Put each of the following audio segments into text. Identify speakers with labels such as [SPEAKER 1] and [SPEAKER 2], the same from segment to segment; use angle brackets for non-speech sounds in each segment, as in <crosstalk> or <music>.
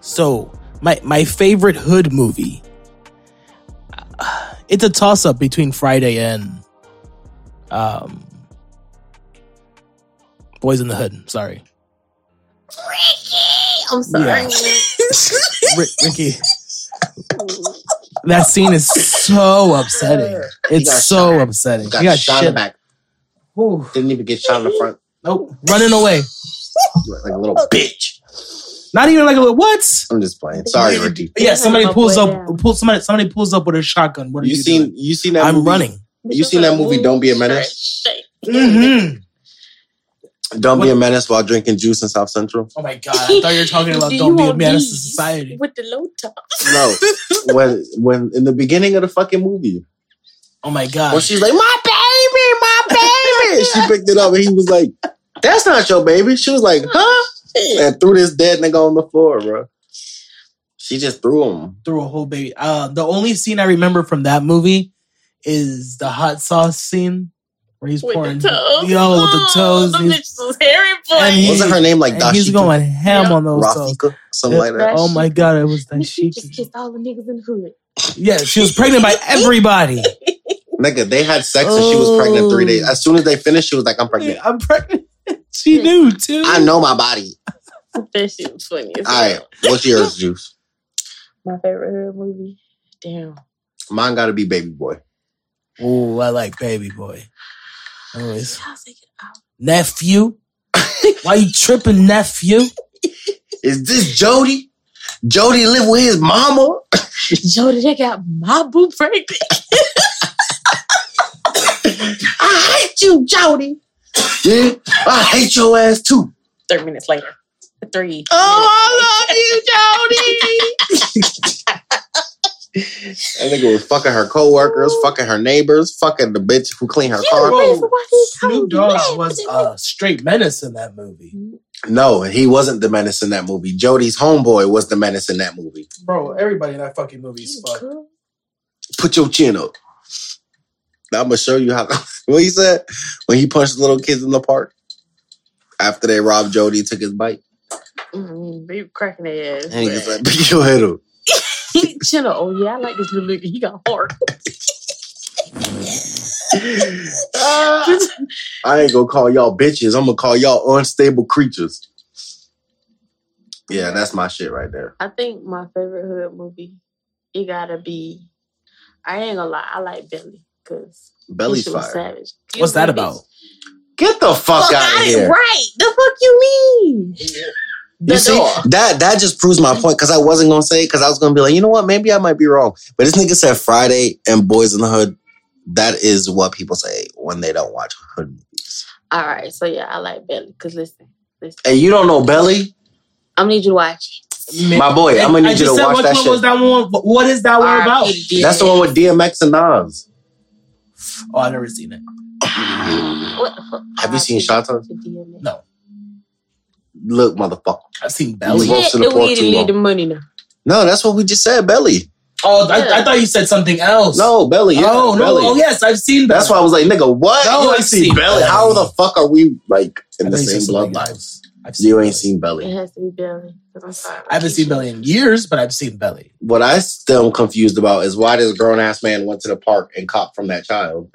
[SPEAKER 1] So my my favorite hood movie. uh, It's a toss up between Friday and um, Boys in the Hood. Sorry,
[SPEAKER 2] Ricky! I'm sorry.
[SPEAKER 1] Ri Ricky. That scene is so upsetting. It's
[SPEAKER 3] got
[SPEAKER 1] so
[SPEAKER 3] shot.
[SPEAKER 1] upsetting.
[SPEAKER 3] You
[SPEAKER 1] You
[SPEAKER 3] got,
[SPEAKER 1] got
[SPEAKER 3] shot in the
[SPEAKER 1] shit.
[SPEAKER 3] back.
[SPEAKER 1] Whew.
[SPEAKER 3] Didn't even get shot in the front.
[SPEAKER 1] Nope, running away.
[SPEAKER 3] You look Like a little bitch.
[SPEAKER 1] Not even like a little what?
[SPEAKER 3] I'm just playing. Sorry, Ricky.
[SPEAKER 1] But yeah,
[SPEAKER 2] You're
[SPEAKER 1] somebody
[SPEAKER 2] my
[SPEAKER 1] pulls
[SPEAKER 2] boy
[SPEAKER 1] up.
[SPEAKER 2] now.
[SPEAKER 1] Pull somebody. Somebody pulls up with a shotgun. What are you,
[SPEAKER 3] You seen?
[SPEAKER 1] doing?
[SPEAKER 3] You seen that?
[SPEAKER 1] I'm
[SPEAKER 3] movie?
[SPEAKER 1] running.
[SPEAKER 3] You seen that movie? Don't be a menace. Mm-hmm.
[SPEAKER 1] hmm
[SPEAKER 3] Don't
[SPEAKER 1] What-
[SPEAKER 3] be a menace while drinking juice in South Central.
[SPEAKER 1] Oh my god! I thought you were talking about
[SPEAKER 2] Do
[SPEAKER 1] "Don't
[SPEAKER 2] <laughs> you
[SPEAKER 1] Be a
[SPEAKER 2] want
[SPEAKER 1] Menace to
[SPEAKER 2] these
[SPEAKER 1] Society."
[SPEAKER 2] With the low tops.
[SPEAKER 1] <laughs>
[SPEAKER 3] No, when when in the beginning of the fucking movie,
[SPEAKER 1] Oh my god!
[SPEAKER 3] when she's like, "My baby, my
[SPEAKER 1] <laughs>
[SPEAKER 3] baby," she picked it up and he was like, "That's not your baby." She was like, "Huh?" and threw this dead nigga on the floor, bro. She just threw him.
[SPEAKER 1] through a whole baby. Uh, the only scene I remember from that movie is the hot sauce scene where he's
[SPEAKER 2] <laughs> With
[SPEAKER 1] pouring
[SPEAKER 2] the toes.
[SPEAKER 1] yo with the
[SPEAKER 2] Oh,
[SPEAKER 1] toes,
[SPEAKER 2] them
[SPEAKER 1] and he's,
[SPEAKER 2] bitches was hairy boy.
[SPEAKER 1] and he-
[SPEAKER 3] Wasn't her name like
[SPEAKER 1] and he's
[SPEAKER 3] Dashika?
[SPEAKER 1] going ham
[SPEAKER 2] Yeah.
[SPEAKER 1] on those toes.
[SPEAKER 3] Rafika, something like that.
[SPEAKER 1] Oh my god! It was
[SPEAKER 2] <laughs>
[SPEAKER 1] that
[SPEAKER 2] she
[SPEAKER 1] she.
[SPEAKER 2] just kissed all the niggas in the hood.
[SPEAKER 1] Yeah, she was pregnant
[SPEAKER 2] <laughs>
[SPEAKER 1] by everybody.
[SPEAKER 3] Nigga, they had sex and she was pregnant three days. As soon as they finished, she was like, "I'm pregnant."
[SPEAKER 1] <laughs> I'm pregnant. She knew too.
[SPEAKER 3] I know my body.
[SPEAKER 2] That shit was funny as
[SPEAKER 3] All right,
[SPEAKER 2] hell.
[SPEAKER 3] what's yours, Juice?
[SPEAKER 2] My favorite hood movie. Damn.
[SPEAKER 3] Mine got to be Baby Boy.
[SPEAKER 1] Ooh, I like baby boy. Always.
[SPEAKER 2] I was like, oh,
[SPEAKER 3] <laughs>
[SPEAKER 1] Nephew? Why you tripping, nephew?
[SPEAKER 3] Is this Jody? Jody live with his mama. <laughs>
[SPEAKER 2] Jody, they got my boo pregnant.
[SPEAKER 3] I hate you, Jody. Yeah, I hate your ass too.
[SPEAKER 2] Three minutes later. Three.
[SPEAKER 3] Oh,
[SPEAKER 1] Oh,
[SPEAKER 3] I love you, Jody. that nigga was fucking her coworkers, fucking her neighbors, fucking the bitch who cleaned her car.
[SPEAKER 2] Wait, so why he
[SPEAKER 1] <laughs> Snoop
[SPEAKER 2] called
[SPEAKER 1] Dogg
[SPEAKER 2] Mac?
[SPEAKER 1] was a uh, straight menace in that movie.
[SPEAKER 3] No, he wasn't the menace in that movie. Jody's homeboy was the menace in that movie.
[SPEAKER 1] Bro, everybody in that fucking movie
[SPEAKER 2] You
[SPEAKER 1] is fucked.
[SPEAKER 2] cool.
[SPEAKER 3] Put your chin up. I'm gonna show you how. <laughs> what he said when he punched the little kids in the park after they robbed Jody, took his bike,
[SPEAKER 2] Mm, They cracking their ass.
[SPEAKER 3] and he was
[SPEAKER 2] but-
[SPEAKER 3] like, <laughs> "Pick your head up."
[SPEAKER 2] <laughs> He chill out. Oh yeah, I like this little nigga. He got heart.
[SPEAKER 3] Ah. I ain't gonna call y'all bitches. I'm gonna call y'all unstable creatures. Yeah, that's my shit right there.
[SPEAKER 2] I think my favorite hood movie, it gotta be. I ain't gonna lie, I like Billy because
[SPEAKER 3] Belly's
[SPEAKER 2] was
[SPEAKER 3] fire.
[SPEAKER 2] savage.
[SPEAKER 1] What's that
[SPEAKER 2] Bitch.
[SPEAKER 1] about?
[SPEAKER 3] Get the fuck,
[SPEAKER 2] Fuck
[SPEAKER 3] out of
[SPEAKER 2] outta-
[SPEAKER 3] here.
[SPEAKER 2] Oh, Right? The fuck you mean?
[SPEAKER 3] You see, that that just proves my point because I wasn't gonna say it because I was gonna be like, you know what, maybe I might be wrong. But this nigga said Friday and Boys in the Hood. That is what people say when they don't watch hood movies.
[SPEAKER 2] All right, so yeah, I like Billy because listen, listen,
[SPEAKER 3] And you don't know Belly,
[SPEAKER 2] I need you to watch
[SPEAKER 3] my boy. I'm gonna need you to watch
[SPEAKER 1] what
[SPEAKER 3] that
[SPEAKER 1] was
[SPEAKER 3] shit.
[SPEAKER 1] that one? What is that
[SPEAKER 2] it.
[SPEAKER 1] one about?
[SPEAKER 2] R.I.P.
[SPEAKER 3] That's the one with DMX and Nas.
[SPEAKER 1] Oh, I've never seen it.
[SPEAKER 2] What the fuck?
[SPEAKER 3] Have you seen
[SPEAKER 2] R.I.P.
[SPEAKER 3] Shata?
[SPEAKER 2] to DMX.
[SPEAKER 1] No,
[SPEAKER 3] Look, motherfucker.
[SPEAKER 1] I've seen
[SPEAKER 3] Belly.
[SPEAKER 1] Belly.
[SPEAKER 3] Wolves
[SPEAKER 2] Shit,
[SPEAKER 3] in the
[SPEAKER 2] we
[SPEAKER 3] Park
[SPEAKER 2] need to
[SPEAKER 3] too long.
[SPEAKER 2] leave the money now.
[SPEAKER 3] No, that's what we just said, Belly.
[SPEAKER 1] Oh, I, I thought you said something else.
[SPEAKER 3] No, Belly. Yeah,
[SPEAKER 1] oh no!
[SPEAKER 3] Belly.
[SPEAKER 1] Oh yes, I've seen. Belly.
[SPEAKER 3] That's why I was like, nigga, what?
[SPEAKER 1] No,
[SPEAKER 3] you ain't
[SPEAKER 1] I've
[SPEAKER 3] seen,
[SPEAKER 1] seen
[SPEAKER 3] Belly.
[SPEAKER 1] Belly.
[SPEAKER 3] How the fuck are we like in
[SPEAKER 1] I've
[SPEAKER 3] the
[SPEAKER 1] seen
[SPEAKER 3] same
[SPEAKER 1] something
[SPEAKER 3] bloodline?
[SPEAKER 1] else. I've
[SPEAKER 3] You ain't
[SPEAKER 1] Belly.
[SPEAKER 3] seen
[SPEAKER 2] It
[SPEAKER 3] Belly.
[SPEAKER 2] has to be Billy because I'm sorry.
[SPEAKER 1] I haven't seen Belly in years, but I've seen Belly.
[SPEAKER 3] What I still am confused about is why this grown ass man went to the park and cop from that child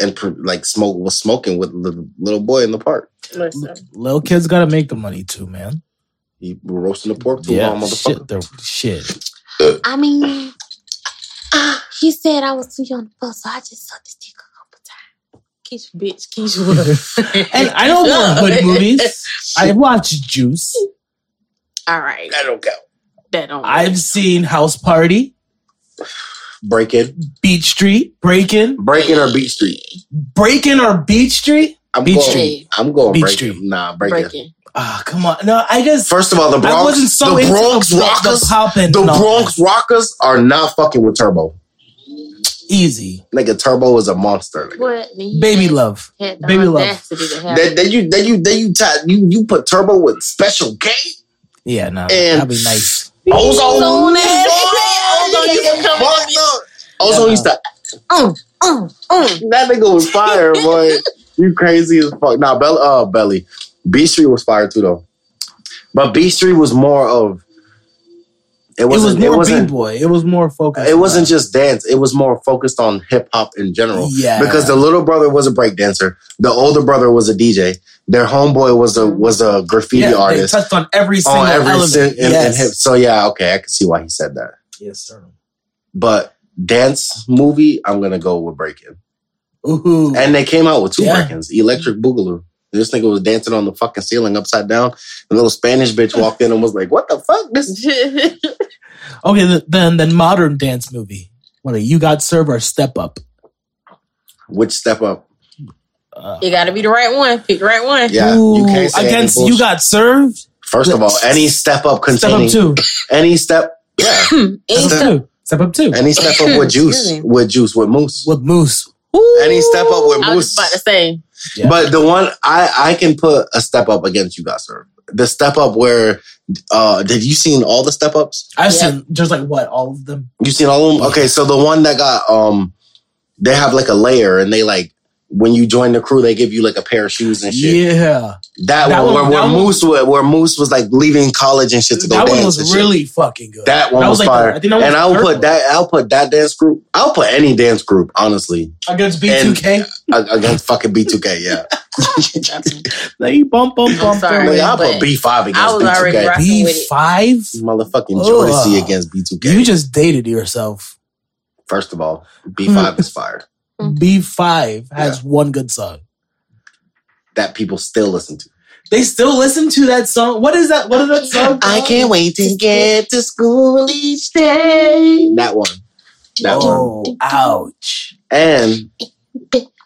[SPEAKER 3] and pr- like smoke was smoking with the little boy in the park.
[SPEAKER 2] Listen,
[SPEAKER 1] Little kids gotta make the money too, man.
[SPEAKER 3] He were roasting the pork too long, motherfucker.
[SPEAKER 1] shit, they're- shit.
[SPEAKER 2] I mean, uh, he said I was too young to fuck, so I just sucked his dick a couple times. Keisha, bitch, Keisha. would.
[SPEAKER 1] <laughs> And I don't
[SPEAKER 2] <laughs>
[SPEAKER 1] want
[SPEAKER 3] <laughs>
[SPEAKER 1] hood movies. I watched Juice.
[SPEAKER 2] All right,
[SPEAKER 3] That don't count.
[SPEAKER 2] that don't.
[SPEAKER 1] I've seen House Party,
[SPEAKER 3] Break in,
[SPEAKER 1] Beach Street, Breakin,
[SPEAKER 3] break in or Beat Street.
[SPEAKER 1] Breakin or Beach Street.
[SPEAKER 3] I'm
[SPEAKER 1] Beat
[SPEAKER 3] going.
[SPEAKER 2] Street.
[SPEAKER 3] I'm going
[SPEAKER 1] Beat
[SPEAKER 3] break
[SPEAKER 1] Street.
[SPEAKER 3] in. Nah, break, in.
[SPEAKER 2] breaking.
[SPEAKER 1] Ah, come on. No, I just
[SPEAKER 3] First of all, the Bronx.
[SPEAKER 1] I wasn't so
[SPEAKER 3] the
[SPEAKER 1] into
[SPEAKER 3] Bronx
[SPEAKER 1] the,
[SPEAKER 3] Rockers.
[SPEAKER 1] the poppin'
[SPEAKER 3] The
[SPEAKER 1] and all
[SPEAKER 3] Bronx
[SPEAKER 1] that.
[SPEAKER 3] Rockers are not fucking with Turbo.
[SPEAKER 1] easy.
[SPEAKER 3] Nigga, Turbo is a monster. Nigga.
[SPEAKER 2] What? Then
[SPEAKER 1] Baby love.
[SPEAKER 2] Had the
[SPEAKER 1] Baby
[SPEAKER 2] Baby
[SPEAKER 1] love.
[SPEAKER 2] audacity to have
[SPEAKER 3] Then, then you, then you, then you, tie, you, you put Turbo with Special K.
[SPEAKER 1] Yeah, no,
[SPEAKER 3] And-
[SPEAKER 1] that'd be nice.
[SPEAKER 3] Ozone,
[SPEAKER 2] Ozone.
[SPEAKER 3] Ozone used to
[SPEAKER 2] Ozone.
[SPEAKER 3] fuck up. Ozone used to.
[SPEAKER 1] Oh,
[SPEAKER 2] Mm, mm, <laughs> mm.
[SPEAKER 3] That nigga was fire, boy. You crazy as fuck. Nah, uh, Belly. Oh, Belly. B Street was fire too, though. But B Street was more of It
[SPEAKER 1] It was
[SPEAKER 3] wasn't. It,
[SPEAKER 1] more
[SPEAKER 3] was
[SPEAKER 1] B
[SPEAKER 3] not
[SPEAKER 1] boy. It was more focused.
[SPEAKER 3] It
[SPEAKER 1] on
[SPEAKER 3] wasn't
[SPEAKER 1] that.
[SPEAKER 3] just dance. It was more focused on hip hop in general.
[SPEAKER 1] Yeah.
[SPEAKER 3] Because the little brother was a break dancer. The older brother was a DJ. Their homeboy was a was a graffiti
[SPEAKER 1] yeah,
[SPEAKER 3] artist.
[SPEAKER 1] They touched on every single
[SPEAKER 3] on every
[SPEAKER 1] element.
[SPEAKER 3] sin and,
[SPEAKER 1] yes.
[SPEAKER 3] hip. So yeah, okay, I can see why he said that.
[SPEAKER 1] yes, sir.
[SPEAKER 3] But dance movie, I'm gonna go with Breaking.
[SPEAKER 1] Ooh,
[SPEAKER 3] And they came out with two
[SPEAKER 1] Yeah.
[SPEAKER 3] Breakins, Electric Boogaloo. This nigga was dancing on the fucking ceiling upside down. The little Spanish <laughs> bitch walked in and was like, "What the fuck?" This
[SPEAKER 1] okay. th- Then then modern dance movie. What are you got? Serve or step up?
[SPEAKER 3] which step up?
[SPEAKER 1] Uh,
[SPEAKER 2] you gotta be the right one. Pick the right <clears throat> one.
[SPEAKER 3] Yeah, you
[SPEAKER 1] ooh,
[SPEAKER 3] can't say any
[SPEAKER 1] against
[SPEAKER 3] bullshit.
[SPEAKER 1] you got served.
[SPEAKER 3] First of all, any step
[SPEAKER 1] Step
[SPEAKER 3] up containing
[SPEAKER 1] up two.
[SPEAKER 3] any step, yeah,
[SPEAKER 2] Any
[SPEAKER 1] Step up
[SPEAKER 2] step-
[SPEAKER 1] two. Step up two.
[SPEAKER 3] any step up with
[SPEAKER 2] Excuse
[SPEAKER 3] juice,
[SPEAKER 2] me.
[SPEAKER 3] with juice, with moose.
[SPEAKER 1] With Moose.
[SPEAKER 3] Any step up with
[SPEAKER 2] I was
[SPEAKER 3] moose.
[SPEAKER 2] just about to say.
[SPEAKER 1] Yeah.
[SPEAKER 3] But the one I I can put a step up against you guys, sir. The step up where uh did you seen all the step ups?
[SPEAKER 1] I've
[SPEAKER 2] Yeah.
[SPEAKER 1] seen just like what all of them.
[SPEAKER 3] You seen all of them?
[SPEAKER 1] Yeah.
[SPEAKER 3] Okay, so the one that got um they have like a layer and they like when you join the crew they give you like a pair of shoes and shit.
[SPEAKER 1] Yeah,
[SPEAKER 3] That,
[SPEAKER 1] That one-
[SPEAKER 3] one, where, where
[SPEAKER 1] that one-
[SPEAKER 3] Moose was, where Moose was like leaving college and shit to go
[SPEAKER 1] that
[SPEAKER 3] dance
[SPEAKER 1] one was
[SPEAKER 3] and shit.
[SPEAKER 1] really fucking good.
[SPEAKER 3] that one
[SPEAKER 1] that
[SPEAKER 3] was,
[SPEAKER 1] was like the-
[SPEAKER 3] fire.
[SPEAKER 1] I think that was
[SPEAKER 3] and
[SPEAKER 1] the
[SPEAKER 3] I'll
[SPEAKER 1] third
[SPEAKER 3] put
[SPEAKER 1] one.
[SPEAKER 3] that I'll put that dance group. I'll put any dance group, honestly.
[SPEAKER 1] against B2K.
[SPEAKER 3] a- Against fucking B2K,
[SPEAKER 2] <laughs>
[SPEAKER 3] yeah.
[SPEAKER 1] They bump, bump,
[SPEAKER 2] I'm
[SPEAKER 1] bump.
[SPEAKER 2] sorry.
[SPEAKER 3] <laughs> Like,
[SPEAKER 1] bump.
[SPEAKER 3] I'll put
[SPEAKER 2] But
[SPEAKER 3] B5 against
[SPEAKER 2] I was
[SPEAKER 3] B2K.
[SPEAKER 2] already rocking with it.
[SPEAKER 1] B5?
[SPEAKER 3] motherfucking
[SPEAKER 1] Ugh.
[SPEAKER 3] Jordan C against B2K.
[SPEAKER 1] You just dated yourself.
[SPEAKER 3] First of all,
[SPEAKER 1] <laughs>
[SPEAKER 3] B5 is fired.
[SPEAKER 2] Mhm.
[SPEAKER 1] B5 has one good song.
[SPEAKER 3] That people still listen to.
[SPEAKER 1] They still listen to that song. What is that? What is that song?
[SPEAKER 2] I can't
[SPEAKER 3] wait
[SPEAKER 2] to
[SPEAKER 3] get to school each day. That one. That one.
[SPEAKER 1] Oh, ouch.
[SPEAKER 3] And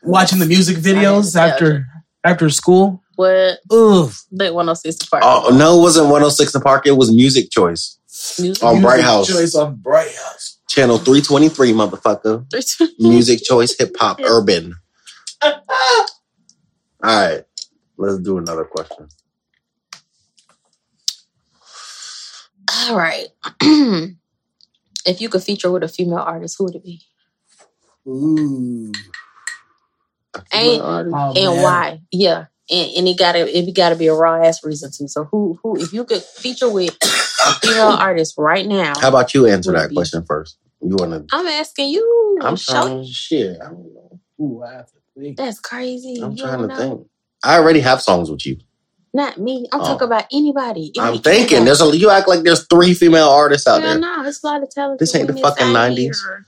[SPEAKER 1] Watching the music videos
[SPEAKER 2] I didn't
[SPEAKER 1] after after school.
[SPEAKER 2] What?
[SPEAKER 1] Ugh.
[SPEAKER 2] But 106 apart.
[SPEAKER 3] oh no, it wasn't 106 the Park. It was Music Choice.
[SPEAKER 2] Music. <laughs>
[SPEAKER 3] On Bright
[SPEAKER 1] Music
[SPEAKER 3] House.
[SPEAKER 1] Choice on Bright House.
[SPEAKER 3] Channel 323, motherfucker. Music Choice Hip Hop Urban. All right. Let's do another question.
[SPEAKER 2] All right. <clears throat> if you could feature with a female artist, who would it be?
[SPEAKER 1] <laughs> Ooh.
[SPEAKER 2] Ain't-
[SPEAKER 3] All
[SPEAKER 1] Oh,
[SPEAKER 2] and
[SPEAKER 1] man.
[SPEAKER 2] why? Yeah. And, and it gotta it gotta be a raw ass reason too. So who who if you could feature with a female
[SPEAKER 3] <coughs>
[SPEAKER 2] artist right now?
[SPEAKER 3] How about you answer that question first? You wanna
[SPEAKER 2] I'm asking you.
[SPEAKER 3] I'm
[SPEAKER 2] Shout-
[SPEAKER 3] trying shit. I don't know.
[SPEAKER 1] Ooh, I have to think.
[SPEAKER 2] That's crazy.
[SPEAKER 3] I'm
[SPEAKER 2] You
[SPEAKER 3] trying to
[SPEAKER 2] don't know?
[SPEAKER 3] think. I already have songs with you.
[SPEAKER 2] Not me. I'm
[SPEAKER 3] Oh.
[SPEAKER 2] talking about anybody. It
[SPEAKER 3] I'm
[SPEAKER 2] ain't
[SPEAKER 3] thinking.
[SPEAKER 2] anybody.
[SPEAKER 3] There's a, you act like there's three female artists out
[SPEAKER 2] Hell
[SPEAKER 3] there.
[SPEAKER 2] no, it's a lot of talented.
[SPEAKER 3] This ain't the
[SPEAKER 2] women
[SPEAKER 3] fucking
[SPEAKER 2] out
[SPEAKER 3] 90s.
[SPEAKER 2] here.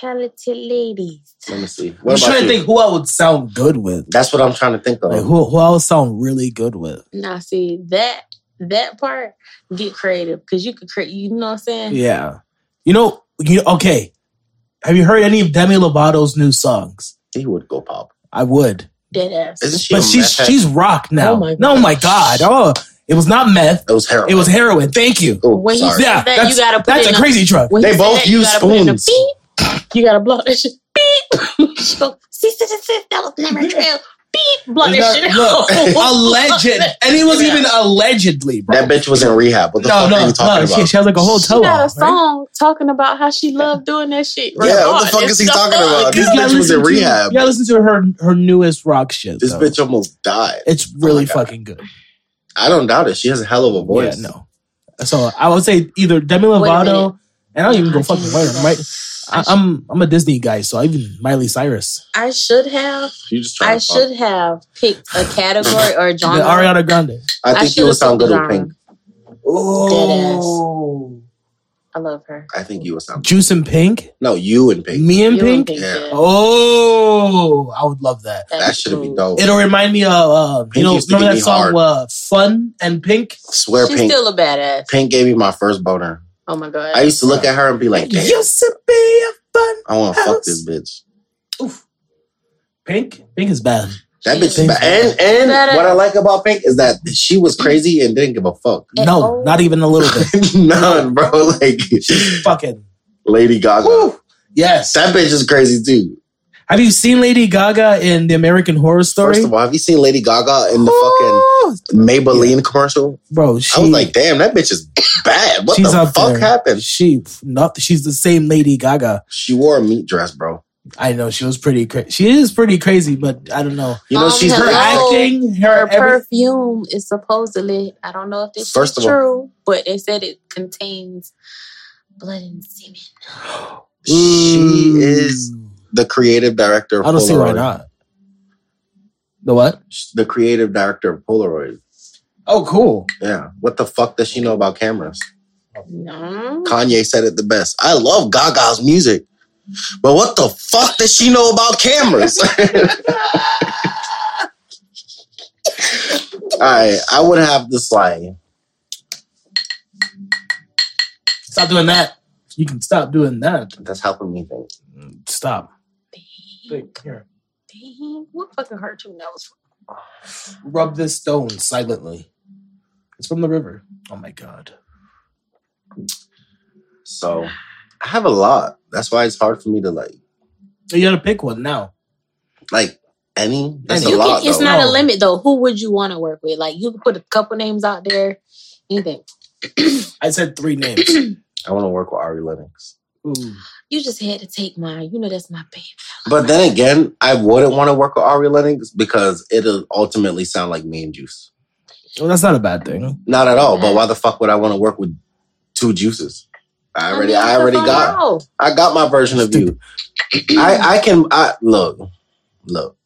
[SPEAKER 2] Talented ladies.
[SPEAKER 3] Let me see.
[SPEAKER 1] I'm
[SPEAKER 3] What
[SPEAKER 1] trying
[SPEAKER 3] about
[SPEAKER 1] to
[SPEAKER 3] you?
[SPEAKER 1] think who I would sound good with.
[SPEAKER 3] That's what I'm trying to think of.
[SPEAKER 1] Like who who I would sound really good with.
[SPEAKER 2] Now see that that part get creative because you could create. You know what I'm saying?
[SPEAKER 1] Yeah. You know, you okay. Have you heard any of Demi Lovato's new songs?
[SPEAKER 3] he would go pop.
[SPEAKER 1] I would.
[SPEAKER 2] Dead ass.
[SPEAKER 3] Isn't she?
[SPEAKER 1] But
[SPEAKER 3] a
[SPEAKER 1] she's
[SPEAKER 3] meth head?
[SPEAKER 1] she's rock now.
[SPEAKER 2] Oh my
[SPEAKER 1] No
[SPEAKER 2] God.
[SPEAKER 1] my god. Oh, it was not meth.
[SPEAKER 3] It was heroin.
[SPEAKER 1] It was heroin. Thank you.
[SPEAKER 3] Oh,
[SPEAKER 2] When he
[SPEAKER 3] sorry.
[SPEAKER 1] Yeah,
[SPEAKER 2] said that,
[SPEAKER 1] that's-
[SPEAKER 2] you gotta put
[SPEAKER 1] That's
[SPEAKER 2] in
[SPEAKER 1] a crazy drug.
[SPEAKER 2] when he said
[SPEAKER 3] They both
[SPEAKER 2] that, you
[SPEAKER 3] use
[SPEAKER 2] gotta put in a
[SPEAKER 3] spoons.
[SPEAKER 2] beep. You gotta block that shit.
[SPEAKER 3] <laughs>
[SPEAKER 2] Beep. she go, sis, sis, sis, sis, that was never true. Beep. Block
[SPEAKER 1] It's
[SPEAKER 2] that
[SPEAKER 1] not- <laughs>
[SPEAKER 2] shit.
[SPEAKER 3] <laughs>
[SPEAKER 1] look, Alleged. And it was
[SPEAKER 2] Yeah.
[SPEAKER 1] even allegedly, bro.
[SPEAKER 3] That bitch was in rehab. What the
[SPEAKER 1] no,
[SPEAKER 3] fuck
[SPEAKER 1] no,
[SPEAKER 3] are you talking
[SPEAKER 1] no.
[SPEAKER 3] about?
[SPEAKER 1] She, she has like a whole
[SPEAKER 2] She
[SPEAKER 1] toe
[SPEAKER 2] got a
[SPEAKER 1] off. Right?
[SPEAKER 2] song talking about how she loved doing that shit.
[SPEAKER 3] Yeah, what the fuck is he talking about?
[SPEAKER 1] You
[SPEAKER 3] This
[SPEAKER 1] gotta
[SPEAKER 3] bitch was in
[SPEAKER 1] listen to-
[SPEAKER 3] rehab.
[SPEAKER 1] You gotta listen to her her newest rock shit.
[SPEAKER 3] This
[SPEAKER 1] though.
[SPEAKER 3] bitch almost died.
[SPEAKER 1] It's really
[SPEAKER 3] God.
[SPEAKER 1] fucking good.
[SPEAKER 3] I don't doubt it. She has a hell of a voice.
[SPEAKER 1] Yeah, no. So I would say either Demi
[SPEAKER 2] Wait a
[SPEAKER 1] Lovato, and I don't even
[SPEAKER 2] I
[SPEAKER 1] go
[SPEAKER 2] can't
[SPEAKER 1] fucking wear
[SPEAKER 2] do
[SPEAKER 1] them. Right?
[SPEAKER 2] I
[SPEAKER 1] I, I'm I'm a Disney guy, so I even Miley Cyrus,
[SPEAKER 2] I should have.
[SPEAKER 3] You just trying
[SPEAKER 2] I
[SPEAKER 3] to fuck.
[SPEAKER 2] should have picked a category
[SPEAKER 3] <laughs>
[SPEAKER 2] or a
[SPEAKER 1] the
[SPEAKER 2] genre.
[SPEAKER 1] Ariana Grande.
[SPEAKER 3] I think you
[SPEAKER 2] should've
[SPEAKER 3] would sound
[SPEAKER 2] picked
[SPEAKER 3] good
[SPEAKER 2] a
[SPEAKER 3] with
[SPEAKER 2] genre.
[SPEAKER 3] Pink.
[SPEAKER 2] Oh. I love her.
[SPEAKER 3] I think you would sound.
[SPEAKER 1] Juice and Pink,
[SPEAKER 3] No, you and Pink.
[SPEAKER 1] me and
[SPEAKER 2] You
[SPEAKER 1] Pink.
[SPEAKER 2] and Pink,
[SPEAKER 3] Yeah.
[SPEAKER 1] Oh, I would love that.
[SPEAKER 2] That'd
[SPEAKER 3] That
[SPEAKER 2] be
[SPEAKER 3] should have been
[SPEAKER 2] cool.
[SPEAKER 3] dope.
[SPEAKER 1] It'll remind me of uh,
[SPEAKER 3] Pink
[SPEAKER 1] you know
[SPEAKER 3] used to
[SPEAKER 1] remember
[SPEAKER 3] get
[SPEAKER 1] that
[SPEAKER 3] me
[SPEAKER 1] song
[SPEAKER 3] hard.
[SPEAKER 1] uh, "Fun" and Pink.
[SPEAKER 3] Swear,
[SPEAKER 2] She's
[SPEAKER 3] Pink.
[SPEAKER 2] still a badass.
[SPEAKER 3] Pink gave me my first boner.
[SPEAKER 2] Oh my god.
[SPEAKER 3] I used to look at her and be like,
[SPEAKER 1] It
[SPEAKER 3] "Damn,
[SPEAKER 1] used to be a fun
[SPEAKER 3] I want to fuck
[SPEAKER 1] house."
[SPEAKER 3] this bitch."
[SPEAKER 1] Pink. Pink is bad.
[SPEAKER 3] That
[SPEAKER 2] She
[SPEAKER 3] bitch is
[SPEAKER 1] is
[SPEAKER 3] bad. And and
[SPEAKER 2] Badass.
[SPEAKER 3] what I like about Pink is that she was crazy and didn't give a fuck. <laughs>
[SPEAKER 2] At
[SPEAKER 1] no,
[SPEAKER 2] all.
[SPEAKER 1] not even a little bit.
[SPEAKER 3] None, bro. <laughs> Like
[SPEAKER 1] She's fucking.
[SPEAKER 3] Lady Gaga.
[SPEAKER 1] Woo. Yes.
[SPEAKER 3] That bitch is crazy too.
[SPEAKER 1] Have you seen Lady Gaga in the American Horror Story?
[SPEAKER 3] First of all, have you seen Lady Gaga in the
[SPEAKER 1] Oh,
[SPEAKER 3] fucking
[SPEAKER 1] <gasps>
[SPEAKER 3] Maybelline commercial?
[SPEAKER 1] bro. She,
[SPEAKER 3] I was like, damn, that bitch is bad. What
[SPEAKER 1] she's
[SPEAKER 3] the
[SPEAKER 1] up
[SPEAKER 3] fuck
[SPEAKER 1] there.
[SPEAKER 3] happened?
[SPEAKER 1] She not. She's the same Lady Gaga.
[SPEAKER 3] She wore a meat dress, bro.
[SPEAKER 1] I know she was pretty. Cra- she is pretty crazy, but I don't know
[SPEAKER 3] You know,
[SPEAKER 2] Um,
[SPEAKER 3] she's
[SPEAKER 1] her
[SPEAKER 2] hello.
[SPEAKER 1] acting, her
[SPEAKER 2] Her
[SPEAKER 1] every-
[SPEAKER 2] perfume is supposedly, I don't know if this
[SPEAKER 3] First
[SPEAKER 2] is
[SPEAKER 3] of all-
[SPEAKER 2] true, but they said it contains blood and semen.
[SPEAKER 3] she is the creative director of
[SPEAKER 1] Mm. I don't see why
[SPEAKER 3] Polaroid.
[SPEAKER 1] not. The what?
[SPEAKER 3] She's the creative director of Polaroid.
[SPEAKER 1] Oh, cool.
[SPEAKER 3] Yeah. What the fuck does she know about cameras? Oh.
[SPEAKER 2] No.
[SPEAKER 3] Kanye said it the best. I love Gaga's music. But what the fuck does she know about cameras? <laughs> All right, I would have the slang.
[SPEAKER 1] Stop doing that. You can stop doing that.
[SPEAKER 3] That's helping me think.
[SPEAKER 1] Stop.
[SPEAKER 2] Dang, dang. What fucking hurt your nose?
[SPEAKER 1] Rub this stone silently. It's from the river. Oh my god.
[SPEAKER 3] So I have a lot. That's why it's hard for me to like
[SPEAKER 1] You gotta pick one now.
[SPEAKER 3] like any. That's
[SPEAKER 1] It's
[SPEAKER 2] You
[SPEAKER 3] a lot.
[SPEAKER 2] can, it's
[SPEAKER 3] though.
[SPEAKER 2] not a
[SPEAKER 1] No.
[SPEAKER 2] limit though. Who would you want to work with? Like you could put a couple names out there. Anything.
[SPEAKER 1] I said three names.
[SPEAKER 3] I want to work with Ari Lennox.
[SPEAKER 1] <coughs> Ooh.
[SPEAKER 2] You just had to take mine. You know that's my baby.
[SPEAKER 3] But then again, I wouldn't want to work with Ari Lennox because it'll ultimately sound like me and Juice.
[SPEAKER 1] Well, that's not a bad thing.
[SPEAKER 3] Not at all.
[SPEAKER 2] Mm-hmm.
[SPEAKER 3] But why the fuck would I want to work with two juices? I already, I, already got, I got my version of you. I, I can, I look, look.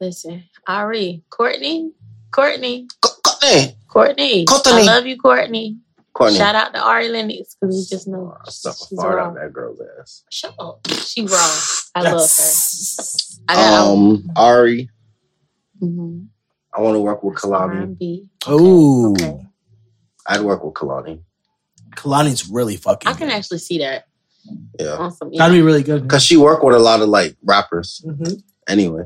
[SPEAKER 2] Listen, Ari, Courtney, Courtney,
[SPEAKER 3] Co- Courtney,
[SPEAKER 2] Courtney.
[SPEAKER 3] Courtney.
[SPEAKER 2] I love you, Courtney.
[SPEAKER 3] Courtney. Oh,
[SPEAKER 2] Shout out to Ari Lennox because we just know
[SPEAKER 3] I
[SPEAKER 2] she's
[SPEAKER 3] stuck a fart
[SPEAKER 2] wrong.
[SPEAKER 3] out that girl's ass.
[SPEAKER 2] Shut up. She
[SPEAKER 1] <sighs>
[SPEAKER 2] wrong. I love her.
[SPEAKER 1] That's-
[SPEAKER 2] I got
[SPEAKER 3] Um, Ari,
[SPEAKER 2] Mhm.
[SPEAKER 3] I want to work with Kalani.
[SPEAKER 2] R&B.
[SPEAKER 1] Ooh.
[SPEAKER 2] Okay.
[SPEAKER 3] I'd work with Kalani.
[SPEAKER 1] Kalani's really fucking.
[SPEAKER 2] I can
[SPEAKER 1] good.
[SPEAKER 2] actually see that
[SPEAKER 3] Yeah,
[SPEAKER 2] on some.
[SPEAKER 1] That'd be really
[SPEAKER 2] Mm.
[SPEAKER 1] good.
[SPEAKER 3] because she worked with a lot of like rappers
[SPEAKER 1] Mhm.
[SPEAKER 3] anyway.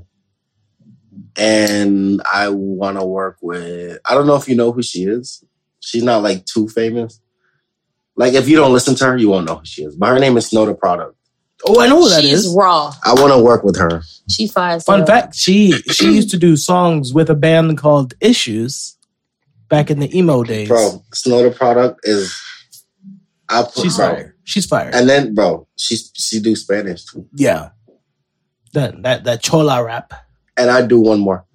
[SPEAKER 3] And I want to work with. I don't know if you know who she is. She's not like too famous. Like if you don't listen to her, you won't know who she is. But her name is Snow the Product.
[SPEAKER 1] Oh, I know who that
[SPEAKER 2] She's
[SPEAKER 1] is.
[SPEAKER 2] raw.
[SPEAKER 3] I want to work with her.
[SPEAKER 2] She fires.
[SPEAKER 1] Fun fact: she she used to do songs with a band called Issues back in the emo days.
[SPEAKER 3] bro. Snow the product is. I put,
[SPEAKER 1] she's
[SPEAKER 3] bro.
[SPEAKER 1] fire. She's fire.
[SPEAKER 3] And then, bro, she she do Spanish too,
[SPEAKER 1] yeah, that that that chola rap.
[SPEAKER 3] and I do one more,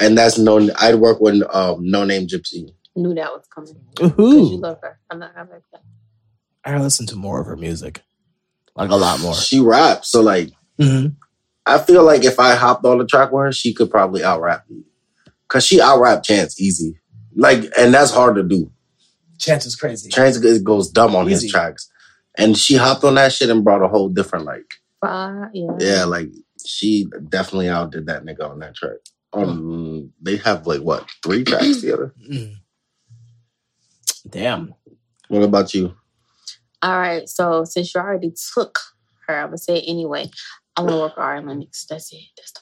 [SPEAKER 3] and that's no. I'd work with um, no name Gypsy.
[SPEAKER 2] Knew that was coming. 'Cause You
[SPEAKER 1] Ooh,
[SPEAKER 2] love her. I'm not. I'm like that.
[SPEAKER 1] I gotta listen to more of her music, like a lot more.
[SPEAKER 3] She raps, so like
[SPEAKER 1] Mhm.
[SPEAKER 3] I feel like if I hopped on the track with her, she could probably out rap me, cause she out rap Chance easy, like, and that's hard to do.
[SPEAKER 1] Chance is crazy.
[SPEAKER 3] Chance g- goes dumb on
[SPEAKER 1] Easy.
[SPEAKER 3] his tracks, and she hopped on that shit and brought a whole different like,
[SPEAKER 2] Fire, yeah.
[SPEAKER 3] yeah, like she definitely outdid that nigga on that track. Um, they have like what three tracks together.
[SPEAKER 1] Mm. Damn.
[SPEAKER 3] What about you?
[SPEAKER 2] All right. So since you already took her, I'm gonna say it anyway. I want to work with Ari Lennox. That's it. That's the.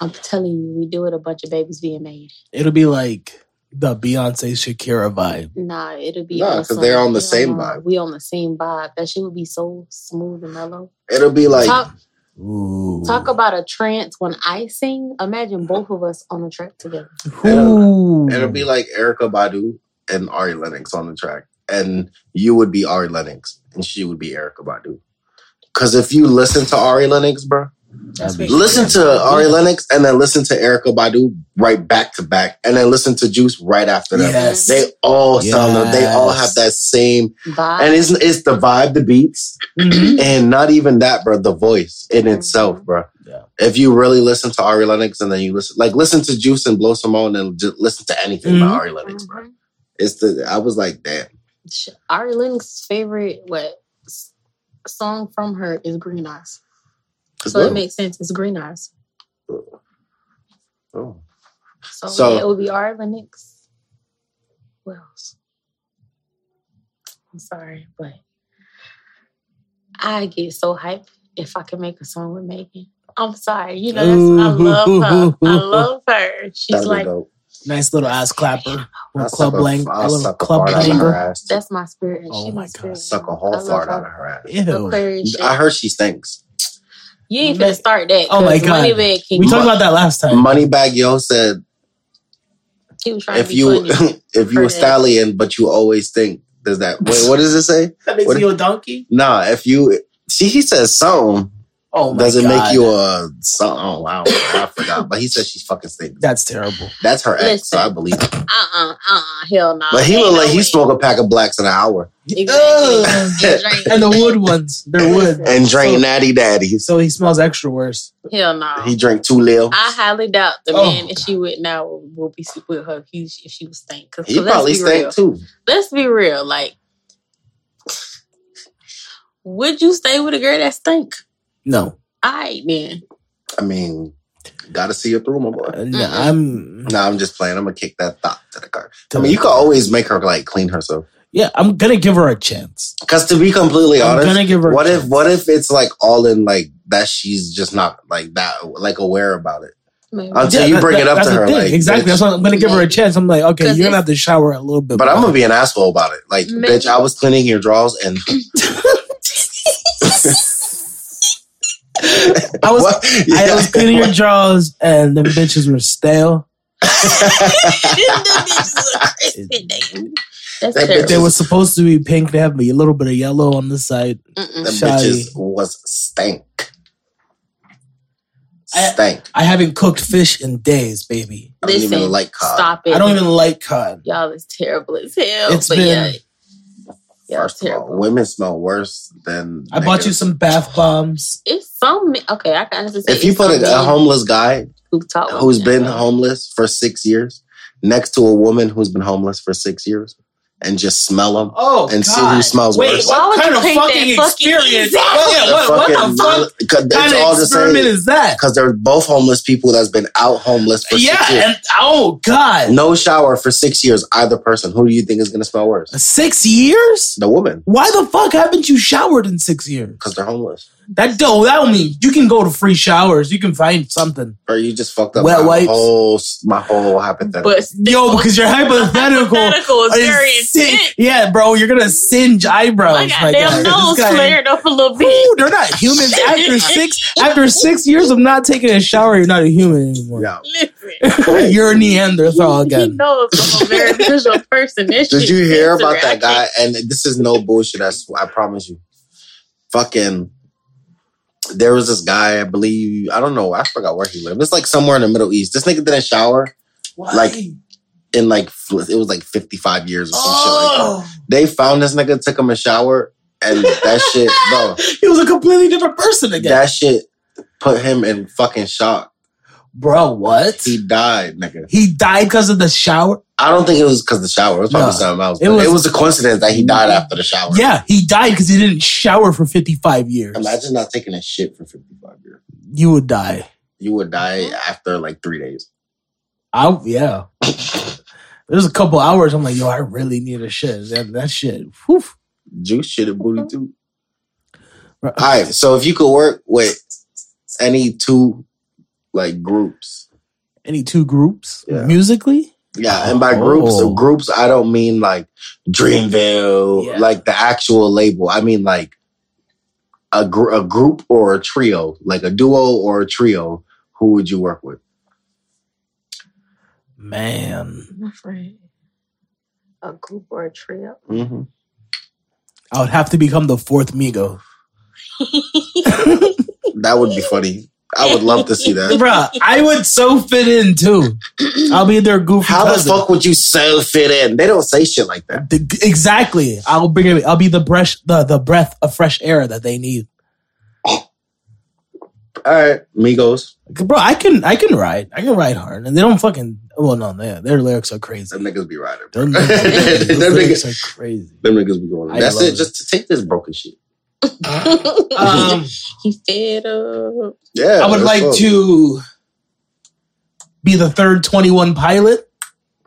[SPEAKER 2] I'm telling you, we do it a bunch of babies being made.
[SPEAKER 1] It'll be like the Beyonce Shakira vibe.
[SPEAKER 2] Nah, it'll be.
[SPEAKER 3] Nah,
[SPEAKER 2] on
[SPEAKER 3] 'cause they're on the
[SPEAKER 2] some-
[SPEAKER 3] same
[SPEAKER 2] no,
[SPEAKER 3] vibe.
[SPEAKER 2] We on the same vibe. That shit would be so smooth and mellow.
[SPEAKER 3] It'll be like
[SPEAKER 2] Talk
[SPEAKER 1] Ooh.
[SPEAKER 2] Talk about a trance when I sing. Imagine both of us on a track together.
[SPEAKER 1] Ooh.
[SPEAKER 3] it'll be like Erica Badu and Ari Lennox on the track, and you would be Ari Lennox and she would be Erica Badu. Cause if you listen to Ari Lennox, bro,
[SPEAKER 1] That'd be-
[SPEAKER 3] listen to Ari Lennox and then listen to Erica Badu right back to back, and then listen to Juice right after that.
[SPEAKER 1] Yes.
[SPEAKER 3] They all sound, they all have
[SPEAKER 1] Yes.
[SPEAKER 3] that same,
[SPEAKER 2] Vibe.
[SPEAKER 3] and it's it's the vibe, the beats,
[SPEAKER 1] Mhm.
[SPEAKER 3] and not even that, bro. The voice in
[SPEAKER 1] Mm-hmm.
[SPEAKER 2] Mhm.
[SPEAKER 3] itself, bro.
[SPEAKER 1] Yeah.
[SPEAKER 3] If you really listen to Ari Lennox and then you listen, like listen to Juice and Blow Simone and just listen to anything by
[SPEAKER 1] Mhm.
[SPEAKER 3] Ari Lennox, bro.
[SPEAKER 2] Mhm.
[SPEAKER 3] It's the I was like, damn,
[SPEAKER 2] Sh- Ari Lennox's favorite what s- song from her is Green Eyes,
[SPEAKER 3] it's
[SPEAKER 2] so
[SPEAKER 3] little.
[SPEAKER 2] it makes sense. It's Green Eyes,
[SPEAKER 3] Oh.
[SPEAKER 2] so,
[SPEAKER 3] So-
[SPEAKER 2] yeah, it would be Ari Lennox. Who else? I'm sorry, but I get so hyped if I can make a song with Megan. I'm sorry, you know that's, I love her. I love
[SPEAKER 3] <laughs>
[SPEAKER 2] her. She's
[SPEAKER 3] Mm-hmm. That'd be
[SPEAKER 2] like
[SPEAKER 3] dope.
[SPEAKER 1] Nice little ass clapper.
[SPEAKER 3] I'll
[SPEAKER 1] Little club
[SPEAKER 3] suck a-
[SPEAKER 1] lang-
[SPEAKER 3] I'll
[SPEAKER 1] a little
[SPEAKER 3] suck a
[SPEAKER 1] club
[SPEAKER 3] fart out of her
[SPEAKER 1] banger.
[SPEAKER 3] ass.
[SPEAKER 2] That's my spirit. and
[SPEAKER 1] Oh
[SPEAKER 2] she
[SPEAKER 1] my God.
[SPEAKER 2] spirit.
[SPEAKER 3] Suck a
[SPEAKER 2] I
[SPEAKER 3] whole
[SPEAKER 2] love
[SPEAKER 3] fart
[SPEAKER 2] her.
[SPEAKER 3] out of her ass.
[SPEAKER 2] The
[SPEAKER 1] Ew.
[SPEAKER 2] Aquarius shit.
[SPEAKER 3] I heard she stinks.
[SPEAKER 2] you ain't gonna start that.
[SPEAKER 1] Oh my
[SPEAKER 2] 'cause Money Bag
[SPEAKER 1] god.
[SPEAKER 2] King,
[SPEAKER 1] We talked about that last time.
[SPEAKER 3] Moneybag Yo said,
[SPEAKER 2] he was trying to
[SPEAKER 3] if
[SPEAKER 2] be
[SPEAKER 3] you <laughs>
[SPEAKER 2] funny.
[SPEAKER 3] if you
[SPEAKER 2] Heard
[SPEAKER 3] a
[SPEAKER 2] it.
[SPEAKER 3] stallion, but you always think, does that wait, what does it say?
[SPEAKER 1] That makes
[SPEAKER 3] What-
[SPEAKER 1] you a donkey.
[SPEAKER 3] Nah, if you see, he says something.
[SPEAKER 1] Oh my
[SPEAKER 3] Does it
[SPEAKER 1] God.
[SPEAKER 3] make you a so, oh wow I forgot but he said she's fucking statement.
[SPEAKER 1] That's terrible.
[SPEAKER 3] That's her ex, so I
[SPEAKER 2] Listen.
[SPEAKER 3] believe. It.
[SPEAKER 2] Uh uh uh hell no.
[SPEAKER 3] But he
[SPEAKER 2] Ain't
[SPEAKER 3] looked
[SPEAKER 2] no
[SPEAKER 3] like he
[SPEAKER 2] way.
[SPEAKER 3] smoked a pack of blacks in an hour
[SPEAKER 2] Exactly.
[SPEAKER 1] Ugh.
[SPEAKER 3] <laughs>
[SPEAKER 2] Drink.
[SPEAKER 1] and the wood ones,
[SPEAKER 2] <laughs>
[SPEAKER 1] they're wood.
[SPEAKER 3] and drank
[SPEAKER 1] So-
[SPEAKER 3] natty daddies.
[SPEAKER 1] So he smells extra worse.
[SPEAKER 2] Hell no.
[SPEAKER 3] He drank two lil.
[SPEAKER 2] I highly doubt the
[SPEAKER 1] Oh,
[SPEAKER 2] man that she with now will, will be sleep with her if, he, if she was stank. Cause,
[SPEAKER 3] He
[SPEAKER 2] so let's
[SPEAKER 3] probably
[SPEAKER 2] be real.
[SPEAKER 3] stank too.
[SPEAKER 2] Let's be real. Like, would you stay with a girl that stank?
[SPEAKER 1] No,
[SPEAKER 2] All right
[SPEAKER 3] <laughs>
[SPEAKER 2] then.
[SPEAKER 3] I mean, gotta see it through, my boy.
[SPEAKER 1] Uh, no, I'm.
[SPEAKER 3] No, I'm just playing. I'm gonna kick that thought to the curb. I mean, you can always make her like clean herself.
[SPEAKER 1] Yeah, I'm gonna give her a chance.
[SPEAKER 3] Cause to be completely
[SPEAKER 1] I'm
[SPEAKER 3] honest,
[SPEAKER 1] gonna give her. a
[SPEAKER 3] what if
[SPEAKER 1] chance.
[SPEAKER 3] what if it's like all in like that she's just not like that like aware about it
[SPEAKER 1] <laughs>
[SPEAKER 2] Maybe. <laughs>
[SPEAKER 3] until you
[SPEAKER 1] that-
[SPEAKER 3] bring
[SPEAKER 1] that-
[SPEAKER 3] it up
[SPEAKER 1] that's
[SPEAKER 3] to
[SPEAKER 1] the
[SPEAKER 3] her
[SPEAKER 1] thing.
[SPEAKER 3] like
[SPEAKER 1] exactly.
[SPEAKER 3] bitch.
[SPEAKER 1] That's why I'm gonna give her a chance. I'm like, okay,
[SPEAKER 2] 'Cause
[SPEAKER 1] you're gonna
[SPEAKER 2] it's-
[SPEAKER 1] have to shower a little bit.
[SPEAKER 3] but I'm
[SPEAKER 1] more.
[SPEAKER 3] gonna be an asshole about it like
[SPEAKER 2] Maybe.
[SPEAKER 3] bitch I was cleaning your drawers and <laughs>
[SPEAKER 1] I was.
[SPEAKER 3] What?
[SPEAKER 1] I
[SPEAKER 3] <laughs>
[SPEAKER 1] was cleaning your drawers, and the bitches were stale.
[SPEAKER 2] Them bitches
[SPEAKER 3] <laughs>
[SPEAKER 2] are crispy, damn. That's
[SPEAKER 3] That bitch
[SPEAKER 2] terrible.
[SPEAKER 1] They were supposed to be pink. They have a little bit of yellow on the side.
[SPEAKER 2] Mm-mm.
[SPEAKER 3] the
[SPEAKER 1] Shoddy.
[SPEAKER 3] bitches was stank
[SPEAKER 1] I-
[SPEAKER 3] stank
[SPEAKER 1] I haven't cooked fish in days, baby.
[SPEAKER 3] I don't even
[SPEAKER 2] Listen,
[SPEAKER 3] like cod.
[SPEAKER 2] Stop it.
[SPEAKER 1] I don't even like cod.
[SPEAKER 2] Y'all is terrible as hell.
[SPEAKER 1] It's
[SPEAKER 2] but
[SPEAKER 1] been-
[SPEAKER 2] yeah, y'all
[SPEAKER 3] first of all
[SPEAKER 2] terrible.
[SPEAKER 3] women smell worse than
[SPEAKER 1] I bought you
[SPEAKER 3] niggas.
[SPEAKER 1] some bath bombs.
[SPEAKER 2] it's some men- okay. I can understand.
[SPEAKER 3] if you put a, a homeless guy
[SPEAKER 2] who talk
[SPEAKER 3] who's been homeless for six years next to a woman who's been homeless for six years and just smell them
[SPEAKER 1] Oh,
[SPEAKER 3] And see who God. smells
[SPEAKER 1] Wait,
[SPEAKER 3] worse.
[SPEAKER 2] Why
[SPEAKER 1] what
[SPEAKER 2] would
[SPEAKER 1] kind
[SPEAKER 2] you
[SPEAKER 1] of
[SPEAKER 2] take that
[SPEAKER 1] fucking
[SPEAKER 2] fucking
[SPEAKER 1] experience?
[SPEAKER 2] exam?
[SPEAKER 1] What- yeah, what, what the fuck
[SPEAKER 3] fuck?
[SPEAKER 1] kind
[SPEAKER 3] It's
[SPEAKER 1] of
[SPEAKER 3] all the same.
[SPEAKER 1] experiment is that?
[SPEAKER 3] because they're both homeless people that's been out homeless for
[SPEAKER 1] Yeah,
[SPEAKER 3] six years.
[SPEAKER 1] and oh god,
[SPEAKER 3] no shower for six years. Either person. Who do you think is going to smell worse?
[SPEAKER 1] six years.
[SPEAKER 3] The woman,
[SPEAKER 1] Why the fuck haven't you showered in six years?
[SPEAKER 3] because they're homeless.
[SPEAKER 1] That don't that don't mean you can go to free showers. You can find something.
[SPEAKER 3] Or you just fucked up
[SPEAKER 1] Wet
[SPEAKER 3] my
[SPEAKER 1] wipes.
[SPEAKER 3] whole my whole hypothetical.
[SPEAKER 2] But
[SPEAKER 1] Yo, because your hypothetical
[SPEAKER 2] hypothetical is very
[SPEAKER 1] is sin-
[SPEAKER 2] intense.
[SPEAKER 1] Yeah, bro, you're gonna singe eyebrows.
[SPEAKER 2] My goddamn
[SPEAKER 1] guy.
[SPEAKER 2] nose
[SPEAKER 1] This guy-
[SPEAKER 2] flared up a little bit.
[SPEAKER 1] Ooh, they're not
[SPEAKER 2] <laughs>
[SPEAKER 1] humans after six after six years of not taking a shower. You're not a human anymore.
[SPEAKER 3] yeah.
[SPEAKER 2] <laughs>
[SPEAKER 1] <laughs>
[SPEAKER 2] Listen,
[SPEAKER 1] You're a Neanderthal
[SPEAKER 2] he
[SPEAKER 1] again.
[SPEAKER 2] knows I'm
[SPEAKER 1] <laughs>
[SPEAKER 2] a very visual person. This
[SPEAKER 3] Did
[SPEAKER 2] shit
[SPEAKER 3] you hear
[SPEAKER 2] is
[SPEAKER 3] about
[SPEAKER 2] erratic.
[SPEAKER 3] that guy? And this is no bullshit. I, sw- I promise you. Fucking. There was this guy, I believe, I don't know, I forgot where he lived. It's like somewhere in the Middle East. This nigga didn't shower Like, in like, fl- it was like 55 years or some shit like that.
[SPEAKER 1] oh,
[SPEAKER 3] They found this nigga, took him a shower,
[SPEAKER 1] <laughs>
[SPEAKER 3] and that shit, bro,
[SPEAKER 1] Oh, he was a completely different person again.
[SPEAKER 3] that shit put him in fucking shock.
[SPEAKER 1] bro, what?
[SPEAKER 3] He died, nigga.
[SPEAKER 1] He died because of the shower.
[SPEAKER 3] I don't think it was because the shower. It was probably
[SPEAKER 1] No.
[SPEAKER 3] something else.
[SPEAKER 1] It
[SPEAKER 3] but
[SPEAKER 1] was-
[SPEAKER 3] it was a coincidence that he died after the shower.
[SPEAKER 1] Yeah, he died because he didn't shower for 55 years.
[SPEAKER 3] Imagine not taking a shit for 55 years.
[SPEAKER 1] You would die.
[SPEAKER 3] You would die after like three days.
[SPEAKER 1] I
[SPEAKER 3] <laughs>
[SPEAKER 1] yeah. There's a couple hours. I'm like, yo, I really need a shit. That, that shit. Whew.
[SPEAKER 3] Juice shit and booty too.
[SPEAKER 1] Bro.
[SPEAKER 3] All right. So if you could work with any two like groups.
[SPEAKER 1] Any two groups
[SPEAKER 3] Yeah.
[SPEAKER 1] musically?
[SPEAKER 3] Yeah, and by groups,
[SPEAKER 1] Oh.
[SPEAKER 3] groups I don't mean like Dreamville,
[SPEAKER 1] Yeah.
[SPEAKER 3] like the actual label. I mean like a gr- a group or a trio, like a duo or a trio. Who would you work with?
[SPEAKER 1] Man,
[SPEAKER 2] My friend, a group or a trio.
[SPEAKER 3] Mm-hmm.
[SPEAKER 1] I would have to become the fourth Migo.
[SPEAKER 3] That would be funny. I would love to see <laughs> that.
[SPEAKER 1] Bruh, I would so fit in
[SPEAKER 3] <clears throat>
[SPEAKER 1] too. I'll be their goofy
[SPEAKER 3] How the
[SPEAKER 1] cousin.
[SPEAKER 3] fuck would you so fit in? They don't say shit like that.
[SPEAKER 1] The- exactly. I'll bring it. I'll be the breath, the, the breath of fresh air that they need.
[SPEAKER 3] All right, Migos.
[SPEAKER 1] Bro, I can I can ride. I can ride hard, and they don't fucking. Well, no, they, their lyrics are crazy.
[SPEAKER 3] Them niggas be riding.
[SPEAKER 1] <laughs> Their
[SPEAKER 3] <laughs> Them niggas,
[SPEAKER 1] lyrics are crazy.
[SPEAKER 3] them niggas be going.
[SPEAKER 1] I
[SPEAKER 3] That's
[SPEAKER 1] love
[SPEAKER 3] it.
[SPEAKER 1] it.
[SPEAKER 3] Just to take this broken shit.
[SPEAKER 1] Um,
[SPEAKER 2] <laughs> he fed up.
[SPEAKER 3] Yeah,
[SPEAKER 1] I would
[SPEAKER 3] that's
[SPEAKER 1] like
[SPEAKER 3] all.
[SPEAKER 1] to be the third Twenty One pilot.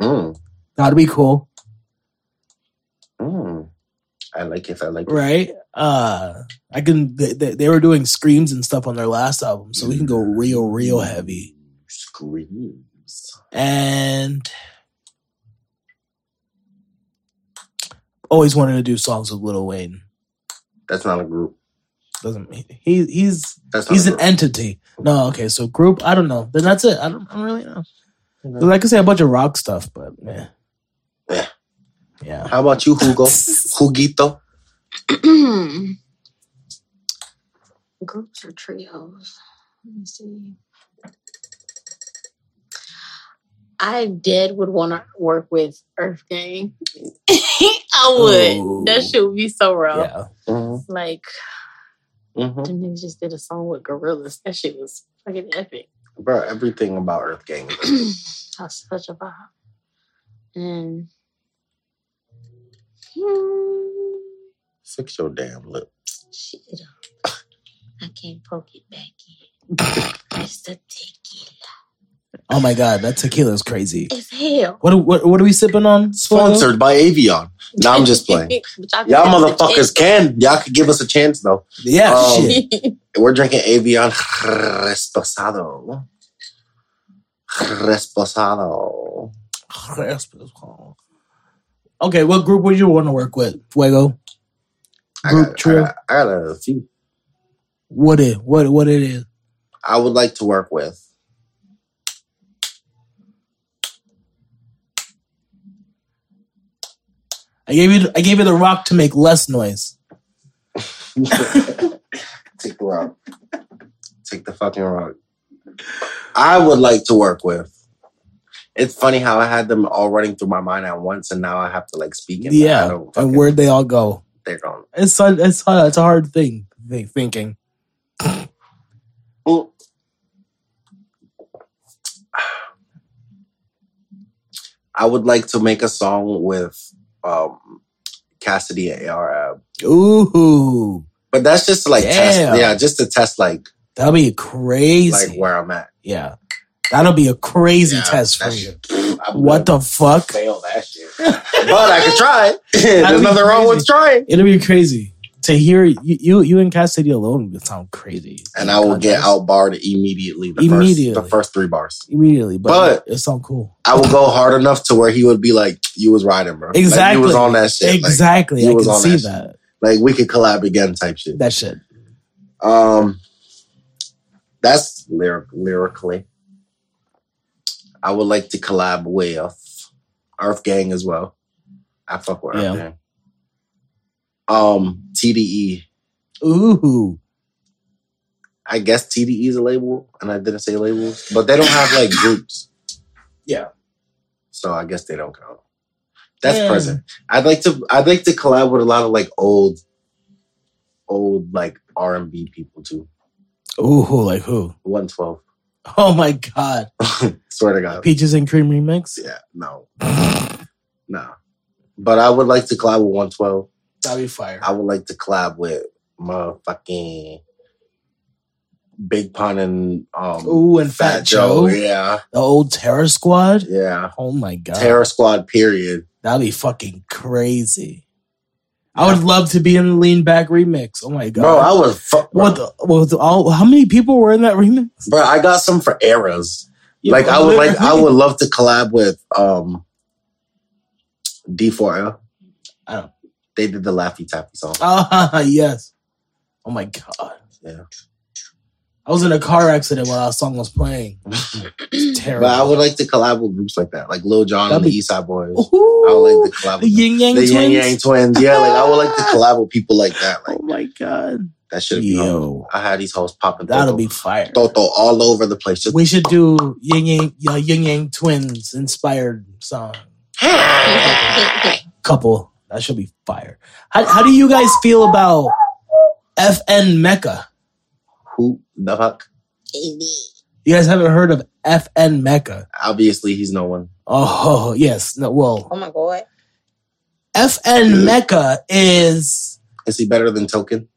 [SPEAKER 3] Mm,
[SPEAKER 1] That'd be cool,
[SPEAKER 3] mm. I like it. I like it.
[SPEAKER 1] right? Uh, I can. They, they, they were doing screams and stuff on their last album, so we can go real, real heavy.
[SPEAKER 3] Screams.
[SPEAKER 1] And always wanted to do songs with Lil Wayne.
[SPEAKER 3] That's not a group.
[SPEAKER 1] Doesn't mean he he's
[SPEAKER 3] That's not
[SPEAKER 1] He's
[SPEAKER 3] a
[SPEAKER 1] an
[SPEAKER 3] group.
[SPEAKER 1] entity. No, okay, so group, I don't know. Then that's it. I don't, I don't really know. 'Cause I could say a bunch of rock stuff, but yeah.
[SPEAKER 3] Yeah.
[SPEAKER 1] Yeah.
[SPEAKER 3] How
[SPEAKER 1] <laughs>
[SPEAKER 2] <clears throat>
[SPEAKER 3] about you, Hugo? Huguito.
[SPEAKER 2] I Groups or trios? Let me see. I dead would want to work with Earth Gang. <laughs> I would.
[SPEAKER 1] Ooh.
[SPEAKER 2] That shit would be so rough.
[SPEAKER 1] Yeah.
[SPEAKER 3] Mm-hmm.
[SPEAKER 2] Like,
[SPEAKER 3] Mm-hmm.
[SPEAKER 2] them niggas just did a song with Gorillas. That shit was fucking epic. <clears throat>
[SPEAKER 3] Bro, everything about Earth Gang.
[SPEAKER 2] That's such a vibe. And hmm,
[SPEAKER 3] Fix your damn lip.
[SPEAKER 2] shit up. I can't poke it back in. It's the tequila.
[SPEAKER 1] Oh my god, that tequila is crazy.
[SPEAKER 2] It's hell.
[SPEAKER 1] What what what are we sipping on? Swallow?
[SPEAKER 3] Sponsored by Avion. No, I'm just playing.
[SPEAKER 2] But <laughs> y'all can
[SPEAKER 3] Y'all
[SPEAKER 2] have the
[SPEAKER 3] motherfuckers can. Y'all could give us a chance though.
[SPEAKER 1] Yeah.
[SPEAKER 3] Um,
[SPEAKER 1] shit.
[SPEAKER 2] <laughs> chance.
[SPEAKER 3] We're drinking Avion Resposado. Resposado.
[SPEAKER 1] Okay, what group would you want to work with? Fuego.
[SPEAKER 3] I
[SPEAKER 1] Group
[SPEAKER 3] got, I,
[SPEAKER 1] trio.
[SPEAKER 3] got, I got a few.
[SPEAKER 1] What it? What what it is?
[SPEAKER 3] I would like to work
[SPEAKER 1] <laughs>
[SPEAKER 3] with.
[SPEAKER 1] I gave you I gave you the rock to make less noise.
[SPEAKER 3] Take the rock. Take the fucking rock. I would like to work with. It's funny how I had them all running through my mind at once, and now I have to like speak. And I
[SPEAKER 1] Yeah.
[SPEAKER 3] don't
[SPEAKER 1] And
[SPEAKER 3] oh, fucking,
[SPEAKER 1] where'd they all go?
[SPEAKER 3] they're gone.
[SPEAKER 1] It's a, it's a, it's a hard thing thi- thinking.
[SPEAKER 3] Mm. I would like to make a song with um, Cassidy and AR Ab.
[SPEAKER 1] Ooh,
[SPEAKER 3] But that's just to, like
[SPEAKER 1] Damn.
[SPEAKER 3] test, yeah, just to test like
[SPEAKER 1] that'll be crazy.
[SPEAKER 3] like where I'm at.
[SPEAKER 1] yeah, that'll be a crazy
[SPEAKER 3] Yeah,
[SPEAKER 1] test for
[SPEAKER 3] that
[SPEAKER 1] you.
[SPEAKER 3] shit, pff, I'm
[SPEAKER 1] What
[SPEAKER 3] gonna
[SPEAKER 1] the fuck?
[SPEAKER 3] fail that shit? but I could try. <laughs>
[SPEAKER 1] That'd
[SPEAKER 3] There's
[SPEAKER 1] be
[SPEAKER 3] nothing wrong
[SPEAKER 1] crazy.
[SPEAKER 3] with trying.
[SPEAKER 1] It'll be crazy to hear you you, you and Cassidy alone would sound crazy.
[SPEAKER 3] And I will get
[SPEAKER 1] Contest.
[SPEAKER 3] outbarred immediately. The
[SPEAKER 1] Immediately.
[SPEAKER 3] first, the first three bars.
[SPEAKER 1] immediately, but,
[SPEAKER 3] But-
[SPEAKER 1] it sound cool.
[SPEAKER 3] I will go hard enough to where he would be like, "You was riding, bro. Like,
[SPEAKER 1] Exactly.
[SPEAKER 3] you was on that shit. Like-
[SPEAKER 1] exactly,
[SPEAKER 3] you
[SPEAKER 1] I
[SPEAKER 3] was
[SPEAKER 1] can
[SPEAKER 3] on
[SPEAKER 1] see
[SPEAKER 3] that
[SPEAKER 1] that.
[SPEAKER 3] Like, we could collab again, type shit."
[SPEAKER 1] That shit.
[SPEAKER 3] Um, that's lyric lyrically. I would like to collab with Earth Gang as well. I fuck with Earth
[SPEAKER 1] Yeah.
[SPEAKER 3] Gang. Um, TDE.
[SPEAKER 1] Ooh,
[SPEAKER 3] I guess TDE is a label, and I didn't say labels, but they don't have like groups.
[SPEAKER 1] Yeah.
[SPEAKER 3] So I guess they don't count. That's
[SPEAKER 1] Yeah.
[SPEAKER 3] present. I'd like to. I'd like to collab with a lot of like old, old like R and B people too.
[SPEAKER 1] ooh, like who?
[SPEAKER 3] One twelve.
[SPEAKER 1] Oh my god,
[SPEAKER 3] Swear to God.
[SPEAKER 1] peaches and cream remix.
[SPEAKER 3] Yeah. No. No. But I would like to collab with 112.
[SPEAKER 1] That'd be fire.
[SPEAKER 3] I would like to collab with motherfucking Big Pun and um
[SPEAKER 1] Ooh, and Fat, Joe,
[SPEAKER 3] Yeah.
[SPEAKER 1] the old Terror Squad.
[SPEAKER 3] Yeah.
[SPEAKER 1] Oh my god,
[SPEAKER 3] Terror Squad period.
[SPEAKER 1] That'd be fucking crazy. I would love to be in the Lean Back remix. Oh my god.
[SPEAKER 3] Bro, I was fu- bro.
[SPEAKER 1] what the, what the- all, how many people were in that remix?
[SPEAKER 3] Bro, I got some for eras. like I would like I would love to collab with um D4L.
[SPEAKER 1] Oh.
[SPEAKER 3] They did the Laffy Taffy song.
[SPEAKER 1] Ah, <laughs> yes. Oh my god.
[SPEAKER 3] Yeah.
[SPEAKER 1] I was in a car accident while that song was playing. It's terrible.
[SPEAKER 3] But I would like to collab with groups like that, like Lil Jon
[SPEAKER 1] That'd
[SPEAKER 3] and the
[SPEAKER 1] be-
[SPEAKER 3] East Side Boys.
[SPEAKER 1] Ooh,
[SPEAKER 3] I would like to collab
[SPEAKER 1] the
[SPEAKER 3] with
[SPEAKER 1] Yin Yang
[SPEAKER 3] the
[SPEAKER 1] Twins.
[SPEAKER 3] Yang Yang twins. Ah. Yeah, like I would like to collab with people like that. Like
[SPEAKER 1] Oh my god.
[SPEAKER 3] that should be. dope.
[SPEAKER 1] Yo,
[SPEAKER 3] I had these hoes popping.
[SPEAKER 1] that'll
[SPEAKER 3] Toto-
[SPEAKER 1] be fire.
[SPEAKER 3] Toto all over the place. Just
[SPEAKER 1] We should do Yin Yang uh, Yin Yang Twins inspired song. couple. That should be fire. How, how do you guys feel about FN Mecca?
[SPEAKER 3] who the fuck?
[SPEAKER 1] You guys haven't heard of FN Mecca?
[SPEAKER 3] Obviously, he's no one.
[SPEAKER 1] Oh yes, no. Well,
[SPEAKER 2] oh my god.
[SPEAKER 1] FN Mecca is
[SPEAKER 3] Is he better than Token?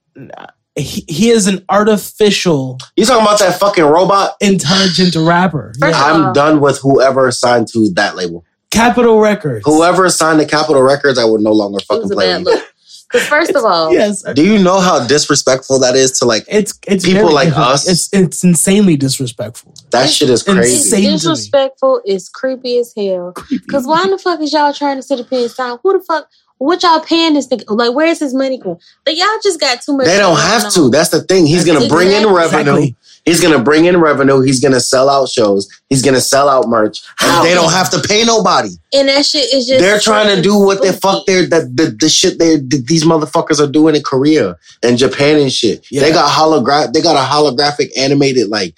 [SPEAKER 1] he, he is an artificial
[SPEAKER 3] You talking about that fucking robot?
[SPEAKER 1] intelligent rapper.
[SPEAKER 2] First-
[SPEAKER 1] Yeah.
[SPEAKER 3] I'm done with whoever signed to that label.
[SPEAKER 1] Capitol Records.
[SPEAKER 3] Whoever signed to Capitol Records, I would no longer
[SPEAKER 2] It
[SPEAKER 3] fucking
[SPEAKER 2] was a
[SPEAKER 3] play
[SPEAKER 2] bad
[SPEAKER 3] with you.
[SPEAKER 2] look. Because first
[SPEAKER 3] <laughs>
[SPEAKER 2] of all,
[SPEAKER 1] Yes.
[SPEAKER 3] Do you know how disrespectful that is to like
[SPEAKER 1] It's it's
[SPEAKER 3] People
[SPEAKER 1] very
[SPEAKER 3] like
[SPEAKER 1] different.
[SPEAKER 3] us?
[SPEAKER 1] It's it's insanely disrespectful.
[SPEAKER 3] that shit is
[SPEAKER 2] it's
[SPEAKER 3] crazy?
[SPEAKER 1] Insane. to me.
[SPEAKER 2] disrespectful. It's creepy as hell. Cause why in the fuck is y'all trying to sit up here and sign? Who the fuck? What y'all paying this nigga? Like, where's his money going? Like, y'all just got too much.
[SPEAKER 3] They don't
[SPEAKER 2] going
[SPEAKER 3] have
[SPEAKER 2] on.
[SPEAKER 3] to. That's the thing. He's gonna bring in
[SPEAKER 2] Exactly.
[SPEAKER 3] revenue.
[SPEAKER 1] Exactly.
[SPEAKER 3] He's gonna bring in revenue. He's gonna sell out shows. He's gonna sell out merch, and
[SPEAKER 2] How?
[SPEAKER 3] they don't have to pay nobody.
[SPEAKER 2] And that shit is just.
[SPEAKER 3] They're trying to do what the fuck they're the, the, the shit they th- these motherfuckers are doing in Korea and Japan and shit.
[SPEAKER 1] Yeah.
[SPEAKER 3] They got holograph they got a holographic animated like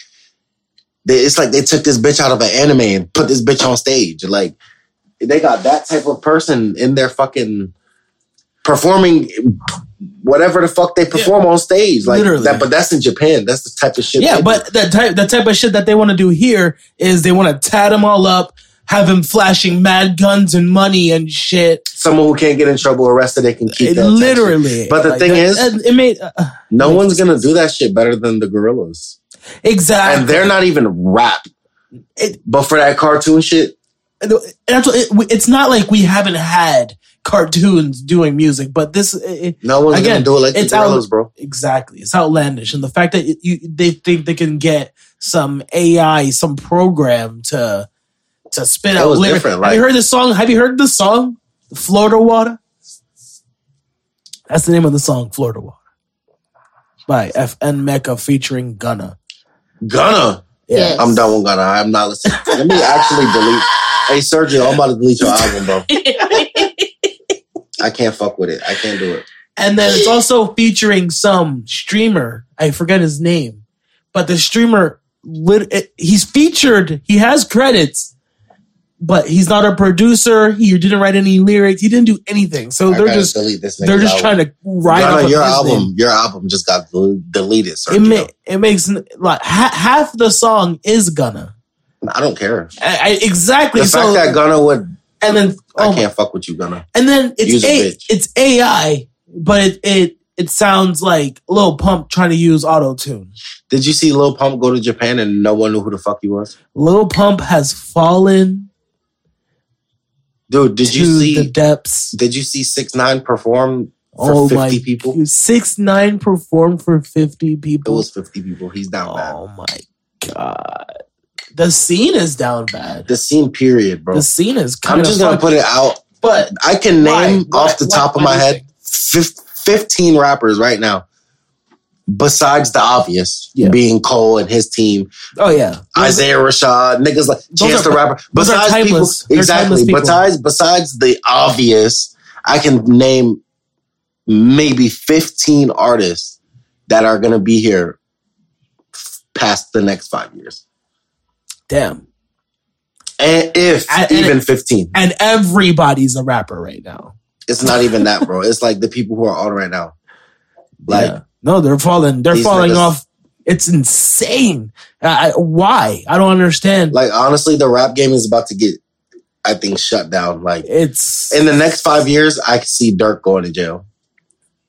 [SPEAKER 3] they, it's like they took this bitch out of an anime and put this bitch on stage. Like they got that type of person in their fucking performing whatever the fuck they perform on stage. Like
[SPEAKER 1] Literally.
[SPEAKER 3] that but that's in Japan. That's the type of shit.
[SPEAKER 1] Yeah,
[SPEAKER 3] they do.
[SPEAKER 1] but the type the type of shit that they want to do here is they want to tat him all up, have him flashing mad guns and money and shit.
[SPEAKER 3] someone who can't get in trouble arrested, they can keep
[SPEAKER 1] It
[SPEAKER 3] that attention.
[SPEAKER 1] literally.
[SPEAKER 3] But the
[SPEAKER 1] like,
[SPEAKER 3] thing
[SPEAKER 1] that-
[SPEAKER 3] is-
[SPEAKER 1] that- it made uh,
[SPEAKER 3] No one's gonna do that shit better than the gorillas.
[SPEAKER 1] exactly.
[SPEAKER 3] and they're not even rap.
[SPEAKER 1] It-
[SPEAKER 3] but for that cartoon shit,
[SPEAKER 1] And that's what- it- we- it's not like we haven't had cartoons doing music, but this it,
[SPEAKER 3] no one's
[SPEAKER 1] Again,
[SPEAKER 3] gonna do it like the
[SPEAKER 1] it's out-
[SPEAKER 3] Gorillas, bro.
[SPEAKER 1] exactly it's outlandish, and the fact that it, you, they think they can get some AI, some program to to spit
[SPEAKER 3] That
[SPEAKER 1] out
[SPEAKER 3] was
[SPEAKER 1] lyrics.
[SPEAKER 3] different,
[SPEAKER 1] have you
[SPEAKER 3] like-
[SPEAKER 1] heard this song? Have you heard the song "Florida Water"? That's the name of the song "Florida Water" by FN Mecca featuring Gunna.
[SPEAKER 3] Gunna,
[SPEAKER 2] Yes.
[SPEAKER 3] I'm done with Gunna. I'm not listening. Let me actually delete. Hey Sergio, I'm about to delete your album, bro. I can't fuck with it. I can't do it.
[SPEAKER 1] And then it's also featuring some streamer. I forget his name, but the streamer, lit- it- he's featured. He has credits, but he's not a producer. He didn't write any lyrics. He didn't do anything. So
[SPEAKER 3] I
[SPEAKER 1] they're
[SPEAKER 3] gotta
[SPEAKER 1] just
[SPEAKER 3] delete this.
[SPEAKER 1] they're just trying to write off
[SPEAKER 3] Gunna,
[SPEAKER 1] of
[SPEAKER 3] your
[SPEAKER 1] his
[SPEAKER 3] album.
[SPEAKER 1] name.
[SPEAKER 3] Your album just got del- deleted,
[SPEAKER 1] It
[SPEAKER 3] Sergio.
[SPEAKER 1] ma- it makes n- like ha- half the song is Gunna.
[SPEAKER 3] I don't care.
[SPEAKER 1] I, I- exactly.
[SPEAKER 3] The
[SPEAKER 1] so
[SPEAKER 3] fact that Gunna would,
[SPEAKER 1] and then
[SPEAKER 3] I
[SPEAKER 1] oh my
[SPEAKER 3] can't fuck with you, Gunna.
[SPEAKER 1] And then it's
[SPEAKER 3] Use a
[SPEAKER 1] a,
[SPEAKER 3] bitch.
[SPEAKER 1] it's AI, but it, it it sounds like Lil Pump trying to use auto tune.
[SPEAKER 3] Did you see Lil Pump go to Japan and no one knew who the fuck he was?
[SPEAKER 1] Lil Pump has fallen
[SPEAKER 3] Dude, did
[SPEAKER 1] to
[SPEAKER 3] you
[SPEAKER 1] the
[SPEAKER 3] see?
[SPEAKER 1] depths.
[SPEAKER 3] Did you see Six Nine perform for
[SPEAKER 1] Oh
[SPEAKER 3] 50
[SPEAKER 1] my
[SPEAKER 3] people?
[SPEAKER 1] Six nine performed for fifty
[SPEAKER 3] It
[SPEAKER 1] people.
[SPEAKER 3] was 50 people. He's down bad.
[SPEAKER 1] oh my god, the scene is down bad.
[SPEAKER 3] The scene period, bro.
[SPEAKER 1] The scene is kind
[SPEAKER 3] I'm
[SPEAKER 1] of
[SPEAKER 3] just going to put it out.
[SPEAKER 1] but
[SPEAKER 3] I can
[SPEAKER 1] Why?
[SPEAKER 3] name
[SPEAKER 1] Why-
[SPEAKER 3] off the
[SPEAKER 1] why-
[SPEAKER 3] top of
[SPEAKER 1] why
[SPEAKER 3] my
[SPEAKER 1] do you
[SPEAKER 3] head fif- 15 rappers right now. Besides the obvious,
[SPEAKER 1] Yeah.
[SPEAKER 3] being Cole and his team,
[SPEAKER 1] oh yeah,
[SPEAKER 3] Isaiah Rashad, niggas like
[SPEAKER 1] Those
[SPEAKER 3] Chance
[SPEAKER 1] are-
[SPEAKER 3] the Rapper.
[SPEAKER 1] those are
[SPEAKER 3] Besides people,
[SPEAKER 1] timeless. They're
[SPEAKER 3] exactly.
[SPEAKER 1] timeless people.
[SPEAKER 3] Besides besides the obvious, I can name maybe 15 artists that are going to be here f- past the next five years.
[SPEAKER 1] damn.
[SPEAKER 3] And if
[SPEAKER 1] And- and
[SPEAKER 3] even 15.
[SPEAKER 1] And everybody's a rapper right now.
[SPEAKER 3] It's not even that, bro. It's like the people who are on right now. Like
[SPEAKER 1] Yeah. no, they're falling. They're
[SPEAKER 3] These
[SPEAKER 1] falling
[SPEAKER 3] niggas-
[SPEAKER 1] off. It's insane. I, I- why? I don't understand.
[SPEAKER 3] like honestly, the rap game is about to get, I think, shut down. Like
[SPEAKER 1] it's
[SPEAKER 3] in the next five years, I can see Dirk going to jail.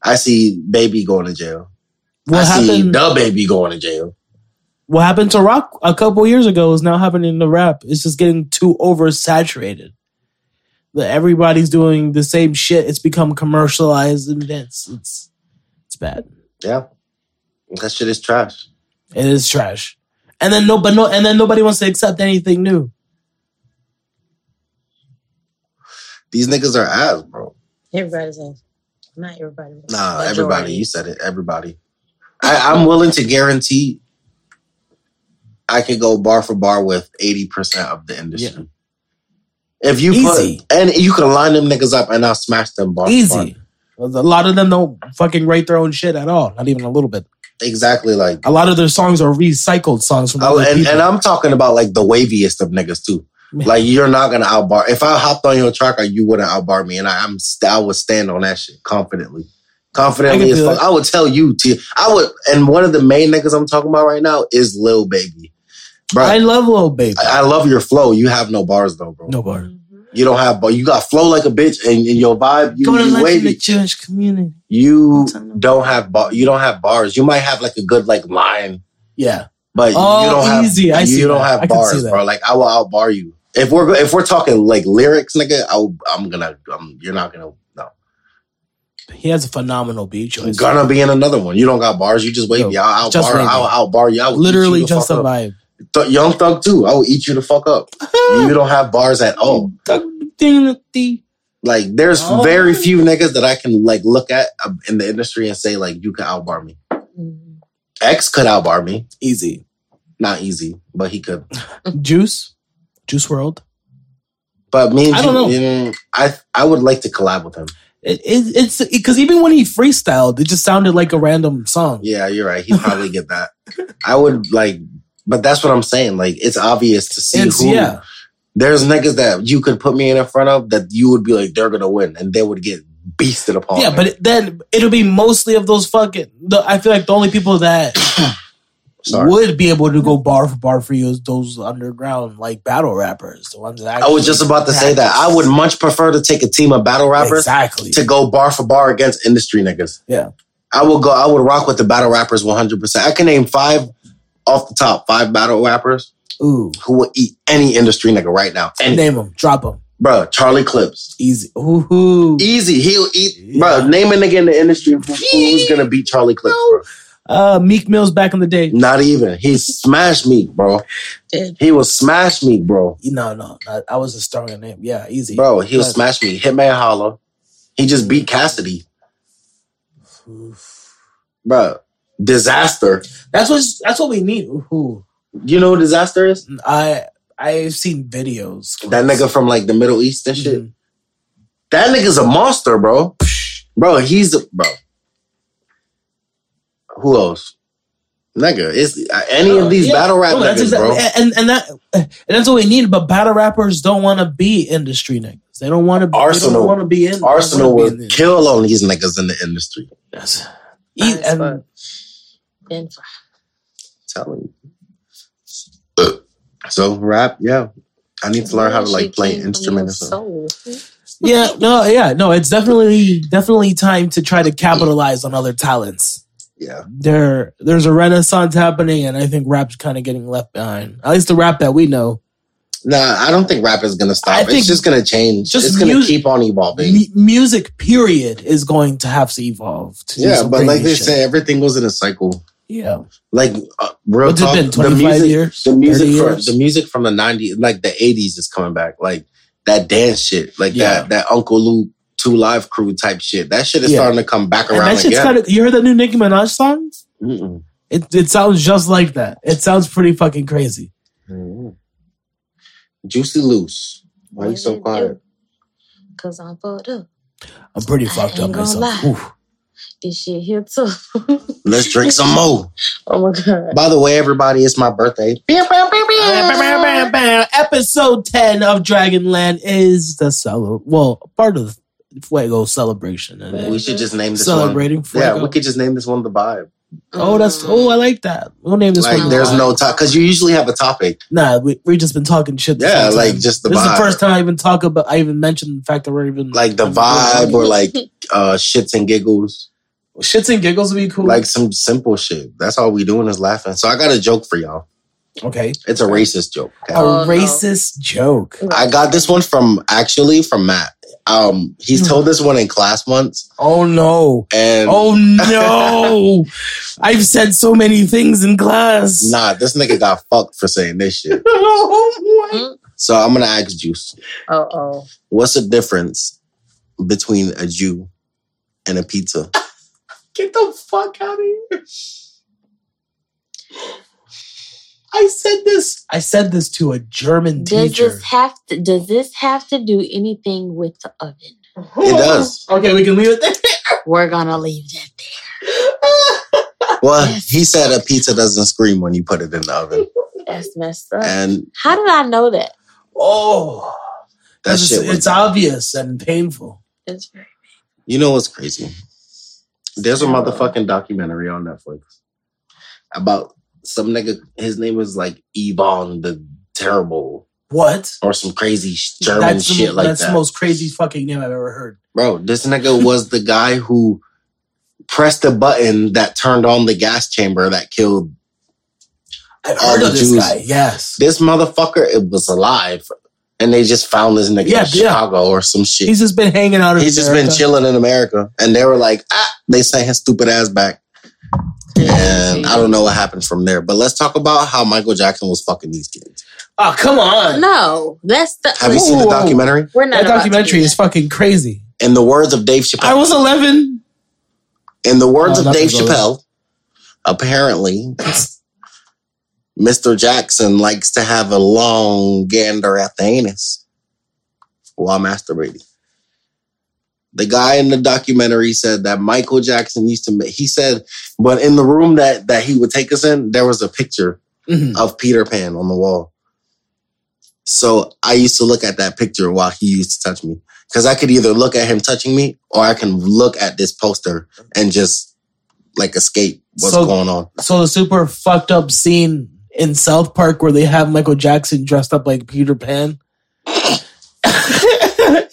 [SPEAKER 3] I see baby going to jail.
[SPEAKER 1] what
[SPEAKER 3] I see
[SPEAKER 1] happened.
[SPEAKER 3] the baby going to jail.
[SPEAKER 1] What happened to rock a couple years ago is now happening to rap. It's just getting too oversaturated. That everybody's doing the same shit. It's become commercialized and it's it's it's bad.
[SPEAKER 3] Yeah. That shit is trash.
[SPEAKER 1] It is trash. And then no, but no, and then nobody wants to accept anything new.
[SPEAKER 3] These niggas are ass, bro.
[SPEAKER 2] Everybody's in. Not everybody. but
[SPEAKER 3] Nah,
[SPEAKER 2] majority.
[SPEAKER 3] everybody. You said it. Everybody. I, I'm willing to guarantee I could go bar for bar with 80% of the industry. If you
[SPEAKER 1] Easy.
[SPEAKER 3] put and you can line them niggas up and I'll smash them bar For bar.
[SPEAKER 1] Easy. A lot of them don't fucking write their own shit at all. Not even a little bit.
[SPEAKER 3] Exactly like
[SPEAKER 1] a lot of their songs are recycled songs from
[SPEAKER 3] Oh,
[SPEAKER 1] other
[SPEAKER 3] and,
[SPEAKER 1] people.
[SPEAKER 3] and I'm talking about like the waviest of niggas too.
[SPEAKER 1] Man.
[SPEAKER 3] Like you're not gonna outbar. If I hopped on your track, you wouldn't outbar me, and I, I'm st- I would stand on that shit confidently, confidently
[SPEAKER 1] I can
[SPEAKER 3] as
[SPEAKER 1] feel
[SPEAKER 3] fuck.
[SPEAKER 1] it.
[SPEAKER 3] I would tell you to. I would, and one of the main niggas I'm talking about right now is Lil Baby, bro.
[SPEAKER 1] I
[SPEAKER 3] I,
[SPEAKER 1] love Lil Baby.
[SPEAKER 3] I love your flow. You have no bars though, bro.
[SPEAKER 1] no bar.
[SPEAKER 2] Mhm.
[SPEAKER 3] You don't have, but you got flow like a bitch, and, and your vibe, you, you wavy.
[SPEAKER 1] Jewish community.
[SPEAKER 3] You
[SPEAKER 2] Tell them.
[SPEAKER 3] don't have bar. You don't have bars. You might have like a good like line
[SPEAKER 1] Yeah,
[SPEAKER 3] but
[SPEAKER 1] Oh,
[SPEAKER 3] you don't have
[SPEAKER 1] easy. I
[SPEAKER 3] you
[SPEAKER 1] see
[SPEAKER 3] don't
[SPEAKER 1] that.
[SPEAKER 3] have
[SPEAKER 1] I can see
[SPEAKER 3] bars,
[SPEAKER 1] that.
[SPEAKER 3] bro. Like I will outbar you. If we're if we're talking like lyrics, nigga, I, I'm gonna I'm, you're not gonna no.
[SPEAKER 1] he has a phenomenal beat
[SPEAKER 3] I'm
[SPEAKER 1] choice.
[SPEAKER 3] gonna be in another one. You don't got bars. You just wave
[SPEAKER 1] No,
[SPEAKER 3] me. I'll
[SPEAKER 1] just
[SPEAKER 3] outbar.
[SPEAKER 1] wave me.
[SPEAKER 3] I'll outbar you. I will eat
[SPEAKER 1] Literally
[SPEAKER 3] you the
[SPEAKER 1] just a
[SPEAKER 3] fuck up.
[SPEAKER 1] vibe.
[SPEAKER 3] Th- Young Thug too. I will eat you the fuck up. you don't have bars at all. <laughs> Like there's
[SPEAKER 1] Oh.
[SPEAKER 3] very few niggas that I can like look at um, in the industry and say like you can outbar me.
[SPEAKER 2] Mhm.
[SPEAKER 3] X could outbar me.
[SPEAKER 1] Easy.
[SPEAKER 3] Not easy, but he could.
[SPEAKER 1] Juice, Juice World.
[SPEAKER 3] But me, and
[SPEAKER 1] I don't know.
[SPEAKER 3] Junior, I I would like to collab with him.
[SPEAKER 1] It, it, it's because even when he freestyled, it just sounded like a random song.
[SPEAKER 3] Yeah, you're right. He'd probably get that. I would like, but that's what I'm saying. Like, it's obvious to see
[SPEAKER 1] It's-
[SPEAKER 3] who.
[SPEAKER 1] yeah,
[SPEAKER 3] There's niggas that you could put me in front of that you would be like, they're gonna win, and they would get beasted upon.
[SPEAKER 1] yeah, but it- then it'll be mostly of those fucking. The, I feel like the only people that
[SPEAKER 3] <coughs> Sorry.
[SPEAKER 1] would be able to go bar for bar for you is those underground like battle rappers. The ones that
[SPEAKER 3] I was just about to say that I would much prefer to take a team of battle rappers
[SPEAKER 1] exactly.
[SPEAKER 3] to go bar for bar against industry niggas.
[SPEAKER 1] Yeah.
[SPEAKER 3] I will go. I would rock with the battle rappers 100. percent I can name five off the top five battle rappers
[SPEAKER 1] Ooh,
[SPEAKER 3] who will eat any industry nigga right now. And
[SPEAKER 1] name them, drop them,
[SPEAKER 3] bro, Charlie Clips,
[SPEAKER 1] easy. Ooh,
[SPEAKER 3] easy. He'll eat.
[SPEAKER 1] Yeah.
[SPEAKER 3] Bro, name a nigga in the industry who- who's gonna beat Charlie Clips. Bro.
[SPEAKER 1] uh, Meek Mill's back in the day.
[SPEAKER 3] Not even. He smashed me, bro.
[SPEAKER 2] Did.
[SPEAKER 3] He will smash me, bro.
[SPEAKER 1] No, no, I, I was just throwing him. Yeah, easy,
[SPEAKER 3] Bro, he'll
[SPEAKER 1] But-
[SPEAKER 3] smash me. Hitman Hollow. He just beat Cassidy,
[SPEAKER 1] Oof.
[SPEAKER 3] bro. Disaster.
[SPEAKER 1] That's what that's what we need. Ooh.
[SPEAKER 3] You know who disaster is?
[SPEAKER 1] I I've seen videos.
[SPEAKER 3] That nigga from like the Middle East and shit.
[SPEAKER 1] Mhm.
[SPEAKER 3] That nigga's a monster, bro. Bro, he's a bro. Who else? Nigga, it's uh, any
[SPEAKER 1] Uh,
[SPEAKER 3] of these
[SPEAKER 1] yeah.
[SPEAKER 3] battle rap
[SPEAKER 1] No, that's
[SPEAKER 3] niggas,
[SPEAKER 1] exactly-
[SPEAKER 3] bro.
[SPEAKER 1] and and that and that's what we need. But battle rappers don't want to be industry niggas. They don't want to.
[SPEAKER 3] Arsenal.
[SPEAKER 1] want to be in. they don't
[SPEAKER 3] Arsenal
[SPEAKER 1] wanna be
[SPEAKER 3] would
[SPEAKER 1] in this.
[SPEAKER 3] kill on these niggas in the industry.
[SPEAKER 1] Yes.
[SPEAKER 2] Fine
[SPEAKER 1] E-
[SPEAKER 2] as
[SPEAKER 1] and
[SPEAKER 2] fuck. Then fuck.
[SPEAKER 3] Telling you. So rap, yeah. I need to learn how to
[SPEAKER 2] She
[SPEAKER 3] like play
[SPEAKER 2] came
[SPEAKER 3] an
[SPEAKER 2] from
[SPEAKER 3] instrument
[SPEAKER 2] your
[SPEAKER 3] or something.
[SPEAKER 2] soul.
[SPEAKER 1] yeah, no, yeah, no. It's definitely definitely time to try to capitalize on other talents.
[SPEAKER 3] Yeah.
[SPEAKER 1] There, there's a renaissance happening, and I think rap's kind of getting left behind. At least the rap that we know.
[SPEAKER 3] Nah, I don't think rap is gonna
[SPEAKER 1] I
[SPEAKER 3] stop.
[SPEAKER 1] think
[SPEAKER 3] It's just gonna change.
[SPEAKER 1] just
[SPEAKER 3] it's gonna
[SPEAKER 1] music-
[SPEAKER 3] keep on evolving.
[SPEAKER 1] M- music period is going to have to evolve. To do
[SPEAKER 3] yeah,
[SPEAKER 1] some
[SPEAKER 3] but like
[SPEAKER 1] crazy
[SPEAKER 3] they
[SPEAKER 1] shit.
[SPEAKER 3] say, everything goes in a cycle.
[SPEAKER 1] yeah,
[SPEAKER 3] Like uh, real
[SPEAKER 1] What's it
[SPEAKER 3] talk,
[SPEAKER 1] been,
[SPEAKER 3] the
[SPEAKER 1] 25
[SPEAKER 3] music,
[SPEAKER 1] years?
[SPEAKER 3] the music,
[SPEAKER 1] 30
[SPEAKER 3] from,
[SPEAKER 1] years?
[SPEAKER 3] the music from the '90s, like the '80s, is coming back. Like that dance shit, like
[SPEAKER 1] Yeah.
[SPEAKER 3] that that Uncle Luke Two Live Crew type shit. That shit is
[SPEAKER 1] Yeah.
[SPEAKER 3] starting to come back
[SPEAKER 1] and
[SPEAKER 3] around
[SPEAKER 1] that shit's
[SPEAKER 3] again.
[SPEAKER 1] kind of. You heard that new Nicki Minaj song?
[SPEAKER 3] Mm-mm.
[SPEAKER 1] It it sounds just like that. It sounds pretty fucking crazy.
[SPEAKER 3] Mm-mm. Mm-hmm. Juicy Loose. Why you so quiet?
[SPEAKER 2] Because I'm fucked up.
[SPEAKER 1] I'm pretty
[SPEAKER 2] I
[SPEAKER 1] fucked up
[SPEAKER 2] ain't gonna
[SPEAKER 1] myself.
[SPEAKER 2] lie.
[SPEAKER 1] Oof.
[SPEAKER 2] This shit here too. <laughs>
[SPEAKER 3] Let's drink some more.
[SPEAKER 2] oh my god.
[SPEAKER 3] By the way, everybody, it's my birthday.
[SPEAKER 1] Episode ten of Dragonland is the cele- well part of the Fuego celebration. And
[SPEAKER 3] We should just name this
[SPEAKER 1] celebrating
[SPEAKER 3] one. Yeah,
[SPEAKER 1] Fuego.
[SPEAKER 3] we could just name this one the vibe.
[SPEAKER 1] oh, that's
[SPEAKER 2] Mm-hmm.
[SPEAKER 1] oh, I like that. We'll name this
[SPEAKER 3] Like,
[SPEAKER 1] one.
[SPEAKER 3] there's
[SPEAKER 1] Vibe.
[SPEAKER 3] no top because you usually have a topic.
[SPEAKER 1] Nah, we we just been talking shit. this
[SPEAKER 3] Yeah,
[SPEAKER 1] whole
[SPEAKER 3] like
[SPEAKER 1] time.
[SPEAKER 3] just the
[SPEAKER 1] this
[SPEAKER 3] vibe.
[SPEAKER 1] is the first time I even talk about. I even mentioned the fact that we're even
[SPEAKER 3] like the
[SPEAKER 1] I'm-
[SPEAKER 3] vibe or like uh shits and giggles.
[SPEAKER 1] shits and giggles would be cool.
[SPEAKER 3] Like some simple shit. That's all we doing is laughing. So I got a joke for y'all.
[SPEAKER 1] okay,
[SPEAKER 3] It's a racist joke.
[SPEAKER 1] a
[SPEAKER 3] Okay?
[SPEAKER 2] Oh, no.
[SPEAKER 1] racist joke.
[SPEAKER 2] <laughs>
[SPEAKER 3] I got this one from actually from Matt. Um he's
[SPEAKER 1] Hmm.
[SPEAKER 3] told this one in class once
[SPEAKER 1] Oh no!
[SPEAKER 3] and
[SPEAKER 1] Oh
[SPEAKER 3] <laughs>
[SPEAKER 1] no! I've said so many things in class.
[SPEAKER 3] nah, this nigga got fucked for saying this shit.
[SPEAKER 1] <laughs> Oh, my-
[SPEAKER 3] So I'm gonna ask Juice.
[SPEAKER 2] Oh oh.
[SPEAKER 3] What's the difference between a Jew and a pizza?
[SPEAKER 1] Get the fuck out of here! I said this. I said this to a German
[SPEAKER 2] Does
[SPEAKER 1] teacher.
[SPEAKER 2] this have to does this have to do anything with the oven?
[SPEAKER 1] It
[SPEAKER 3] does.
[SPEAKER 1] Okay, we can leave it there. <laughs>
[SPEAKER 2] We're gonna leave that there.
[SPEAKER 3] Well, he said a pizza doesn't scream when you put it in the oven.
[SPEAKER 2] That's messed up.
[SPEAKER 3] And
[SPEAKER 2] How did I know that?
[SPEAKER 1] oh,
[SPEAKER 3] that
[SPEAKER 1] it's,
[SPEAKER 3] shit was
[SPEAKER 1] it's obvious and painful.
[SPEAKER 2] That's very
[SPEAKER 3] You know what's crazy? There's a
[SPEAKER 2] So-
[SPEAKER 3] motherfucking documentary on Netflix about some nigga. His name was like Yvonne the Terrible
[SPEAKER 1] What?
[SPEAKER 3] or some crazy sh- German
[SPEAKER 1] the,
[SPEAKER 3] shit
[SPEAKER 1] mo-
[SPEAKER 3] like
[SPEAKER 1] that's
[SPEAKER 3] that.
[SPEAKER 1] the most crazy fucking name I've ever heard.
[SPEAKER 3] Bro, this nigga was the guy who pressed the button that turned on the gas chamber that killed
[SPEAKER 1] I've
[SPEAKER 3] All
[SPEAKER 1] heard
[SPEAKER 3] the
[SPEAKER 1] of this
[SPEAKER 3] Jews.
[SPEAKER 1] guy. Yes,
[SPEAKER 3] this motherfucker. It was alive, and they just found this nigga
[SPEAKER 1] Yeah, yeah.
[SPEAKER 3] in Chicago or some shit.
[SPEAKER 1] he's just been hanging out. in
[SPEAKER 3] He's just been
[SPEAKER 1] America.
[SPEAKER 3] chilling in America, and they were like, ah, they sent his stupid ass back. And I don't know what happened from there, but let's talk about how Michael Jackson was fucking these kids.
[SPEAKER 1] Oh come on!
[SPEAKER 2] No, that's the. oh,
[SPEAKER 3] Have you seen the
[SPEAKER 1] Ooh.
[SPEAKER 3] documentary?
[SPEAKER 2] We're not
[SPEAKER 1] that documentary is fucking crazy.
[SPEAKER 3] In the words of Dave Chappelle,
[SPEAKER 1] I was eleven.
[SPEAKER 3] in the words
[SPEAKER 1] No,
[SPEAKER 3] of
[SPEAKER 1] nothing
[SPEAKER 3] Dave
[SPEAKER 1] goes.
[SPEAKER 3] Chappelle, apparently Mr. Jackson likes to have a long gander at the anus while masturbating. The guy in the documentary said that Michael Jackson used to make, he said, but in the room that, that he would take us in, there was a picture
[SPEAKER 1] Mhm.
[SPEAKER 3] of Peter Pan on the wall. So I used to look at that picture while he used to touch me. Cause I could either look at him touching me or I can look at this poster and just like escape what's
[SPEAKER 1] So-
[SPEAKER 3] going on.
[SPEAKER 1] So the super fucked up scene in South Park where they have Michael Jackson dressed up like Peter Pan <laughs>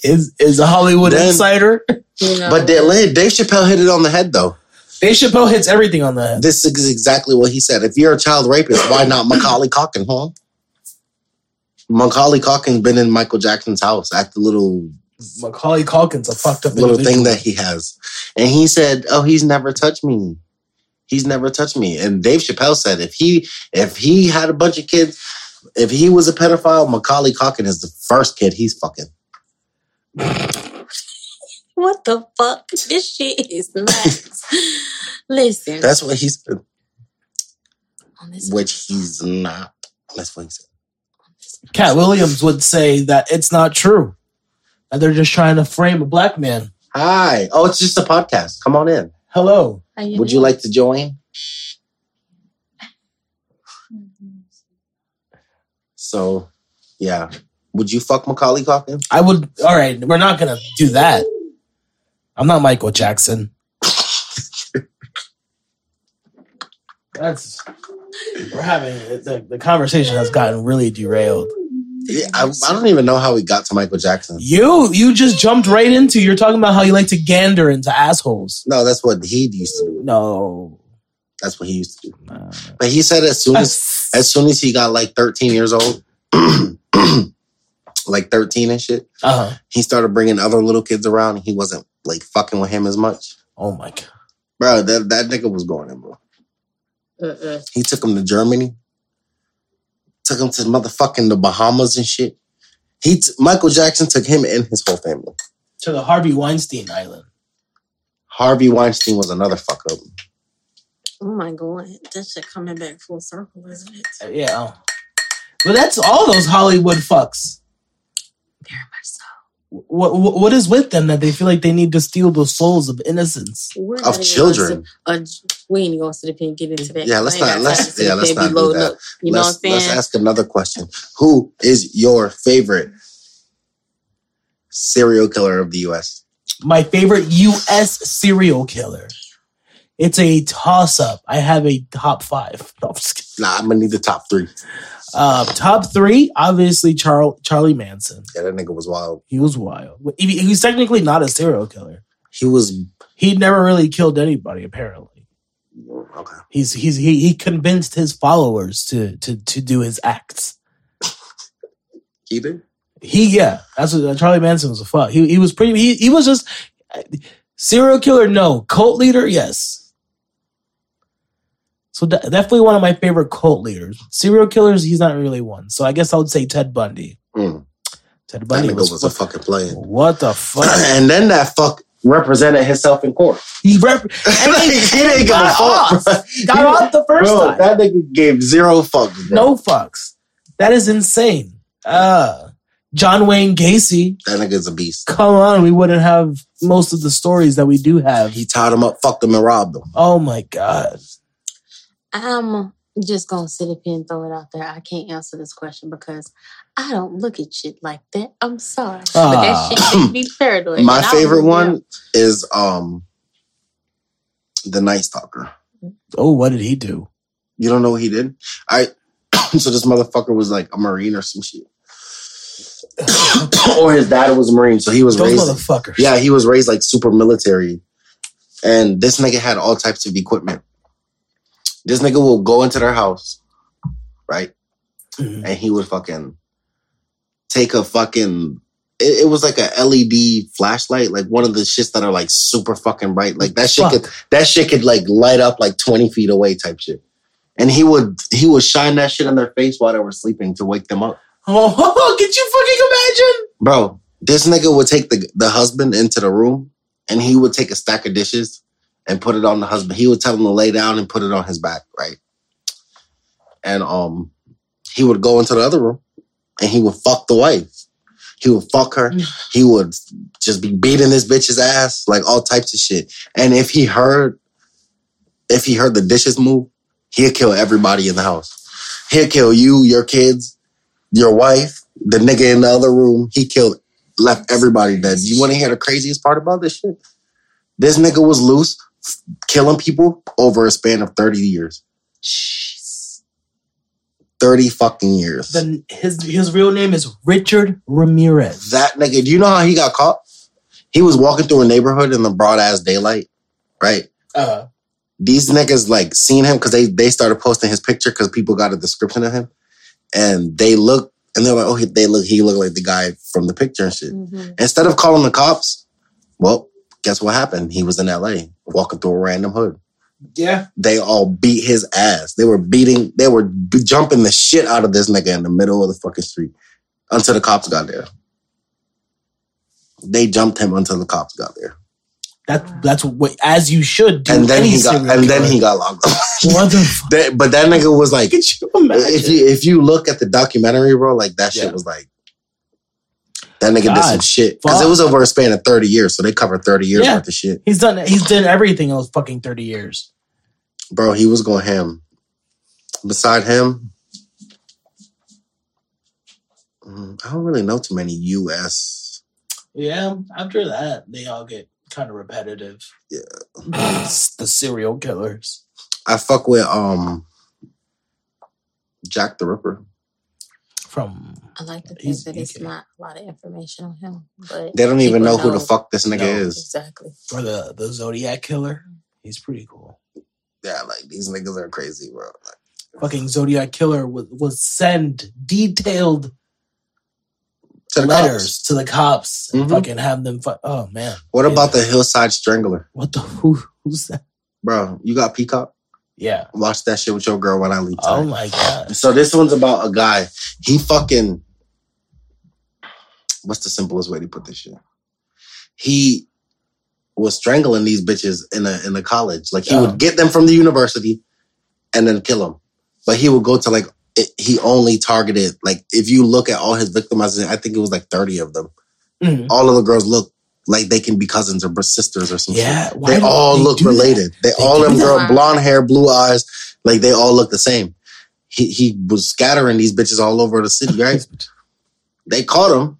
[SPEAKER 1] is is a Hollywood
[SPEAKER 3] Then-
[SPEAKER 1] insider.
[SPEAKER 2] You know?
[SPEAKER 3] But Dave Dave Chappelle hit it on the head though.
[SPEAKER 1] Dave Chappelle hits everything on the head.
[SPEAKER 3] This is exactly what he said. If you're a child rapist, why not Macaulay Calkin, huh? Macaulay Calkin's been in Michael Jackson's house at the little
[SPEAKER 1] Macaulay Calkin's a fucked up
[SPEAKER 3] little
[SPEAKER 1] individual.
[SPEAKER 3] thing that he has. And he said, Oh, he's never touched me. He's never touched me. And Dave Chappelle said if he if he had a bunch of kids, if he was a pedophile, Macaulay Calkin is the first kid he's fucking.
[SPEAKER 2] what the fuck? <laughs> This shit is
[SPEAKER 3] <laughs>
[SPEAKER 2] nuts. Listen,
[SPEAKER 3] That's what he said.
[SPEAKER 2] on this,
[SPEAKER 3] Which he's not. That's what he said.
[SPEAKER 1] Cat Williams would say that it's not true. That they're just trying to frame a black man.
[SPEAKER 3] Hi. Oh, it's just a podcast. Come on in.
[SPEAKER 1] Hello.
[SPEAKER 2] How
[SPEAKER 3] Would you like to join?
[SPEAKER 2] doing?
[SPEAKER 3] So, yeah. Would you fuck Macaulay Calkin?
[SPEAKER 1] I would all right, we're not gonna do that. I'm not Michael <laughs> Jackson. That's we're having the, the conversation has gotten really derailed.
[SPEAKER 3] Yeah, I, I don't even know how we got to Michael Jackson.
[SPEAKER 1] You you just jumped right into you're talking about how you like to gander into assholes.
[SPEAKER 3] No, that's what he used to do.
[SPEAKER 1] No.
[SPEAKER 3] That's what he used to do. But he said as
[SPEAKER 1] <laughs>
[SPEAKER 3] soon as as soon as he got like 13 years old, <clears throat> like 13 and shit,
[SPEAKER 1] Uh-huh.
[SPEAKER 3] he started bringing other little kids around and he wasn't like fucking with him as much.
[SPEAKER 1] Oh my god.
[SPEAKER 3] Bro, that, that nigga was going in, bro.
[SPEAKER 2] Uh-uh.
[SPEAKER 3] He took him to Germany, took him to motherfucking the Bahamas and shit. He t- Michael Jackson took him and his whole family.
[SPEAKER 1] To the Harvey Weinstein Island.
[SPEAKER 3] Harvey Weinstein was another fuck up.
[SPEAKER 2] Oh my god, that shit coming back full circle, isn't it?
[SPEAKER 1] Uh, Yeah. Well that's all those Hollywood fucks.
[SPEAKER 2] Very much so.
[SPEAKER 1] What, what what is with them that they feel like they need to steal the souls of innocence?
[SPEAKER 2] We're not
[SPEAKER 3] Of
[SPEAKER 2] even
[SPEAKER 3] children.
[SPEAKER 2] gonna sit- uh, we ain't gonna sit up here and get into that.
[SPEAKER 3] Yeah, let's
[SPEAKER 2] I ain't got
[SPEAKER 3] not- let's-
[SPEAKER 2] time to sit
[SPEAKER 3] yeah,
[SPEAKER 2] up
[SPEAKER 3] let's
[SPEAKER 2] there and be
[SPEAKER 3] not do
[SPEAKER 2] loading
[SPEAKER 3] that.
[SPEAKER 2] up. You know what I'm
[SPEAKER 3] let's,
[SPEAKER 2] saying?
[SPEAKER 3] let's ask another question. Who is your favorite serial killer of the US?
[SPEAKER 1] my favorite U.S. serial killer. It's a toss up. I have a top five. No, I'm just kidding.
[SPEAKER 3] Nah, I'm gonna need the top three.
[SPEAKER 1] Uh, top three, obviously Charl- Charlie Manson.
[SPEAKER 3] Yeah, that nigga was wild.
[SPEAKER 1] He was wild. He, he's technically not a serial killer.
[SPEAKER 3] He was
[SPEAKER 1] He never really killed anybody. Apparently,
[SPEAKER 3] okay.
[SPEAKER 1] he's he's he, he convinced his followers to to to do his acts.
[SPEAKER 3] He did.
[SPEAKER 1] He yeah, that's what uh, Charlie Manson was a fuck. He he was pretty. He he was just serial killer. No, cult leader. Yes. So de- definitely one of my favorite cult leaders. Serial killers. He's not really one. So I guess I would say Ted Bundy.
[SPEAKER 3] Mm.
[SPEAKER 1] Ted
[SPEAKER 3] That
[SPEAKER 1] Bundy
[SPEAKER 3] nigga
[SPEAKER 1] was,
[SPEAKER 3] was, a
[SPEAKER 1] fuck-
[SPEAKER 3] fucking player.
[SPEAKER 1] what the fuck.
[SPEAKER 3] <clears throat> and then that fuck represented himself in court. <laughs>
[SPEAKER 1] he rep-
[SPEAKER 3] Like, he didn't give a
[SPEAKER 1] got
[SPEAKER 3] fuck.
[SPEAKER 1] off.
[SPEAKER 3] bro.
[SPEAKER 1] got off the first
[SPEAKER 3] <laughs> Bro,
[SPEAKER 1] time.
[SPEAKER 3] that nigga gave zero fucks. Bro.
[SPEAKER 1] no fucks. That is insane. Uh, John Wayne Gacy.
[SPEAKER 3] that nigga's a beast.
[SPEAKER 1] Come on, we wouldn't have most of the stories that we do have.
[SPEAKER 3] He tied him up, fucked him, and robbed him.
[SPEAKER 1] Oh my god.
[SPEAKER 2] I'm just gonna sit up here and throw it out there. I can't answer this question because I don't look at shit like that. I'm sorry, but
[SPEAKER 1] Ah.
[SPEAKER 2] that shit makes
[SPEAKER 3] <clears throat>
[SPEAKER 2] me paranoid.
[SPEAKER 3] My
[SPEAKER 2] and I don't
[SPEAKER 3] favorite
[SPEAKER 2] look
[SPEAKER 3] one
[SPEAKER 2] up.
[SPEAKER 3] is um the Night Stalker.
[SPEAKER 1] Oh, what did he do?
[SPEAKER 3] You don't know what he did? I <clears throat> so this motherfucker was like a marine or some shit,
[SPEAKER 1] <coughs>
[SPEAKER 3] <coughs> or his dad was a marine, so he was
[SPEAKER 1] Those
[SPEAKER 3] raised.
[SPEAKER 1] motherfuckers.
[SPEAKER 3] Yeah, he was raised like super military. And this nigga had all types of equipment. This nigga will go into their house, right?
[SPEAKER 1] Mhm.
[SPEAKER 3] And he would fucking take a fucking it, it was like a LED flashlight, like one of the shits that are like super fucking bright. Like that shit
[SPEAKER 1] Fuck.
[SPEAKER 3] could that shit could like light up like 20 feet away type shit. And he would he would shine that shit in their face while they were sleeping to wake them up.
[SPEAKER 1] Oh, <laughs> could you fucking imagine?
[SPEAKER 3] Bro, this nigga would take the, the husband into the room and he would take a stack of dishes and put it on the husband. He would tell him to lay down and put it on his back, right? and um, he would go into the other room and he would fuck the wife. He would fuck her. He would just be beating this bitch's ass, like all types of shit. And if he heard, if he heard the dishes move, he'd kill everybody in the house. He'd kill you, your kids, your wife, the nigga in the other room. He killed, left everybody dead. You want to hear the craziest part about this shit? This nigga was loose, f- killing people over a span of thirty years.
[SPEAKER 1] Jeez.
[SPEAKER 3] Thirty fucking years.
[SPEAKER 1] Then his his real name is Richard Ramirez.
[SPEAKER 3] that nigga, do you know how he got caught? He was walking through a neighborhood in the broad ass daylight, right?
[SPEAKER 1] Uh,
[SPEAKER 3] These niggas like seen him because they they started posting his picture because people got a description of him, and they look and they're like, oh, he- they look, he look like the guy from the picture and shit.
[SPEAKER 2] Mhm.
[SPEAKER 3] Instead of calling the cops, well, guess what happened? He was in L.A. walking through a random hood.
[SPEAKER 1] yeah.
[SPEAKER 3] They all beat his ass. They were beating, they were b- jumping the shit out of this nigga in the middle of the fucking street until the cops got there. They jumped him until the cops got there,
[SPEAKER 1] That that's what as you should do.
[SPEAKER 3] and then
[SPEAKER 1] any
[SPEAKER 3] he got,
[SPEAKER 1] serial
[SPEAKER 3] and then
[SPEAKER 1] killer.
[SPEAKER 3] he got locked up. <laughs>
[SPEAKER 1] What the fuck?
[SPEAKER 3] That- but that nigga was like,
[SPEAKER 1] Could you imagine?
[SPEAKER 3] if you if you look at the documentary, bro, like that shit
[SPEAKER 1] Yeah.
[SPEAKER 3] was like. That nigga did some
[SPEAKER 1] God,
[SPEAKER 3] shit because it
[SPEAKER 1] fuck.
[SPEAKER 3] was over a span of thirty years, so they covered thirty years
[SPEAKER 1] Yeah.
[SPEAKER 3] worth of shit.
[SPEAKER 1] he's done he's done everything in those fucking thirty years.
[SPEAKER 3] bro, he was going ham. Beside him, mm, I don't really know too many U.S.
[SPEAKER 1] Yeah. After that, they all get kind of repetitive. <sighs>
[SPEAKER 3] Yeah.
[SPEAKER 1] the serial killers.
[SPEAKER 3] I fuck with um Jack the Ripper.
[SPEAKER 1] From
[SPEAKER 2] I like to think
[SPEAKER 1] He's-
[SPEAKER 2] that
[SPEAKER 1] he
[SPEAKER 2] it's
[SPEAKER 1] can-
[SPEAKER 2] not a lot of information on him, but
[SPEAKER 3] They don't even
[SPEAKER 2] people
[SPEAKER 3] know, who the fuck this nigga
[SPEAKER 1] No.
[SPEAKER 3] is.
[SPEAKER 2] exactly.
[SPEAKER 1] for the the Zodiac killer. He's pretty cool.
[SPEAKER 3] Yeah, like these niggas are crazy, bro. Like,
[SPEAKER 1] Fucking Zodiac killer would would send detailed
[SPEAKER 3] to the
[SPEAKER 1] letters
[SPEAKER 3] cops.
[SPEAKER 1] to the cops
[SPEAKER 3] Mhm.
[SPEAKER 1] and fucking have them. Fu- oh man,
[SPEAKER 3] What
[SPEAKER 1] Yeah.
[SPEAKER 3] about the Hillside Strangler,
[SPEAKER 1] what the <laughs> who who's that?
[SPEAKER 3] bro? You got Peacock?
[SPEAKER 1] Yeah.
[SPEAKER 3] Watch that shit with your girl when I leave.
[SPEAKER 1] Oh
[SPEAKER 3] tonight.
[SPEAKER 1] my god.
[SPEAKER 3] So this one's about a guy. He fucking. What's the simplest way to put this shit? He was strangling these bitches in a in a college. Like he
[SPEAKER 1] Oh.
[SPEAKER 3] would get them from the university, and then kill them. But he would go to like it, he only targeted like if you look at all his victimization, I think it was like thirty of them.
[SPEAKER 1] Mm.
[SPEAKER 3] All of the girls look like they can be cousins or br- sisters or some shit.
[SPEAKER 1] Yeah. why
[SPEAKER 3] They
[SPEAKER 1] do
[SPEAKER 3] all
[SPEAKER 1] they
[SPEAKER 3] look
[SPEAKER 1] do that?
[SPEAKER 3] related. They,
[SPEAKER 1] They
[SPEAKER 3] all
[SPEAKER 1] do
[SPEAKER 3] them
[SPEAKER 2] that.
[SPEAKER 3] girl, blonde hair, blue eyes, like they all look the same. He he was scattering these bitches all over the city,
[SPEAKER 1] <laughs>
[SPEAKER 3] right? they caught him,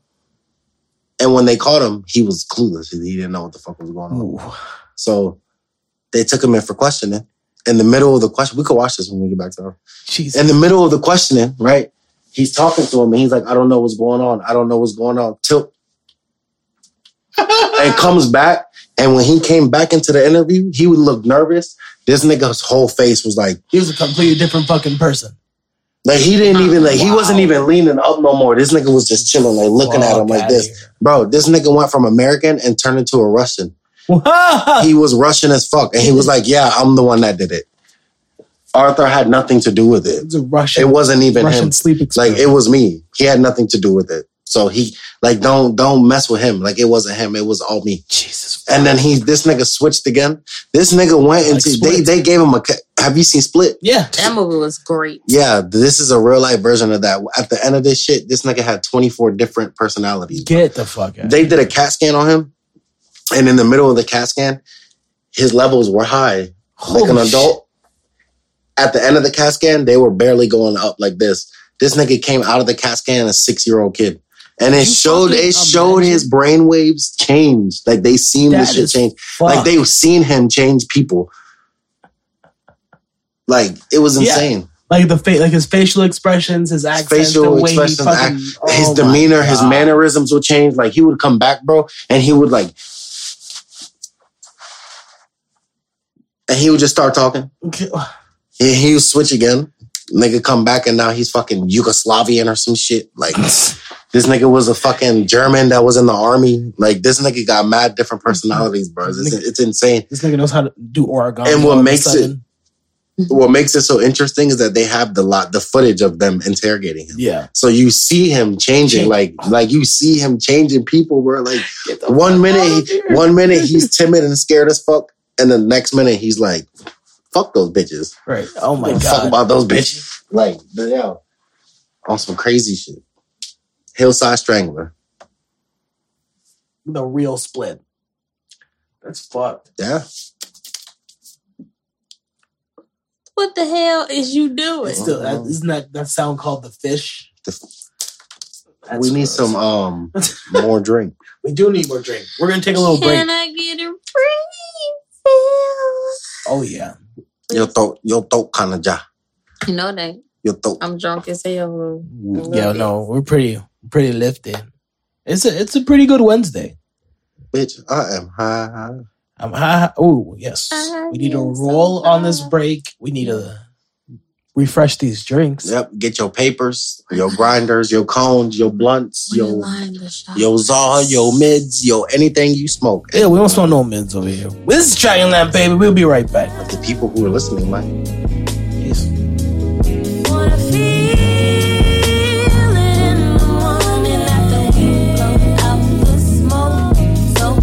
[SPEAKER 3] and when they caught him, he was clueless. He he didn't know what the fuck was going on.
[SPEAKER 1] Ooh.
[SPEAKER 3] So they took him in for questioning. In the middle of the question, we could watch this when we get back to her.
[SPEAKER 1] Jesus.
[SPEAKER 3] In the middle of the questioning, right? He's talking to him, and he's like, "I don't know what's going on. I don't know what's going on." Till and comes back. And when he came back into the interview, he would look nervous. This nigga's whole face was like,
[SPEAKER 1] he was a completely different fucking person.
[SPEAKER 3] like he didn't even like he
[SPEAKER 1] Wow.
[SPEAKER 3] wasn't even leaning up no more. This nigga was just chilling, like looking at him
[SPEAKER 1] Fuck
[SPEAKER 3] like
[SPEAKER 1] outta
[SPEAKER 3] this.
[SPEAKER 1] here. <laughs>
[SPEAKER 3] Bro, this nigga went from American and turned into a Russian. He was Russian as fuck. And he was like, Yeah, I'm the one that did it. Arthur had nothing to do with
[SPEAKER 1] It
[SPEAKER 3] it.
[SPEAKER 1] was a Russian.
[SPEAKER 3] It wasn't even
[SPEAKER 1] Russian
[SPEAKER 3] him.
[SPEAKER 1] sleep
[SPEAKER 3] Like
[SPEAKER 1] experiment.
[SPEAKER 3] it was me. He had nothing to do with it. So he like don't don't mess with him. Like it wasn't him. It was all me.
[SPEAKER 1] Jesus.
[SPEAKER 3] And then he, this nigga switched again. This nigga
[SPEAKER 1] Like
[SPEAKER 3] went into they
[SPEAKER 1] Split.
[SPEAKER 3] they gave him a. ca- Have you seen Split?
[SPEAKER 1] yeah.
[SPEAKER 2] That movie was great.
[SPEAKER 3] Yeah, this is a real life version of that. At the end of this shit, this nigga had twenty four different personalities.
[SPEAKER 1] Get the fuck out.
[SPEAKER 3] They did a CAT scan on him, and in the middle of the CAT scan, his levels were high, like an
[SPEAKER 1] Holy
[SPEAKER 3] adult. At the end of the CAT scan, they were barely going up like this. This nigga came out of the CAT scan a six year old kid. And it
[SPEAKER 1] You
[SPEAKER 3] showed
[SPEAKER 1] fucking
[SPEAKER 3] it showed
[SPEAKER 1] imagine?
[SPEAKER 3] his brain waves change. Like they seen
[SPEAKER 1] That
[SPEAKER 3] this shit
[SPEAKER 1] is
[SPEAKER 3] change.
[SPEAKER 1] Fuck.
[SPEAKER 3] Like they've seen him change people. Like it was
[SPEAKER 1] Yeah.
[SPEAKER 3] insane.
[SPEAKER 1] like the fa- like his facial expressions, his accent,
[SPEAKER 3] facial
[SPEAKER 1] the way he
[SPEAKER 3] expressions,
[SPEAKER 1] fucking,
[SPEAKER 3] his
[SPEAKER 1] oh my
[SPEAKER 3] demeanor, his
[SPEAKER 1] God.
[SPEAKER 3] mannerisms would change. Like he would come back, bro, and he would like and he would just start talking.
[SPEAKER 1] <sighs>
[SPEAKER 3] He he would switch again. Nigga come back and now he's fucking Yugoslavian or some shit. Like this nigga was a fucking German that was in the army. Like this nigga got mad different personalities, bro. It's, it's insane.
[SPEAKER 1] This nigga knows how to do origami.
[SPEAKER 3] And what
[SPEAKER 1] all of a
[SPEAKER 3] makes it-
[SPEAKER 1] sudden.
[SPEAKER 3] what makes it so interesting is that they have the lot the footage of them interrogating him.
[SPEAKER 1] yeah,
[SPEAKER 3] So you see him changing,
[SPEAKER 1] Change.
[SPEAKER 3] like like you see him changing people where like
[SPEAKER 1] Get the
[SPEAKER 3] one
[SPEAKER 1] fuck
[SPEAKER 3] minute
[SPEAKER 1] out of
[SPEAKER 3] he-
[SPEAKER 1] here.
[SPEAKER 3] one minute he's timid and scared as fuck, and the next minute he's like Fuck those bitches.
[SPEAKER 1] Right. Oh my
[SPEAKER 3] Don't Fuck
[SPEAKER 1] god.
[SPEAKER 3] about those bitches.
[SPEAKER 1] <laughs>
[SPEAKER 3] Like, yeah. On some crazy shit. Hillside Strangler.
[SPEAKER 1] The real split. That's fucked.
[SPEAKER 3] Yeah.
[SPEAKER 2] What the hell is you doing?
[SPEAKER 1] It's still, that, isn't that that sound called the fish?
[SPEAKER 3] The-
[SPEAKER 1] That's
[SPEAKER 3] we need
[SPEAKER 1] gross.
[SPEAKER 3] some um
[SPEAKER 1] <laughs>
[SPEAKER 3] more drink.
[SPEAKER 1] We do need more drink. We're gonna take a little break.
[SPEAKER 2] Can I get a refill?
[SPEAKER 1] Oh yeah.
[SPEAKER 3] Your throat, your throat kinda ja.
[SPEAKER 2] You know that
[SPEAKER 3] Your throat.
[SPEAKER 2] I'm drunk as hell.
[SPEAKER 1] Yeah. No, we're pretty pretty lifted. It's a it's a pretty good Wednesday.
[SPEAKER 3] Bitch, I am high.
[SPEAKER 1] I'm high. Oh yes. We need to roll on this break. We need to refresh these drinks.
[SPEAKER 3] Yep. Get your papers, your grinders, your cones, your blunts, your
[SPEAKER 2] Rewind the shot.
[SPEAKER 3] your Zaha, your mids, your anything you smoke.
[SPEAKER 1] Yeah, we don't smoke no mids over here. This is Dragon Lamp, baby. We'll be right back.
[SPEAKER 3] The people who are listening might
[SPEAKER 1] Peace.
[SPEAKER 4] Wanna feel it in the morning after we blow out the smoke. So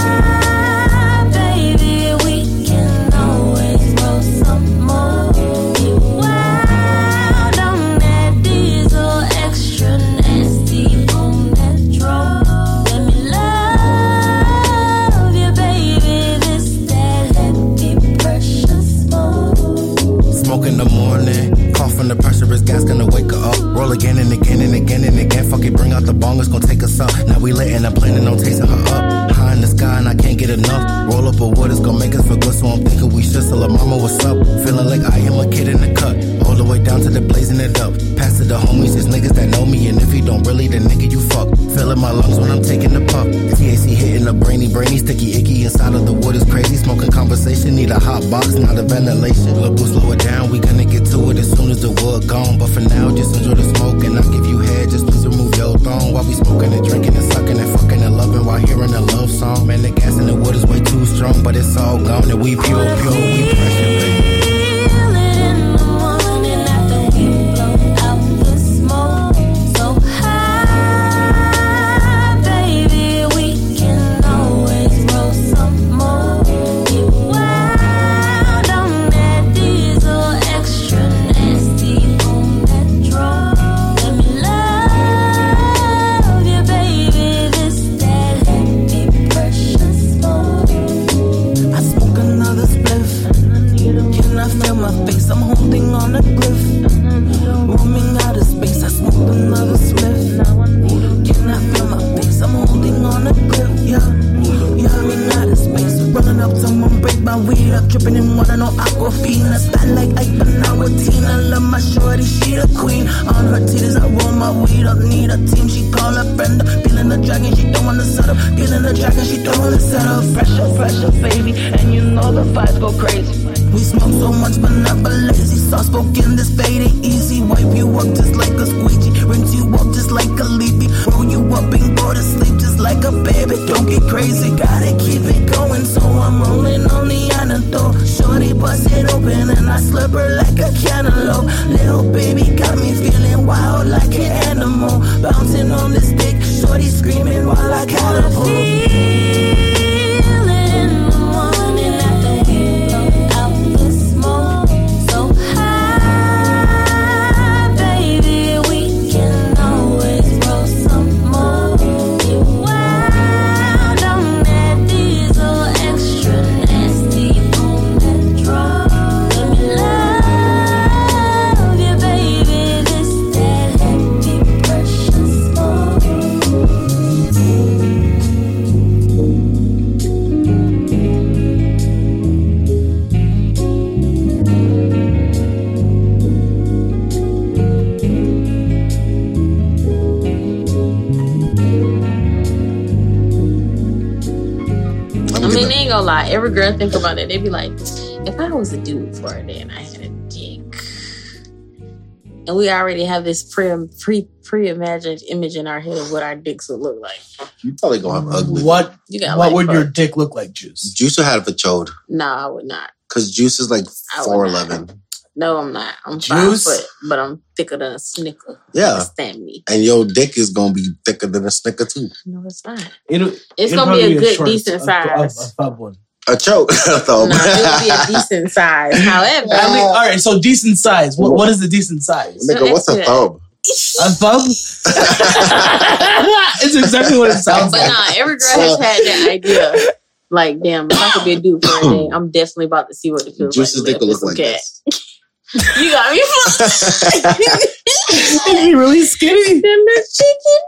[SPEAKER 4] high, baby, we can always roll some more. You wild on that diesel, extra nasty on that drum. Let me love you, baby. This that happy precious smoke.
[SPEAKER 5] Smoke in the morning, coughing the pressure is gas gonna wake her up. Roll again and again and again and again. Fuck it, bring out the bong, it's gonna take us up. Now we lit and I'm planning on tasting her up. High in the sky and I can't get enough. Roll up a wood, it's gonna make us feel good, so I'm thinking we should sell her mama what's up. Feeling like I am a kid in the cut, all the way down to the blazing it up. Pass to the homies, it's niggas that know me, and if he don't really, then nigga you fuck. Feeling my lungs when I'm taking the puff. TAC hitting the brainy, brainy, sticky, icky inside of the wood is crazy. Smoking conversation, need a hot box, not a ventilation. Lil' boo, slow it down, we gonna get to it as soon as the wood gone. But for now, just enjoy the smoke, and I'll give you head. Just please remove your thong while we smoking and drinking and sucking and fucking and loving while hearing a love song. Man, the gas in the wood is way too strong, but it's all gone, and we pure, pure, we pressure, baby.
[SPEAKER 4] Feel it in the morning after we blow out the smoke. So high, baby, we can always roll some more. You wild on that diesel, extra nasty on that drum. Let me love you, baby. This that happy precious smoke.
[SPEAKER 6] I smoke another spliff. Can I feel my face? I'm holding on a cliff. Roaming out of space. I smoke another spliff. Can I feel my face? I'm holding on a cliff. Yeah, yeah. Roaming out of space. Running up someone break my weed up. Dripping in water, no aquafina. Stand like Ike, but now a teen. I love my shorty, she the queen. On her titties, I roll my weed up. Need a team. She call her friend up. Feeling the dragon, she don't wanna settle. Feeling the dragon, she don't wanna settle. Fresh up, fresh up, baby. And you know the vibes go crazy. We smoke so much, but never lazy. Soft spoken, this faded easy. Wipe you up just like a squeegee. Rinse you up just like a leafy. Roll you up and go to sleep just like a baby. Don't get crazy, gotta keep it going. So I'm rolling on the anadol. Shorty bust it open and I slip her like a cantaloupe. Little baby got me feeling wild like an animal. Bouncing on this dick, shorty screaming while
[SPEAKER 4] <laughs>
[SPEAKER 6] I catapult.
[SPEAKER 4] Feel it in the morning after we blow out the smoke. So high, baby, we can always roll some more. You wild on that diesel, extra nasty on that drum. Let me love you, baby. This that happy precious smoke.
[SPEAKER 3] I'm
[SPEAKER 2] I mean, they
[SPEAKER 3] gonna,
[SPEAKER 2] ain't gonna lie. Every girl think about it. They be like, if I was a dude for a day and I had a dick, and we already have this pre pre pre imagined image in our head of what our dicks would look like.
[SPEAKER 3] you probably gonna have ugly.
[SPEAKER 1] What
[SPEAKER 2] You got
[SPEAKER 1] what
[SPEAKER 2] like,
[SPEAKER 1] would
[SPEAKER 2] fuck.
[SPEAKER 1] your dick look like, Juice?
[SPEAKER 3] Juice will have a chode
[SPEAKER 2] No, I would not.
[SPEAKER 3] because Juice is like
[SPEAKER 2] I would
[SPEAKER 3] four eleven.
[SPEAKER 2] No, I'm not. I'm five
[SPEAKER 1] Juice?
[SPEAKER 2] foot, but I'm thicker than a snicker.
[SPEAKER 3] Yeah.
[SPEAKER 2] understand me?
[SPEAKER 3] And your dick is gonna be thicker than a snicker too.
[SPEAKER 2] No, it's not.
[SPEAKER 1] It'll,
[SPEAKER 2] It's
[SPEAKER 1] it'll
[SPEAKER 2] gonna be
[SPEAKER 1] probably
[SPEAKER 2] a good,
[SPEAKER 1] short-
[SPEAKER 2] decent
[SPEAKER 1] a- a-
[SPEAKER 2] size.
[SPEAKER 1] A, thug one.
[SPEAKER 3] a choke. <laughs> though.
[SPEAKER 2] No, it would be
[SPEAKER 3] <laughs>
[SPEAKER 2] a decent size. However,
[SPEAKER 1] I mean, all right, so decent size. What what is the decent size?
[SPEAKER 3] Nigga, what's a thumb?
[SPEAKER 1] A thumb? <laughs> it's exactly what it
[SPEAKER 2] <laughs>
[SPEAKER 1] sounds
[SPEAKER 2] but uh,
[SPEAKER 1] like. <laughs>
[SPEAKER 2] nah, every girl has had that idea. Like, damn, if I could be a dude for a
[SPEAKER 3] <clears throat>
[SPEAKER 2] day, I'm definitely about to see what it feels
[SPEAKER 3] Juice's
[SPEAKER 2] like.
[SPEAKER 3] dick
[SPEAKER 2] to
[SPEAKER 3] will
[SPEAKER 2] live
[SPEAKER 3] look like
[SPEAKER 2] with some <laughs>
[SPEAKER 3] this. <laughs>
[SPEAKER 2] cat. You got me fucked.
[SPEAKER 1] Is he really
[SPEAKER 2] <laughs>
[SPEAKER 1] skinny?
[SPEAKER 2] Then the chicken.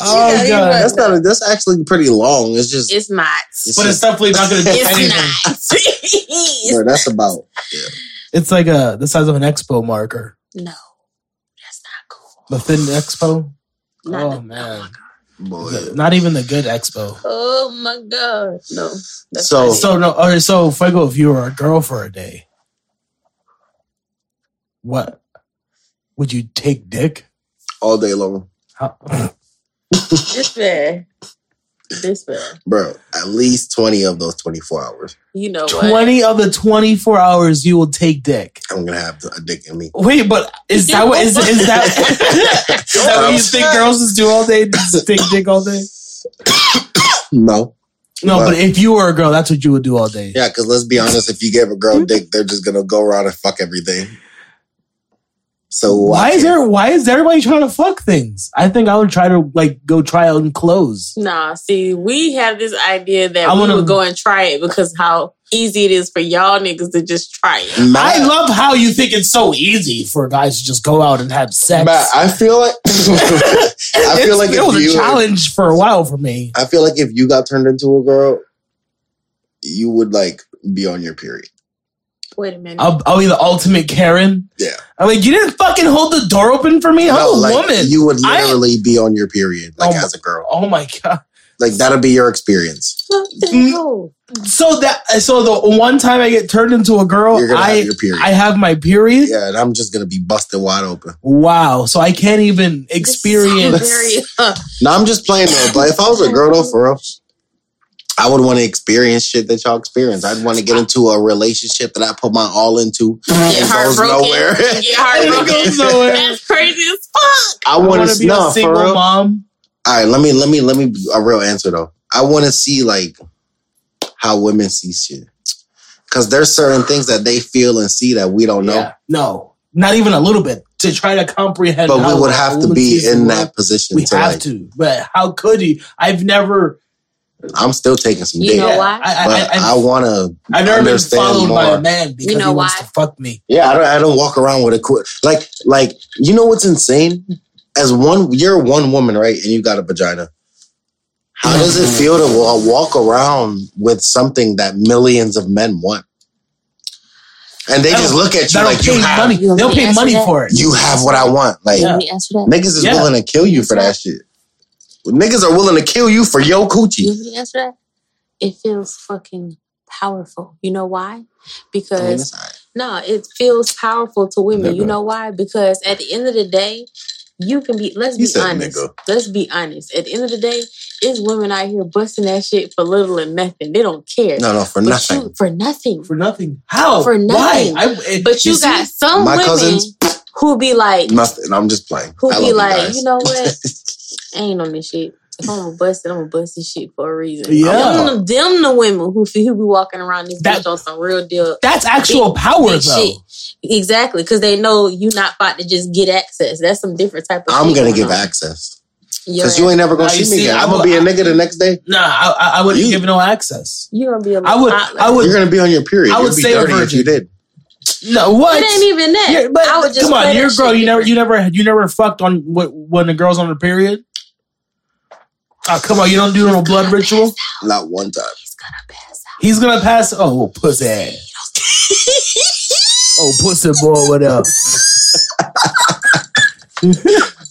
[SPEAKER 1] Oh god.
[SPEAKER 2] Yeah, you
[SPEAKER 3] That's not. A, that's actually pretty long. It's just.
[SPEAKER 2] It's not.
[SPEAKER 1] But it's definitely not gonna do anything.
[SPEAKER 2] It's not. <laughs> It's-
[SPEAKER 3] bro, that's about.
[SPEAKER 1] It's like a the size of an expo marker.
[SPEAKER 2] no, that's not cool.
[SPEAKER 1] The thin expo.
[SPEAKER 2] Not
[SPEAKER 1] oh
[SPEAKER 2] the-
[SPEAKER 1] man.
[SPEAKER 3] Boy.
[SPEAKER 1] Not even the good expo.
[SPEAKER 2] Oh my god. No. that's
[SPEAKER 3] So-
[SPEAKER 2] not it.
[SPEAKER 1] So no, all right, so Fuego, if you were a girl for a day, what would you take dick?
[SPEAKER 3] <laughs> all day long,
[SPEAKER 1] How-
[SPEAKER 2] this man, this man,
[SPEAKER 3] bro. At least twenty of those twenty-four hours,
[SPEAKER 2] you know what?
[SPEAKER 1] Twenty of the twenty-four hours you will take dick.
[SPEAKER 3] I'm gonna have a dick in me.
[SPEAKER 1] Wait, but is that what is, is <laughs> that is that what you think girls just do all day? Just take dick all day?
[SPEAKER 3] No,
[SPEAKER 1] No, but if you were a girl, that's what you would do all day.
[SPEAKER 3] yeah, because let's be honest. If you give a
[SPEAKER 1] Hmm?
[SPEAKER 3] girl dick, they're just gonna go around and fuck everything. So
[SPEAKER 1] Why is
[SPEAKER 3] can't-
[SPEAKER 1] there? Why is everybody trying to fuck things? I think I would try to like go try on clothes.
[SPEAKER 2] Nah, see, we have this idea that
[SPEAKER 1] I
[SPEAKER 2] we
[SPEAKER 1] wanna-
[SPEAKER 2] would go and try it because how easy it is for y'all niggas to just try it.
[SPEAKER 3] Matt,
[SPEAKER 1] I love how you think it's so easy for guys to just go out and have sex.
[SPEAKER 3] Matt, I feel like <laughs> I feel
[SPEAKER 1] It's-
[SPEAKER 3] like
[SPEAKER 1] it was a
[SPEAKER 3] if you
[SPEAKER 1] challenge for a while for me.
[SPEAKER 3] I feel like if you got turned into a girl, you would like be on your period.
[SPEAKER 2] Wait a minute.
[SPEAKER 1] I'll, I'll be the ultimate Karen.
[SPEAKER 3] Yeah.
[SPEAKER 1] I'm like, you didn't fucking hold the door open for me. I'm
[SPEAKER 3] No,
[SPEAKER 1] a
[SPEAKER 3] like,
[SPEAKER 1] woman.
[SPEAKER 3] You would
[SPEAKER 1] I-
[SPEAKER 3] literally be on your period, like
[SPEAKER 1] Oh my-
[SPEAKER 3] as a girl.
[SPEAKER 1] oh my god.
[SPEAKER 3] Like that'll be your experience.
[SPEAKER 2] What the
[SPEAKER 1] Mm.
[SPEAKER 2] hell?
[SPEAKER 1] So that so the one time I get turned into a girl,
[SPEAKER 3] You're gonna
[SPEAKER 1] I
[SPEAKER 3] have your period.
[SPEAKER 1] I have my period.
[SPEAKER 3] yeah, and I'm just gonna be busted wide open.
[SPEAKER 1] Wow. So I can't even
[SPEAKER 2] This sounds
[SPEAKER 1] experience. <laughs>
[SPEAKER 2] very- <laughs> uh,
[SPEAKER 3] No, I'm just playing though. But if I was a girl though, for real, I would want to experience shit that y'all experience. I'd want to get into a relationship that I put my all into.
[SPEAKER 2] get
[SPEAKER 3] goes
[SPEAKER 2] heartbroken.
[SPEAKER 3] nowhere.
[SPEAKER 2] Get
[SPEAKER 1] It
[SPEAKER 2] heartbroken.
[SPEAKER 1] goes nowhere.
[SPEAKER 2] That's crazy as fuck.
[SPEAKER 3] I
[SPEAKER 1] I
[SPEAKER 3] want
[SPEAKER 1] wanna
[SPEAKER 3] to
[SPEAKER 1] be
[SPEAKER 3] no,
[SPEAKER 1] a
[SPEAKER 3] for
[SPEAKER 1] single
[SPEAKER 3] real.
[SPEAKER 1] mom.
[SPEAKER 3] All right, let me let me let me a real answer though. I want to see like how women see shit because there's certain things that they feel and see that we don't know.
[SPEAKER 1] Yeah. No. Not even a little bit. To try to comprehend.
[SPEAKER 3] But
[SPEAKER 1] how
[SPEAKER 3] we would
[SPEAKER 1] a
[SPEAKER 3] have to
[SPEAKER 1] woman
[SPEAKER 3] be
[SPEAKER 1] sees the
[SPEAKER 3] in
[SPEAKER 1] world.
[SPEAKER 3] that position.
[SPEAKER 1] We
[SPEAKER 3] to,
[SPEAKER 1] have
[SPEAKER 3] like,
[SPEAKER 1] to. But how could you? I've never
[SPEAKER 3] I'm still taking some
[SPEAKER 2] You
[SPEAKER 3] dick,
[SPEAKER 2] know
[SPEAKER 1] yeah,
[SPEAKER 2] why?
[SPEAKER 1] I,
[SPEAKER 3] but I,
[SPEAKER 1] I, I,
[SPEAKER 3] want to.
[SPEAKER 1] I've never been
[SPEAKER 3] understand
[SPEAKER 1] followed by
[SPEAKER 3] more.
[SPEAKER 1] a man because
[SPEAKER 2] You know
[SPEAKER 1] he wants
[SPEAKER 2] why?
[SPEAKER 1] to fuck me.
[SPEAKER 3] Yeah, I don't. I don't walk around with a quit. Like, like you know what's insane? As one, you're one woman, right? And you got a vagina. How does
[SPEAKER 1] Mm-hmm.
[SPEAKER 3] it feel to wa- walk around with something that millions of men want? And they just
[SPEAKER 1] That'll-
[SPEAKER 3] look at you
[SPEAKER 1] That'll
[SPEAKER 3] like
[SPEAKER 1] pay
[SPEAKER 3] you have
[SPEAKER 1] money.
[SPEAKER 2] You want
[SPEAKER 1] They'll
[SPEAKER 2] me to
[SPEAKER 1] pay
[SPEAKER 2] answer
[SPEAKER 1] money
[SPEAKER 2] that?
[SPEAKER 1] for it.
[SPEAKER 3] you have what I want. Like
[SPEAKER 1] Yeah.
[SPEAKER 2] Let me answer that.
[SPEAKER 3] niggas is
[SPEAKER 1] Yeah.
[SPEAKER 3] willing to kill you for that shit. Niggas are willing to kill you for your
[SPEAKER 2] You
[SPEAKER 3] coochie.
[SPEAKER 2] want me to answer that? It feels fucking powerful. You know why?
[SPEAKER 3] I mean,
[SPEAKER 2] Because
[SPEAKER 3] that's all right.
[SPEAKER 2] No, it feels powerful to women. You
[SPEAKER 3] Nigga.
[SPEAKER 2] know why? Because at the end of the day, you can be. Let's
[SPEAKER 3] He
[SPEAKER 2] be
[SPEAKER 3] said
[SPEAKER 2] honest.
[SPEAKER 3] nigga.
[SPEAKER 2] Let's be honest. At the end of the day, it's women out here busting that shit for little and nothing. They don't care.
[SPEAKER 3] No, no, for
[SPEAKER 2] but
[SPEAKER 3] nothing.
[SPEAKER 2] You, for nothing.
[SPEAKER 1] For nothing. How?
[SPEAKER 2] For
[SPEAKER 1] Why?
[SPEAKER 2] nothing.
[SPEAKER 1] I, it-
[SPEAKER 2] But you,
[SPEAKER 1] see,
[SPEAKER 2] got some
[SPEAKER 3] My
[SPEAKER 2] women
[SPEAKER 3] cousins-
[SPEAKER 2] who be like,
[SPEAKER 3] Nothing. I'm just playing.
[SPEAKER 2] who
[SPEAKER 3] I love
[SPEAKER 2] be like,
[SPEAKER 3] guys.
[SPEAKER 2] you know
[SPEAKER 3] <laughs>
[SPEAKER 2] what? I ain't on this shit. If I'm gonna bust it, I'm gonna bust this shit for a reason.
[SPEAKER 1] Yeah.
[SPEAKER 2] Them, them the women who, feel- who be walking around this
[SPEAKER 1] That-
[SPEAKER 2] bitch on some real deal
[SPEAKER 1] That's actual
[SPEAKER 2] Big-
[SPEAKER 1] power, though.
[SPEAKER 2] big shit. Exactly, because they know you not about to just get access. That's some different type of.
[SPEAKER 3] I'm
[SPEAKER 2] shit
[SPEAKER 3] gonna
[SPEAKER 2] going
[SPEAKER 3] give
[SPEAKER 2] on.
[SPEAKER 3] access
[SPEAKER 2] Your
[SPEAKER 3] because you
[SPEAKER 2] ass-
[SPEAKER 3] ain't never gonna
[SPEAKER 1] Now you
[SPEAKER 3] see me
[SPEAKER 1] see,
[SPEAKER 3] again.
[SPEAKER 1] I
[SPEAKER 3] I'm gonna
[SPEAKER 1] will-
[SPEAKER 3] be a nigga the next day.
[SPEAKER 1] Nah, I, I- I wouldn't
[SPEAKER 3] You-
[SPEAKER 1] give no access.
[SPEAKER 2] You gonna be a.
[SPEAKER 1] I would.
[SPEAKER 2] outlet.
[SPEAKER 1] I would.
[SPEAKER 3] You're gonna be on your period.
[SPEAKER 1] I would
[SPEAKER 3] You'd be
[SPEAKER 1] say a
[SPEAKER 3] dirty if
[SPEAKER 1] virgin.
[SPEAKER 3] you did.
[SPEAKER 1] No, what?
[SPEAKER 2] It ain't even that.
[SPEAKER 1] You're- but
[SPEAKER 2] I would just
[SPEAKER 1] come
[SPEAKER 2] play
[SPEAKER 1] on,
[SPEAKER 2] that
[SPEAKER 1] you're a
[SPEAKER 2] shit
[SPEAKER 1] girl. You never,
[SPEAKER 2] different.
[SPEAKER 1] you never, you never fucked on wh- when the girl's on her period. Oh, come on, you don't do no blood ritual.
[SPEAKER 3] Not one time.
[SPEAKER 2] He's gonna pass out.
[SPEAKER 1] He's gonna pass. Oh,
[SPEAKER 2] <laughs>
[SPEAKER 1] pussy. Oh, pussy boy, what up?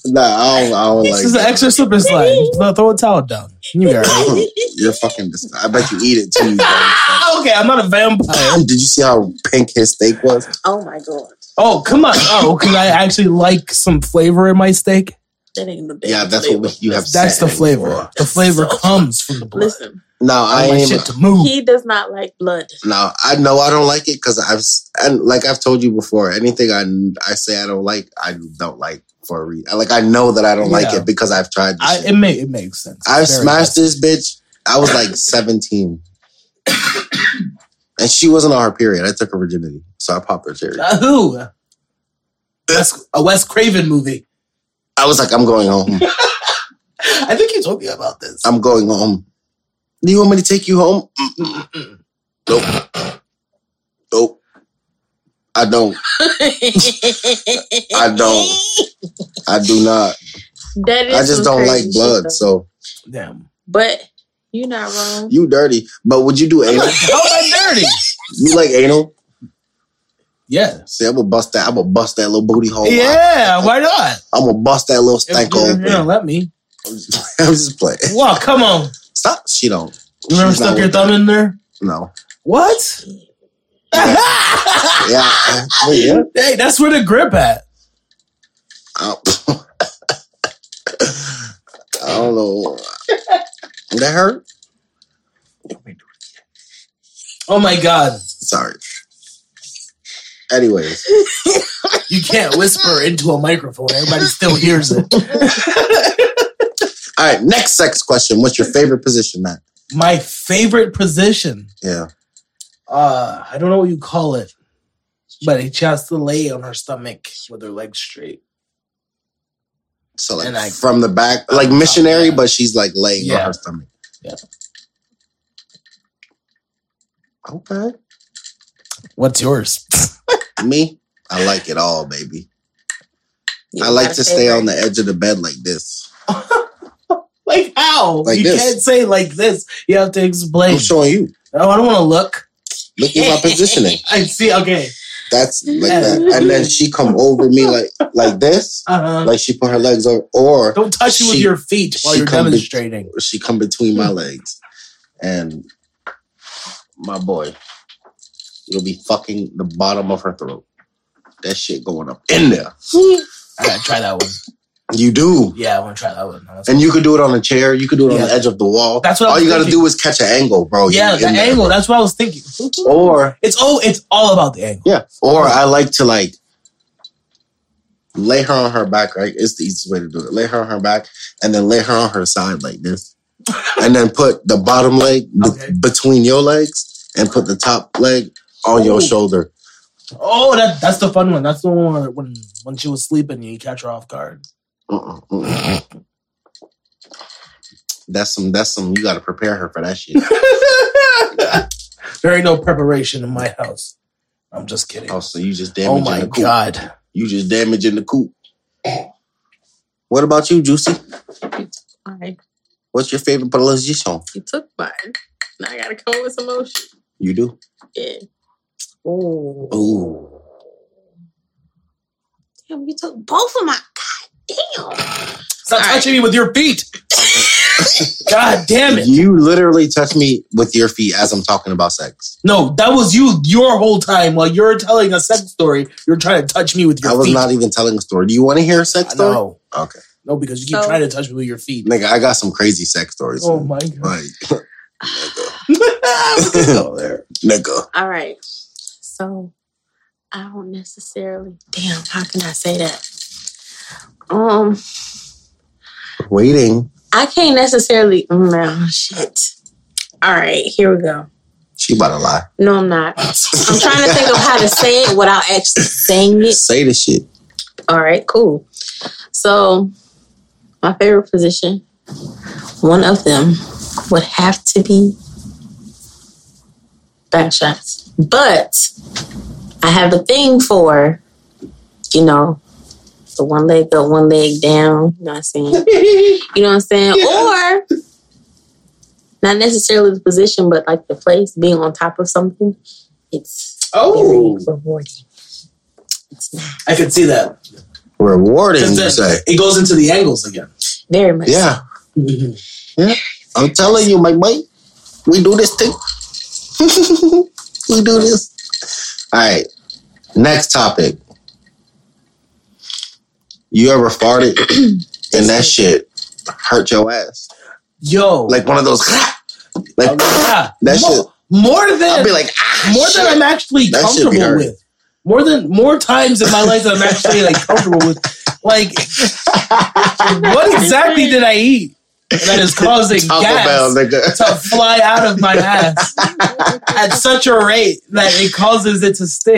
[SPEAKER 3] Nah, I don't. I don't
[SPEAKER 1] This is an
[SPEAKER 3] like.
[SPEAKER 1] extra slip and slide. Throw- Throw a towel down. You got it.
[SPEAKER 3] You're fucking. Dis- I bet you eat it too. you dumb
[SPEAKER 1] Ah, okay, I'm not a vampire.
[SPEAKER 3] fuck. Did you see how pink his steak was?
[SPEAKER 2] <laughs> Oh my god,
[SPEAKER 1] Oh, come on. Oh, because I actually like some flavor in my steak.
[SPEAKER 2] that ain't the best.
[SPEAKER 3] Yeah, that's what we, you have.
[SPEAKER 1] That's the
[SPEAKER 3] said
[SPEAKER 1] flavor.
[SPEAKER 3] before.
[SPEAKER 1] The flavor
[SPEAKER 2] So-
[SPEAKER 1] comes from the blood.
[SPEAKER 2] Listen,
[SPEAKER 3] No,
[SPEAKER 1] I
[SPEAKER 3] I
[SPEAKER 1] want
[SPEAKER 3] ain't.
[SPEAKER 1] shit to move.
[SPEAKER 2] he does not like blood. <laughs>
[SPEAKER 3] No, I know I don't like it because I've s- and like I've told you before, anything I I say I don't like, I don't like for a reason. Like I know that I don't like
[SPEAKER 1] Yeah.
[SPEAKER 3] it because I've tried. This
[SPEAKER 1] I,
[SPEAKER 3] shit.
[SPEAKER 1] it, may, it makes sense.
[SPEAKER 3] I've
[SPEAKER 1] Fair
[SPEAKER 3] smashed this bitch. I was like seventeen. And she wasn't on her period. I took her virginity, so I popped her cherry.
[SPEAKER 1] Uh, who? That's a Wes Craven movie.
[SPEAKER 3] I was like, I'm going home.
[SPEAKER 1] I think you told me about this.
[SPEAKER 3] I'm going home. Do you want me to take you home? Mm, Nope. Nope. I don't. I don't. I do not.
[SPEAKER 2] That is
[SPEAKER 3] I just
[SPEAKER 2] some
[SPEAKER 3] don't
[SPEAKER 2] crazy
[SPEAKER 3] like blood.
[SPEAKER 2] shit, though.
[SPEAKER 3] So
[SPEAKER 1] Damn.
[SPEAKER 2] But you're not wrong.
[SPEAKER 3] you dirty. But would you do anal?
[SPEAKER 1] How am I dirty?
[SPEAKER 3] You like anal?
[SPEAKER 1] Yeah.
[SPEAKER 3] See, I'm gonna bust that. I'm gonna bust that little booty hole.
[SPEAKER 1] yeah, why not?
[SPEAKER 3] I'm gonna bust that little
[SPEAKER 1] If
[SPEAKER 3] stank
[SPEAKER 1] you
[SPEAKER 3] hole.
[SPEAKER 1] you don't let me.
[SPEAKER 3] <laughs> I'm just playing.
[SPEAKER 1] Wow, come on.
[SPEAKER 3] Stop. She don't.
[SPEAKER 1] You remember
[SPEAKER 3] She's not
[SPEAKER 1] stuck your
[SPEAKER 3] with
[SPEAKER 1] thumb in there? <laughs>
[SPEAKER 3] No.
[SPEAKER 1] What?
[SPEAKER 3] Yeah. I- wait, what?
[SPEAKER 1] Hey, that's where the grip at.
[SPEAKER 3] I I don't know. Did that hurt?
[SPEAKER 1] Oh my god.
[SPEAKER 3] Sorry. Anyways,
[SPEAKER 1] You can't whisper into a microphone. Everybody still hears it.
[SPEAKER 3] all right. Next sex question. What's your favorite position, Matt?
[SPEAKER 1] My favorite position.
[SPEAKER 3] Yeah.
[SPEAKER 1] Uh, I don't know what you call it. But she has to lay on her stomach with her legs straight.
[SPEAKER 3] So like
[SPEAKER 1] And I- Oh,
[SPEAKER 3] from the back, like missionary,
[SPEAKER 1] yeah.
[SPEAKER 3] but she's like laying on
[SPEAKER 1] Yeah.
[SPEAKER 3] her stomach.
[SPEAKER 1] Yeah.
[SPEAKER 3] Okay.
[SPEAKER 1] What's yours?
[SPEAKER 3] Me, I like it all, baby.
[SPEAKER 2] You
[SPEAKER 3] I like
[SPEAKER 2] got
[SPEAKER 3] to
[SPEAKER 2] a
[SPEAKER 3] stay on
[SPEAKER 2] favorite.
[SPEAKER 3] the edge of the bed like this.
[SPEAKER 1] <laughs> like how?
[SPEAKER 3] Like
[SPEAKER 1] you
[SPEAKER 3] this.
[SPEAKER 1] can't say like this. You have to explain.
[SPEAKER 3] I'm showing you.
[SPEAKER 1] Oh, I don't want to look.
[SPEAKER 3] Look
[SPEAKER 1] <laughs>
[SPEAKER 3] at my positioning.
[SPEAKER 1] I see. Okay.
[SPEAKER 3] That's like that. And then she come over me like like this.
[SPEAKER 1] Uh huh.
[SPEAKER 3] Like she put her legs over or
[SPEAKER 1] Don't touch me with
[SPEAKER 3] she-
[SPEAKER 1] your feet while
[SPEAKER 3] she
[SPEAKER 1] you're
[SPEAKER 3] come be-
[SPEAKER 1] demonstrating.
[SPEAKER 3] she come between my legs. And my boy, you'll be fucking the bottom of her throat. That shit going up in there.
[SPEAKER 1] I gotta try that one.
[SPEAKER 3] You do.
[SPEAKER 1] Yeah, I want to try that one. That's-
[SPEAKER 3] And you could do it on a chair. You could do it on
[SPEAKER 1] Yeah.
[SPEAKER 3] the edge of the wall.
[SPEAKER 1] That's what I
[SPEAKER 3] all
[SPEAKER 1] was
[SPEAKER 3] you got to
[SPEAKER 1] thinking.
[SPEAKER 3] do is catch an angle, bro. You
[SPEAKER 1] yeah, the
[SPEAKER 3] in there.
[SPEAKER 1] angle. That's what I was thinking.
[SPEAKER 3] Or
[SPEAKER 1] It's all. It's all about the angle.
[SPEAKER 3] yeah, or
[SPEAKER 1] Uh-huh.
[SPEAKER 3] I like to like lay her on her back. Right, it's the easiest way to do it. Lay her on her back, and then lay her on her side like
[SPEAKER 1] <laughs>
[SPEAKER 3] this, and then put the bottom leg be-
[SPEAKER 1] Okay.
[SPEAKER 3] between your legs, and put the top leg on your
[SPEAKER 1] Ooh.
[SPEAKER 3] shoulder.
[SPEAKER 1] Oh, that that's the fun one. That's the one where when when she was sleeping, you catch her off
[SPEAKER 3] <laughs>
[SPEAKER 1] guard.
[SPEAKER 3] Mm-mm, mm-mm. That's some. That's some. You got to prepare her for that shit.
[SPEAKER 1] <laughs> there ain't no preparation in my house. I'm just kidding.
[SPEAKER 3] Oh, so you just
[SPEAKER 1] Oh
[SPEAKER 3] damaging
[SPEAKER 1] my
[SPEAKER 3] the coop.
[SPEAKER 1] god.
[SPEAKER 3] You just damaging the coop. What about you, Juicy?
[SPEAKER 2] All right,
[SPEAKER 3] What's your favorite position?
[SPEAKER 2] you took mine. Now I gotta come up with some motion.
[SPEAKER 3] You do.
[SPEAKER 2] Yeah. Ooh.
[SPEAKER 3] Ooh.
[SPEAKER 2] Damn, you took both of my. God damn.
[SPEAKER 1] Stop
[SPEAKER 2] All right.
[SPEAKER 1] touching me with your
[SPEAKER 3] <laughs>
[SPEAKER 1] feet. God damn it.
[SPEAKER 3] You literally touch me with your feet as I'm talking about sex.
[SPEAKER 1] No, that was you your whole time while you're telling a sex story. You're trying to touch me with your
[SPEAKER 3] I was
[SPEAKER 1] feet.
[SPEAKER 3] not even telling a story. Do you want to hear a sex story?
[SPEAKER 1] No,
[SPEAKER 3] Okay.
[SPEAKER 1] no, because you keep
[SPEAKER 2] So-
[SPEAKER 1] trying to touch me with your feet.
[SPEAKER 3] Nigga, I got some crazy sex stories.
[SPEAKER 1] Oh my god.
[SPEAKER 3] <laughs> Like,
[SPEAKER 1] Go <laughs> there.
[SPEAKER 3] nigga.
[SPEAKER 2] All right. So I don't necessarily. Damn, how can I say that? Um,
[SPEAKER 3] Waiting.
[SPEAKER 2] I can't necessarily. No, shit. All right, here we go.
[SPEAKER 3] She about to lie.
[SPEAKER 2] No, I'm not. I'm trying to think of how to say it without actually saying it.
[SPEAKER 3] Say the shit.
[SPEAKER 2] All right, cool. So, my favorite position, one of them would have to be back shots. But I have a thing for, you know, the one leg up, one leg down. You know what I'm saying?
[SPEAKER 1] <laughs>
[SPEAKER 2] You know what I'm saying? Or not necessarily the position, but like the place being on top of something. It's
[SPEAKER 1] Oh,
[SPEAKER 2] very rewarding. It's not
[SPEAKER 1] I could see that.
[SPEAKER 3] Rewarding, you
[SPEAKER 1] 'Cause then
[SPEAKER 3] say.
[SPEAKER 1] It goes into the angles again.
[SPEAKER 2] very much. <laughs>
[SPEAKER 3] Yeah. <laughs> I'm telling you, my boy. We do this thing. <laughs> we do this. All right. Next topic. You ever
[SPEAKER 1] <clears throat>
[SPEAKER 3] farted and that shit hurt your ass?
[SPEAKER 1] Yo,
[SPEAKER 3] Like one of those. <laughs> Like,
[SPEAKER 1] yeah, more,
[SPEAKER 3] That shit-
[SPEAKER 1] more than
[SPEAKER 3] I'll be like, ah,
[SPEAKER 1] Oh, more than I'm actually
[SPEAKER 3] That should be
[SPEAKER 1] comfortable
[SPEAKER 3] hard.
[SPEAKER 1] with. More than more times in my life that I'm
[SPEAKER 3] <laughs>
[SPEAKER 1] actually like comfortable with. Like, what exactly did I eat? that is causing
[SPEAKER 3] Taco
[SPEAKER 1] gas
[SPEAKER 3] Bell, nigga.
[SPEAKER 1] to fly out of my ass at such a rate that it causes it to sting.
[SPEAKER 3] <laughs>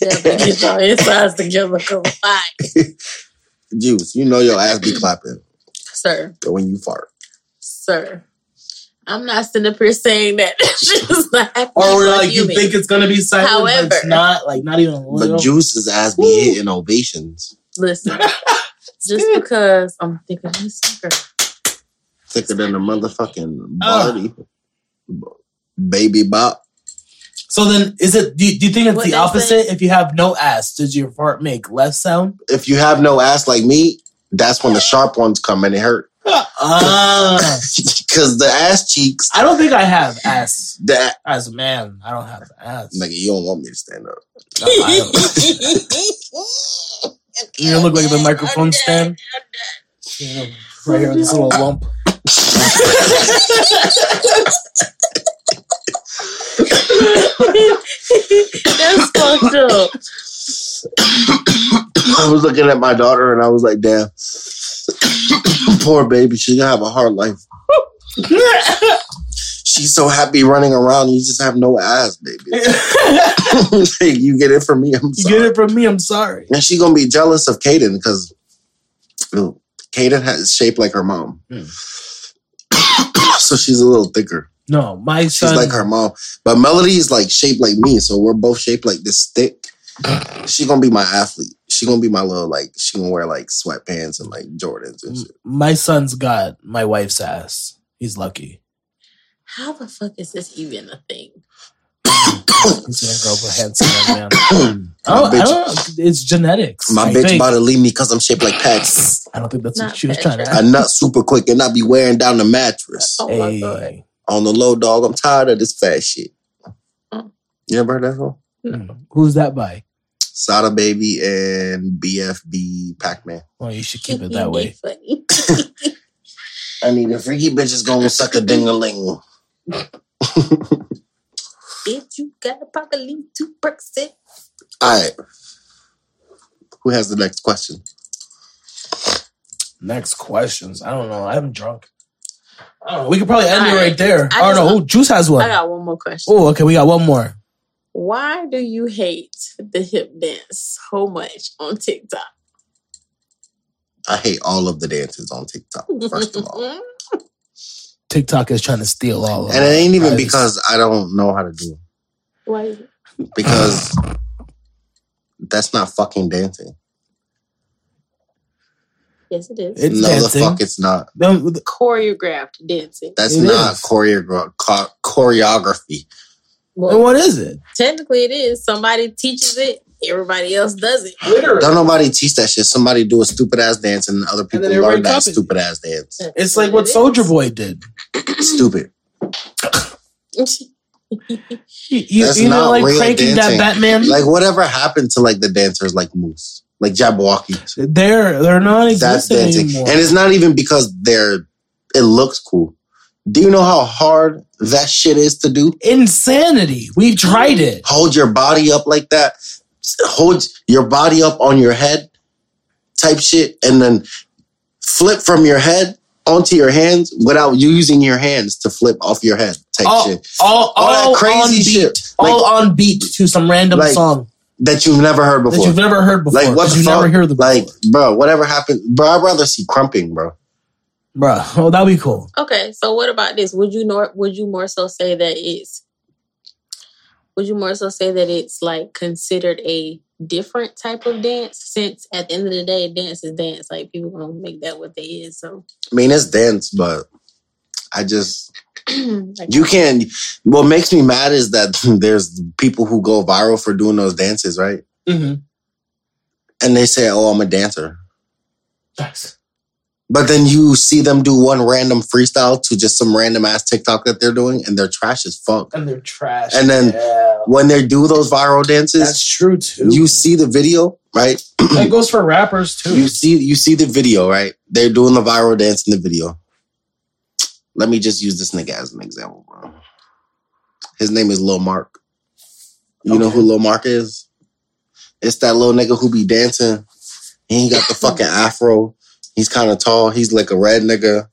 [SPEAKER 2] Definitely get your insides together. Come on,
[SPEAKER 3] <laughs> Juice, you know your ass be clapping
[SPEAKER 2] sir,
[SPEAKER 3] when you fart.
[SPEAKER 2] sir. I'm not sitting up here saying that <laughs> shit is not happening.
[SPEAKER 1] Or
[SPEAKER 2] for a
[SPEAKER 1] like you
[SPEAKER 2] human.
[SPEAKER 1] think it's gonna be silent, but it's
[SPEAKER 2] However-
[SPEAKER 1] not. Like not even a little.
[SPEAKER 3] But Juice's ass be hitting ovations.
[SPEAKER 1] <laughs>
[SPEAKER 2] Listen, just because I'm thinking of this sticker.
[SPEAKER 3] Thicker than a motherfucking
[SPEAKER 1] Oh.
[SPEAKER 3] body. Baby bop.
[SPEAKER 1] so then, is it? Do you, do you think it's
[SPEAKER 2] What
[SPEAKER 1] the
[SPEAKER 2] they
[SPEAKER 1] opposite? If you have no ass, does your fart make less
[SPEAKER 3] <laughs>
[SPEAKER 1] sound?
[SPEAKER 3] If you have no ass like me, that's when the sharp ones come and it hurt. <laughs>
[SPEAKER 1] Ah,
[SPEAKER 3] Cause the ass cheeks,
[SPEAKER 1] I don't think I have ass
[SPEAKER 3] that
[SPEAKER 1] as a man. I don't have ass.
[SPEAKER 3] nigga, you don't want me to stand up.
[SPEAKER 1] No, <laughs> I don't. You don't look like the microphone stand. You know, right here, this little lump. <laughs> <laughs>
[SPEAKER 2] That's fucked up.
[SPEAKER 3] I was looking at my daughter and I was like, damn. <coughs> Poor baby, she gonna have a hard life. She's so happy running around, you just have no ass, baby. <laughs>
[SPEAKER 1] you
[SPEAKER 3] you get it from me. I'm sorry.
[SPEAKER 1] get it from me. I'm sorry.
[SPEAKER 3] And she's gonna be jealous of Kaden because ooh, Kaden has shaped like her mom.
[SPEAKER 1] Hmm.
[SPEAKER 3] <coughs> so she's a little thicker.
[SPEAKER 1] No, my
[SPEAKER 3] She's
[SPEAKER 1] son.
[SPEAKER 3] like her mom. But Melody is like shaped like me, so we're both shaped like this thick. She gonna be my athlete. She gonna be my little like she gonna wear like sweatpants and like Jordans and shit.
[SPEAKER 1] <laughs> my son's got my wife's ass. He's lucky.
[SPEAKER 2] How the fuck is this even a thing?
[SPEAKER 1] He's gonna grow up a handsome young
[SPEAKER 3] <coughs>
[SPEAKER 1] man. I
[SPEAKER 3] my
[SPEAKER 1] don't, I
[SPEAKER 3] bitch,
[SPEAKER 1] don't, it's genetics.
[SPEAKER 3] my
[SPEAKER 1] I
[SPEAKER 3] bitch
[SPEAKER 1] think.
[SPEAKER 3] about to leave me because I'm shaped like Pax.
[SPEAKER 1] I don't think that's what
[SPEAKER 2] Not
[SPEAKER 1] she was trying to
[SPEAKER 2] Patrick.
[SPEAKER 3] I
[SPEAKER 1] ask.
[SPEAKER 3] nut super quick and I be wearing down the mattress.
[SPEAKER 2] Oh my god.
[SPEAKER 1] Hey,
[SPEAKER 3] On the low dog, I'm tired of this fat shit.
[SPEAKER 2] Mm.
[SPEAKER 3] You ever heard that song?
[SPEAKER 1] mm, who's that by?
[SPEAKER 3] Sada Baby and BFB Pac Man.
[SPEAKER 1] Well, you should keep it that way.
[SPEAKER 2] Funny.
[SPEAKER 3] I mean, the freaky bitch is gonna suck a ding a ling.
[SPEAKER 2] Bitch, you got a pocket lean two percent.
[SPEAKER 3] All right. Who has the next question?
[SPEAKER 1] Next questions. I don't know. I'm drunk. I don't know. We could probably end it
[SPEAKER 2] All right.
[SPEAKER 1] right there.
[SPEAKER 2] I
[SPEAKER 1] I don't
[SPEAKER 2] just-
[SPEAKER 1] know. Oh, Juice has one.
[SPEAKER 2] I got one more question.
[SPEAKER 1] Oh, okay. We got one more.
[SPEAKER 2] Why do you hate the hip dance so much on TikTok?
[SPEAKER 3] I hate all of the dances on TikTok,
[SPEAKER 2] <laughs>
[SPEAKER 3] first of all.
[SPEAKER 1] TikTok is trying to steal all of
[SPEAKER 3] And it ain't even
[SPEAKER 1] lives.
[SPEAKER 3] because I don't know how to do
[SPEAKER 2] Why?
[SPEAKER 3] it. Because that's not fucking dancing.
[SPEAKER 2] Yes, it is.
[SPEAKER 1] It's
[SPEAKER 3] no,
[SPEAKER 1] dancing.
[SPEAKER 3] the fuck it's not.
[SPEAKER 1] Them- the-
[SPEAKER 2] Choreographed dancing.
[SPEAKER 3] That's
[SPEAKER 1] It
[SPEAKER 3] not
[SPEAKER 1] is.
[SPEAKER 3] choreogra- cho- choreography.
[SPEAKER 1] then
[SPEAKER 2] Well,
[SPEAKER 1] what is it?
[SPEAKER 2] technically, it is. Somebody teaches it. Everybody else does it.
[SPEAKER 1] Literally.
[SPEAKER 3] Don't nobody teach that shit. Somebody do a stupid ass dance and other people
[SPEAKER 1] then they
[SPEAKER 3] learn
[SPEAKER 1] wake
[SPEAKER 3] that
[SPEAKER 1] up and-
[SPEAKER 3] stupid
[SPEAKER 2] <laughs>
[SPEAKER 3] ass dance.
[SPEAKER 1] It's like what
[SPEAKER 2] It is.
[SPEAKER 1] Soldier
[SPEAKER 2] <laughs>
[SPEAKER 1] Boy did.
[SPEAKER 3] stupid.
[SPEAKER 1] You, you,
[SPEAKER 3] That's
[SPEAKER 1] you know,
[SPEAKER 3] not
[SPEAKER 1] like
[SPEAKER 3] real
[SPEAKER 1] cranking
[SPEAKER 3] dancing.
[SPEAKER 1] that Batman.
[SPEAKER 3] Like whatever happened to like the dancers like Moose, like Jabberwocky.
[SPEAKER 1] they're they're not
[SPEAKER 3] That's
[SPEAKER 1] existing
[SPEAKER 3] dancing,
[SPEAKER 1] anymore.
[SPEAKER 3] and it's not even because they're. It looks cool. Do you know how hard that shit is to do?
[SPEAKER 1] Insanity. We've tried it.
[SPEAKER 3] Hold your body up like that. S- Hold your body up on your head, type shit, and then flip from your head onto your hands without using your hands to flip off your head, type
[SPEAKER 1] All,
[SPEAKER 3] shit.
[SPEAKER 1] all, all,
[SPEAKER 3] All that
[SPEAKER 1] on
[SPEAKER 3] crazy
[SPEAKER 1] beat.
[SPEAKER 3] shit
[SPEAKER 1] all
[SPEAKER 3] like-
[SPEAKER 1] on beat to some random
[SPEAKER 3] Like,
[SPEAKER 1] song
[SPEAKER 3] that you've never heard
[SPEAKER 1] that
[SPEAKER 3] before.
[SPEAKER 1] you've never heard before.
[SPEAKER 3] Like what
[SPEAKER 1] 'cause
[SPEAKER 3] the
[SPEAKER 1] you
[SPEAKER 3] fuck?
[SPEAKER 1] never hear the
[SPEAKER 3] like, bro, whatever happened, bro. I'd rather see crumping, bro.
[SPEAKER 1] bro. Oh, that'd be cool.
[SPEAKER 2] Okay, so what about this? Would you nor would you more so say that it's would you more so say that it's like considered a different type of dance since at the end of the day dance is dance. Like people gonna make that what they is. So <clears throat>
[SPEAKER 3] I mean, it's dance, but I just
[SPEAKER 2] like,
[SPEAKER 3] you can. What makes me mad is that <laughs> there's people who go viral for doing those dances, right?
[SPEAKER 1] Mm-hmm.
[SPEAKER 3] And they say, "Oh, I'm a dancer,"
[SPEAKER 1] That's
[SPEAKER 3] but then you see them do one random freestyle to just some random ass TikTok that they're doing, and they're trash as fuck.
[SPEAKER 1] and they're trash.
[SPEAKER 3] And then-
[SPEAKER 1] Yeah.
[SPEAKER 3] When they do those viral
[SPEAKER 1] that's
[SPEAKER 3] dances,
[SPEAKER 1] true too.
[SPEAKER 3] you see the video, right?
[SPEAKER 1] that goes for rappers too.
[SPEAKER 3] You see, you see the video, right? They're doing the viral dance in the video. Let me just use this nigga as an example, bro. His name is Lil Mark. You know who Lil Mark is? It's that little nigga who be dancing. He ain't got the fucking afro. He's kind of tall. He's like a red nigga.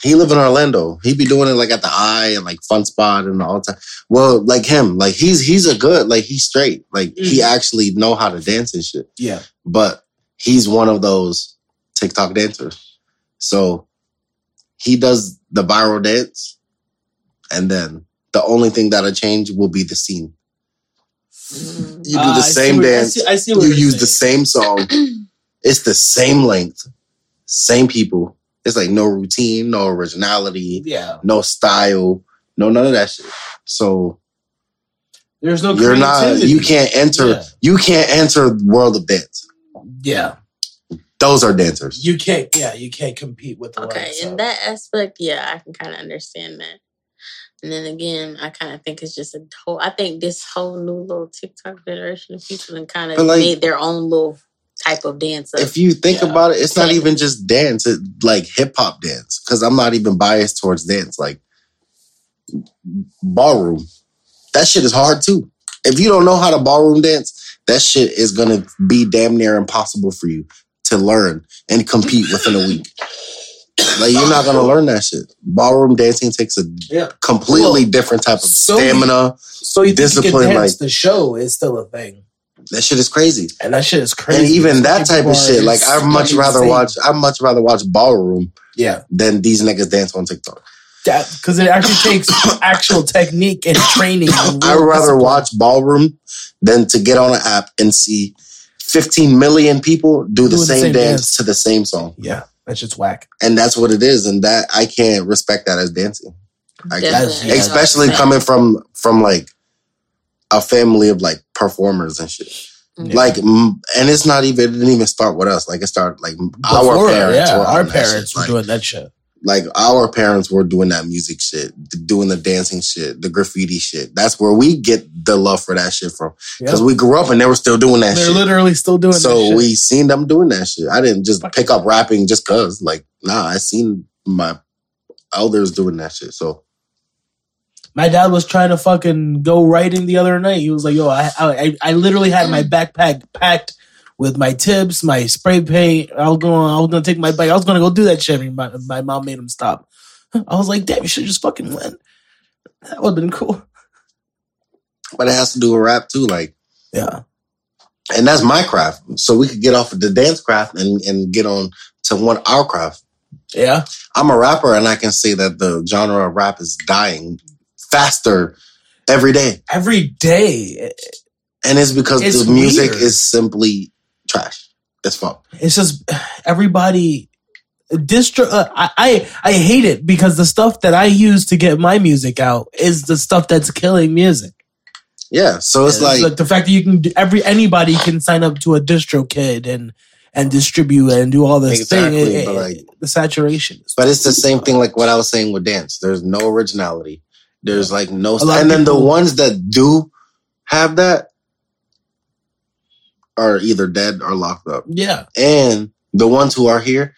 [SPEAKER 3] He live in Orlando. He be doing it like at the Eye and like Fun Spot and all time. Well, like him, like he's he's a good, like he's straight, like he actually know how to dance and shit.
[SPEAKER 1] Yeah.
[SPEAKER 3] But he's one of those TikTok dancers. So he does the viral dance, and then the only thing that'll change will be the scene.
[SPEAKER 2] Mm-hmm.
[SPEAKER 3] You do
[SPEAKER 1] Ah, I
[SPEAKER 3] the
[SPEAKER 1] see
[SPEAKER 3] same
[SPEAKER 1] what- I
[SPEAKER 3] dance
[SPEAKER 1] see- I see what
[SPEAKER 3] you
[SPEAKER 1] you're
[SPEAKER 3] use the
[SPEAKER 1] saying.
[SPEAKER 3] same song.
[SPEAKER 1] <clears throat>
[SPEAKER 3] it's the same length, same people. It's like no routine, no originality,
[SPEAKER 1] Yeah.
[SPEAKER 3] no style, no none of that shit. So
[SPEAKER 1] There's no
[SPEAKER 3] you're not
[SPEAKER 1] creativity.
[SPEAKER 3] you can't enter
[SPEAKER 1] Yeah.
[SPEAKER 3] you can't enter the world of dance.
[SPEAKER 1] Yeah.
[SPEAKER 3] Those are dancers.
[SPEAKER 1] You can't. Yeah. You can't compete with. The
[SPEAKER 2] Okay,
[SPEAKER 1] likes
[SPEAKER 2] in
[SPEAKER 1] of-
[SPEAKER 2] that aspect, yeah, I can kind of understand that. And then again, I kind of think it's just a whole. I think this whole new little TikTok generation of people and kind
[SPEAKER 3] But,
[SPEAKER 2] of
[SPEAKER 3] like,
[SPEAKER 2] made their own little type of dance. Of,
[SPEAKER 3] If you think
[SPEAKER 1] Yeah.
[SPEAKER 3] about it, it's not even just dance, it's like hip hop dance. Cause I'm not even biased towards dance. Like ballroom. That shit is hard too. If you don't know how to ballroom dance, that shit is gonna be damn near impossible for you to learn and compete within
[SPEAKER 1] <laughs>
[SPEAKER 3] a week. Like you're not gonna learn that shit. Ballroom dancing takes a
[SPEAKER 1] Yeah.
[SPEAKER 3] completely
[SPEAKER 1] Well,
[SPEAKER 3] different type of
[SPEAKER 1] so-
[SPEAKER 3] stamina.
[SPEAKER 1] So you discipline
[SPEAKER 3] Discipline,
[SPEAKER 1] think you can dance,
[SPEAKER 3] like-
[SPEAKER 1] the show is still a thing,
[SPEAKER 3] That shit is crazy.
[SPEAKER 1] and that shit is crazy.
[SPEAKER 3] And even
[SPEAKER 1] Some
[SPEAKER 3] that type
[SPEAKER 1] people
[SPEAKER 3] of
[SPEAKER 1] are
[SPEAKER 3] shit, like I'd much
[SPEAKER 1] insane.
[SPEAKER 3] rather watch I'd much rather watch ballroom
[SPEAKER 1] Yeah,
[SPEAKER 3] than these niggas dance on TikTok.
[SPEAKER 1] because it actually
[SPEAKER 3] <coughs>
[SPEAKER 1] takes actual technique and training. and
[SPEAKER 3] I'd
[SPEAKER 1] real
[SPEAKER 3] rather
[SPEAKER 1] discipline.
[SPEAKER 3] watch Ballroom than to get on an app and see 15 million people do the
[SPEAKER 1] Doing
[SPEAKER 3] same, dance, to the same song.
[SPEAKER 1] Yeah, that's just whack.
[SPEAKER 3] And that's what it is. And that I can't respect that as dancing. I can't.
[SPEAKER 2] definitely,
[SPEAKER 1] yeah.
[SPEAKER 3] Especially
[SPEAKER 2] Yeah.
[SPEAKER 3] coming from from like a family of like performers and shit.
[SPEAKER 2] Yeah.
[SPEAKER 3] Like, mm, and it's not even, it didn't even start with us. Like, it started like our
[SPEAKER 1] Before,
[SPEAKER 3] parents.
[SPEAKER 1] yeah,
[SPEAKER 3] were
[SPEAKER 1] our
[SPEAKER 3] on that shit.
[SPEAKER 1] parents were
[SPEAKER 3] Like,
[SPEAKER 1] doing that shit.
[SPEAKER 3] like our parents were doing that music shit, doing the dancing shit, the graffiti shit. That's where we get the love for that shit from. Because
[SPEAKER 1] Yep.
[SPEAKER 3] we grew up and they were still doing that
[SPEAKER 1] They're
[SPEAKER 3] shit.
[SPEAKER 1] literally still doing. that
[SPEAKER 3] So
[SPEAKER 1] shit.
[SPEAKER 3] we seen them doing that shit. I didn't just pick up rapping just cause. Like, nah, I seen my elders doing that shit. So
[SPEAKER 1] My dad was trying to fucking go writing the other night. He was like, "Yo, I I, I literally had my backpack packed with my tips, my spray paint. I was going, I was gonna take my bike. I was gonna go do that shit. And My, my mom made him stop. I was like, damn, you should just fucking went. That would have been cool.
[SPEAKER 3] but it has to do with rap too, like
[SPEAKER 1] Yeah,
[SPEAKER 3] and that's my craft. So we could get off of the dance craft and, and get on to one our craft.
[SPEAKER 1] yeah.
[SPEAKER 3] I'm a rapper and I can say that the genre of rap is dying faster every day.
[SPEAKER 1] Every day,
[SPEAKER 3] And it's because
[SPEAKER 1] It's
[SPEAKER 3] the music
[SPEAKER 1] weird.
[SPEAKER 3] is simply trash. It's fuck.
[SPEAKER 1] it's just everybody distro uh, I, I i hate it because the stuff that i use to get my music out is the stuff that's killing music
[SPEAKER 3] Yeah. So it's like,
[SPEAKER 1] the fact that you can do, every anybody can sign up to a distro kid and and distribute and do all this
[SPEAKER 3] Exactly,
[SPEAKER 1] thing It-
[SPEAKER 3] but
[SPEAKER 1] it-
[SPEAKER 3] like-
[SPEAKER 1] the saturation is
[SPEAKER 3] but it's the same thing like what I was saying with dance. There's no originality. There's like no,
[SPEAKER 1] lot of
[SPEAKER 3] and then the
[SPEAKER 1] people-
[SPEAKER 3] ones that do have that are either dead or locked up.
[SPEAKER 1] yeah
[SPEAKER 3] And the ones who are here,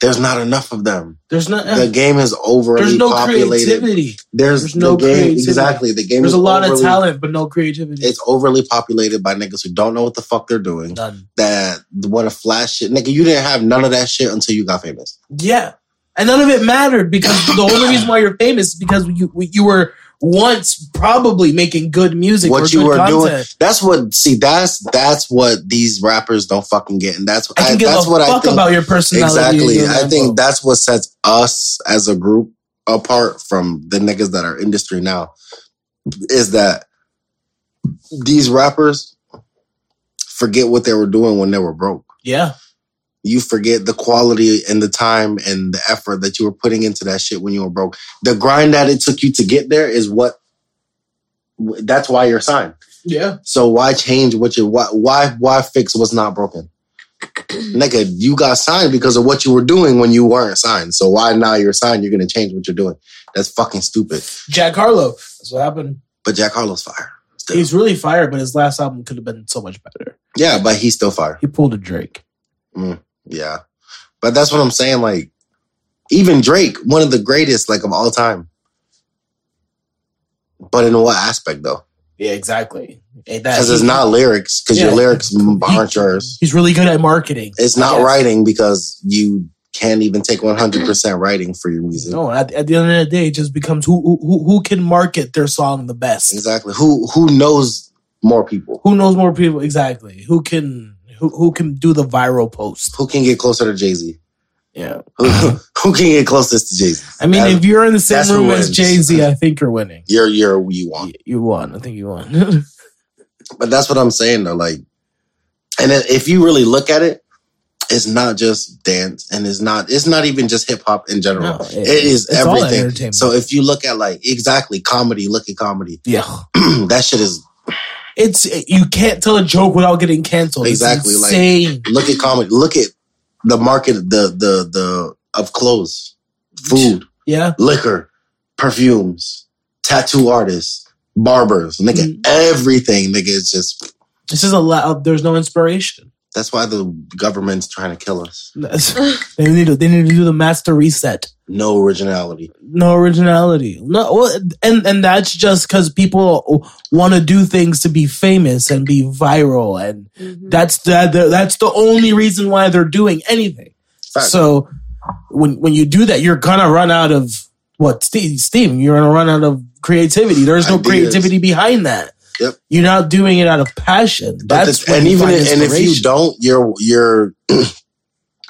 [SPEAKER 3] there's not enough of them.
[SPEAKER 1] there's not
[SPEAKER 3] The game is overly
[SPEAKER 1] there's no
[SPEAKER 3] populated.
[SPEAKER 1] creativity
[SPEAKER 3] There's,
[SPEAKER 1] There's
[SPEAKER 3] no
[SPEAKER 1] no
[SPEAKER 3] game.
[SPEAKER 1] creativity.
[SPEAKER 3] Exactly. The game
[SPEAKER 1] there's
[SPEAKER 3] is
[SPEAKER 1] a lot of
[SPEAKER 3] overly-
[SPEAKER 1] talent but no creativity
[SPEAKER 3] It's overly populated by niggas who don't know what the fuck they're doing.
[SPEAKER 1] none
[SPEAKER 3] that what a flash shit. Nigga, you didn't have none of that shit until you got famous.
[SPEAKER 1] yeah and none of it mattered because the only reason why you're famous is because you you were once probably making good music
[SPEAKER 3] What
[SPEAKER 1] or
[SPEAKER 3] you
[SPEAKER 1] good
[SPEAKER 3] were doing-
[SPEAKER 1] content.
[SPEAKER 3] That's what see, that's that's what these rappers don't fucking get. And that's
[SPEAKER 1] I can give
[SPEAKER 3] that's
[SPEAKER 1] a
[SPEAKER 3] what I
[SPEAKER 1] fuck
[SPEAKER 3] think.
[SPEAKER 1] about your personality.
[SPEAKER 3] exactly.
[SPEAKER 1] and your
[SPEAKER 3] I think
[SPEAKER 1] lingo.
[SPEAKER 3] that's what sets us as a group apart from the niggas that are industry now. Is that these rappers forget what they were doing when they were broke.
[SPEAKER 1] yeah,
[SPEAKER 3] you forget the quality and the time and the effort that you were putting into that shit when you were broke. The grind that it took you to get there is what that's why you're signed.
[SPEAKER 1] yeah.
[SPEAKER 3] So why change what you why why why fix what's not broken? Nigga, you got signed because of what you were doing when you weren't signed. So why now you're signed, you're gonna change what you're doing. That's fucking stupid.
[SPEAKER 1] Jack Harlow. That's what happened.
[SPEAKER 3] But Jack Harlow's fire. Still.
[SPEAKER 1] He's really fired, but his last album could have been so much better.
[SPEAKER 3] yeah, but he's still fire.
[SPEAKER 1] He pulled a Drake.
[SPEAKER 3] Yeah. But that's what I'm saying. Like, even Drake, one of the greatest, like, of all time. But in what aspect, though?
[SPEAKER 7] Yeah, exactly.
[SPEAKER 3] because it's not lyrics because your
[SPEAKER 1] Yeah. <laughs>
[SPEAKER 3] lyrics m- aren't yours.
[SPEAKER 1] He's really good at marketing.
[SPEAKER 3] It's not
[SPEAKER 7] Yes.
[SPEAKER 3] writing because you can't even take one hundred percent writing for your music.
[SPEAKER 1] No, at, at the end of the day, it just becomes who who- who who can market their song the best.
[SPEAKER 3] Exactly. Who who knows more people?
[SPEAKER 1] Who knows more people exactly? Who can who who can do the viral post?
[SPEAKER 3] Who can get closer to Jay Z?
[SPEAKER 1] Yeah,
[SPEAKER 3] Who, <laughs> who can get closest to Jay Z?
[SPEAKER 1] I mean,
[SPEAKER 3] That-
[SPEAKER 1] if you're in the
[SPEAKER 3] that's
[SPEAKER 1] same
[SPEAKER 3] who
[SPEAKER 1] room as
[SPEAKER 3] wins.
[SPEAKER 1] Jay Z, I think you're winning.
[SPEAKER 3] You're you're you want.
[SPEAKER 1] You, you won. I think you won. <laughs>
[SPEAKER 3] But that's what I'm saying though. Like, and then if you really look at it, it's not just dance, and it's not it's not even just hip hop in general.
[SPEAKER 1] No, it-
[SPEAKER 3] it is
[SPEAKER 1] it's all
[SPEAKER 3] everything.
[SPEAKER 1] entertainment.
[SPEAKER 3] So if you look at like exactly comedy, look at comedy. <clears throat>
[SPEAKER 1] yeah,
[SPEAKER 3] that shit is
[SPEAKER 1] it's you can't tell a joke without getting canceled. It's
[SPEAKER 3] Exactly, like-
[SPEAKER 1] insane.
[SPEAKER 3] look at comedy. Look at the market. The the the of clothes, food,
[SPEAKER 1] yeah,
[SPEAKER 3] liquor, perfumes, tattoo artists, barbers, nigga,
[SPEAKER 1] Mm-hmm.
[SPEAKER 3] everything, nigga. It's just
[SPEAKER 1] this is a lot. Of, there's no inspiration.
[SPEAKER 3] that's why the government's trying to kill us.
[SPEAKER 1] That's- <laughs> they need to they need to do the master reset.
[SPEAKER 3] No originality.
[SPEAKER 1] No originality. No, well, and and that's just because people want to do things to be famous and be viral, and
[SPEAKER 2] Mm-hmm.
[SPEAKER 1] that's the, the that's the only reason why they're doing anything.
[SPEAKER 3] Fact.
[SPEAKER 1] So when when you do that, you're gonna run out of what Steve, Steve you're gonna run out of creativity. There's no
[SPEAKER 3] Ideas.
[SPEAKER 1] creativity behind that.
[SPEAKER 3] Yep.
[SPEAKER 1] You're not doing it out of passion.
[SPEAKER 3] But
[SPEAKER 1] That's
[SPEAKER 3] the-
[SPEAKER 1] when
[SPEAKER 3] and
[SPEAKER 1] you
[SPEAKER 3] even
[SPEAKER 1] find
[SPEAKER 3] and if you
[SPEAKER 1] inspiration.
[SPEAKER 3] don't, your your <clears throat>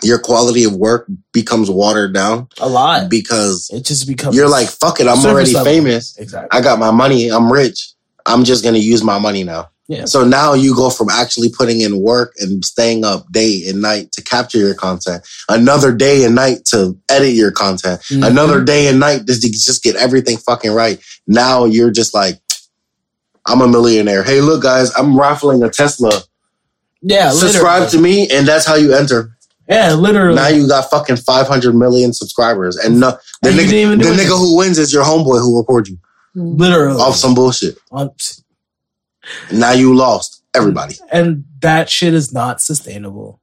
[SPEAKER 3] your quality of work becomes watered down
[SPEAKER 1] a lot,
[SPEAKER 3] because
[SPEAKER 1] it just becomes
[SPEAKER 3] you're like, fuck it, I'm
[SPEAKER 1] Uh, Surface
[SPEAKER 3] already
[SPEAKER 1] level.
[SPEAKER 3] famous.
[SPEAKER 1] exactly.
[SPEAKER 3] I got my money. I'm rich. I'm just gonna use my money now.
[SPEAKER 1] Yeah.
[SPEAKER 3] So now you go from actually putting in work and staying up day and night to capture your content, another day and night to edit your content,
[SPEAKER 1] Mhm.
[SPEAKER 3] another day and night to just get everything fucking right. Now you're just like, I'm a millionaire. Hey, look, guys, I'm raffling a Tesla.
[SPEAKER 1] yeah,
[SPEAKER 3] Subscribe to me, and that's how you enter.
[SPEAKER 1] yeah, literally.
[SPEAKER 3] Now you got fucking 500 million subscribers, and no, the
[SPEAKER 1] And you didn't
[SPEAKER 3] nigga,
[SPEAKER 1] even
[SPEAKER 3] the
[SPEAKER 1] do
[SPEAKER 3] nigga
[SPEAKER 1] it.
[SPEAKER 3] who wins is your homeboy who record you
[SPEAKER 1] literally
[SPEAKER 3] off some bullshit.
[SPEAKER 1] Um,
[SPEAKER 3] Now you lost everybody
[SPEAKER 1] and that shit is not sustainable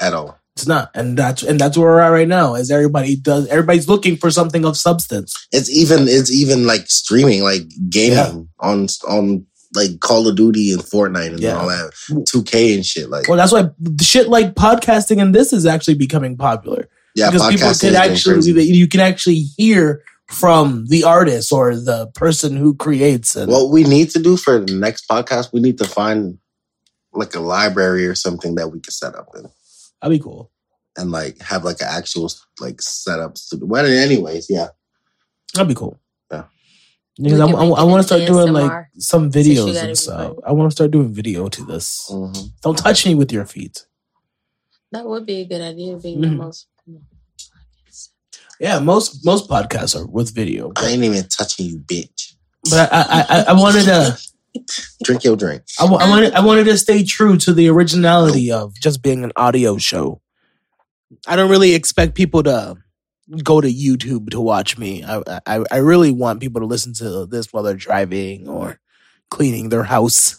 [SPEAKER 3] at all.
[SPEAKER 1] it's not and that's and that's where we're at right now is everybody does everybody's looking for something of substance
[SPEAKER 3] It's even it's even like streaming, like gaming
[SPEAKER 1] Yeah.
[SPEAKER 3] on on like Call of Duty and Fortnite and
[SPEAKER 1] Yeah.
[SPEAKER 3] all that, 2K and shit. Like
[SPEAKER 1] well that's why shit like podcasting and this is actually becoming popular
[SPEAKER 3] yeah,
[SPEAKER 1] because people
[SPEAKER 3] podcasting
[SPEAKER 1] can
[SPEAKER 3] is
[SPEAKER 1] actually
[SPEAKER 3] actually.
[SPEAKER 1] they- you can actually hear from the artist or the person who creates and
[SPEAKER 3] What we need to do for the next podcast, we need to find like a library or something that we can set up in.
[SPEAKER 1] that'd be cool
[SPEAKER 3] and like have like an actual like setup. studio. Well, anyways, yeah.
[SPEAKER 1] that'd be cool
[SPEAKER 3] Yeah.
[SPEAKER 1] because
[SPEAKER 2] We
[SPEAKER 1] I,
[SPEAKER 2] can make it
[SPEAKER 1] want
[SPEAKER 2] an
[SPEAKER 1] to start doing like
[SPEAKER 2] ASMR
[SPEAKER 1] some
[SPEAKER 2] you
[SPEAKER 1] videos
[SPEAKER 2] gotta
[SPEAKER 1] and
[SPEAKER 2] be
[SPEAKER 1] stuff.
[SPEAKER 2] funny.
[SPEAKER 1] I want to start doing video to this.
[SPEAKER 3] Mhm.
[SPEAKER 1] Don't touch me with your feet.
[SPEAKER 2] That would be a good idea. Being the
[SPEAKER 1] Mhm.
[SPEAKER 2] most.
[SPEAKER 1] Yeah, most most podcasts are with video,
[SPEAKER 3] I
[SPEAKER 1] but,
[SPEAKER 3] ain't even touching you, bitch.
[SPEAKER 1] but I, I I- I wanted to
[SPEAKER 3] Drink your drink.
[SPEAKER 1] I, wa- I wanted I wanted to stay true to the originality of just being an audio show. I don't really expect people to go to YouTube to watch me. I I, I really want people to listen to this while they're driving or cleaning their house.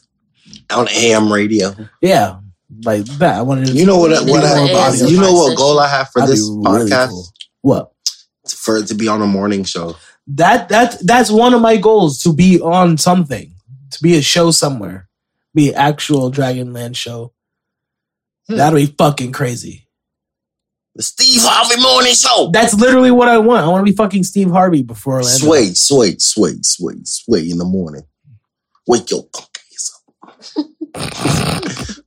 [SPEAKER 3] On AM radio.
[SPEAKER 1] Yeah, like that. I wanted to.
[SPEAKER 3] You know what? I- What?
[SPEAKER 2] Yeah,
[SPEAKER 3] I,
[SPEAKER 2] it's a
[SPEAKER 3] you know what
[SPEAKER 2] podcast
[SPEAKER 3] goal I have for
[SPEAKER 1] That'd be
[SPEAKER 3] this
[SPEAKER 1] really
[SPEAKER 3] podcast?
[SPEAKER 1] cool. What?
[SPEAKER 3] For it to be on a morning show.
[SPEAKER 1] That that that's one of my goals to be on something, to be a show somewhere, be an actual Dragonland show.
[SPEAKER 3] Hmm.
[SPEAKER 1] That'd be fucking crazy.
[SPEAKER 3] The Steve Harvey Morning Show.
[SPEAKER 1] That's literally what I want. I want to be fucking Steve Harvey before Orlando.
[SPEAKER 3] Sway, sway, sway, sway, sway in the morning. Wake your punk ass up.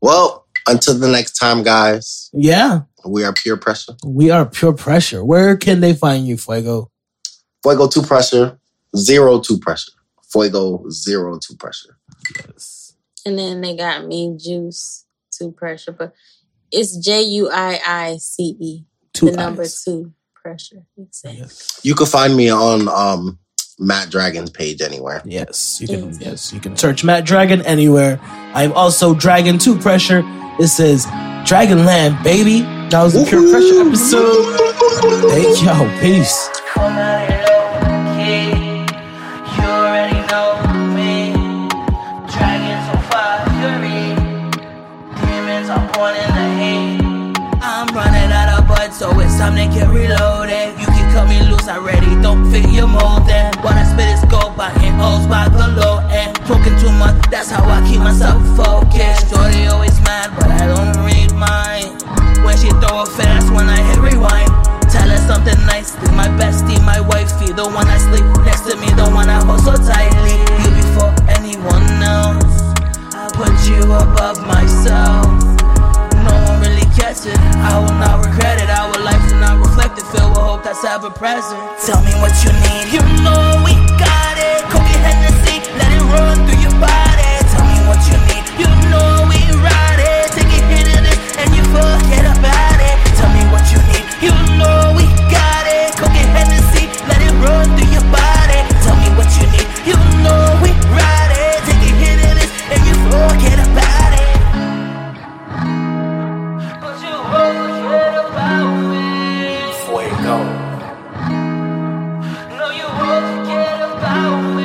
[SPEAKER 3] well, until the next time, guys.
[SPEAKER 1] Yeah,
[SPEAKER 3] We are peer pressure.
[SPEAKER 1] we are pure pressure. Where can they find you, Fuego?
[SPEAKER 3] Fuego two pressure, zero two pressure. Fuego zero two pressure.
[SPEAKER 2] And then they got me juice to pressure, but it's J U I I C E.
[SPEAKER 1] Two
[SPEAKER 2] the number
[SPEAKER 1] eyes.
[SPEAKER 2] two pressure. Exactly.
[SPEAKER 3] You can find me on um Matt Dragon's page anywhere.
[SPEAKER 1] Yes, you can. Yes, you can search Matt Dragon anywhere. I'm also Dragon Two Pressure. This is Dragonland, baby. That was the pure pressure episode. Thank y'all. Peace.
[SPEAKER 6] I'm running out of bud, so it's time to get reloaded. You can cut me loose already, don't fit your mold then. What I spit is gold, but it holds by the low end. Broken too much, that's how I keep myself focused. Shorty always mad, but I don't read mine. When she throw a fit, that's when I hit rewind. Tell her something nice, this my bestie, my wifey, the one I sleep next to me, the one I hold so tightly. You before anyone else, I put you above myself. No one really gets it. I will not regret it. Our life is not reflected. Filled with hope that's ever present. Tell me what you need. You know we got it. Coke and Hennessy, let it run through your body. Tell me what you need. You know we ride it. Take a hit of this and you forget about it. Tell me what you need. You know we got it. Coke and Hennessy, let it run through your body. Tell me what you need. You know we ride it. Take a hit of this and you forget about it. But you always heard about me.
[SPEAKER 5] Fuego.
[SPEAKER 6] No, you always forget about me.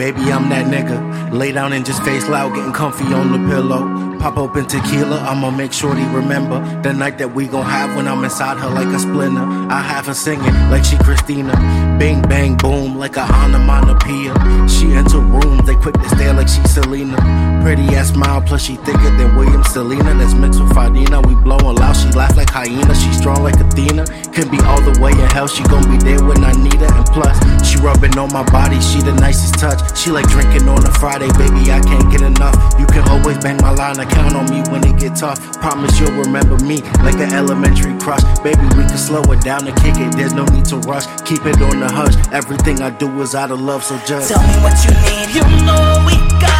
[SPEAKER 5] Baby, I'm that nigga. Lay down and just face loud, getting comfy on the pillow. Pop open tequila, I'ma make sure they remember the night that we gon' have when I'm inside her like a splinter. I have her singing like she Christina. Bing, bang, boom, like a onomatopoeia. She enter rooms, they quick to stare like she Selena. Pretty ass smile, plus she thicker than William Selena. That's mixed with Fadina. We blowin' loud, she laugh like hyena. She strong like Athena. Can be all the way in hell, she gon' be there when I need her. And plus, she rubbing on my body, she the nicest touch. She like drinking on a Friday, baby, I can't get enough. You can always bang my line, I count on me when it get tough. Promise you'll remember me like an elementary crush. Baby, we can slow it down and kick it, there's no need to rush. Keep it on the hush, everything I do is out of love, so just.
[SPEAKER 6] Tell me what you need. You know we got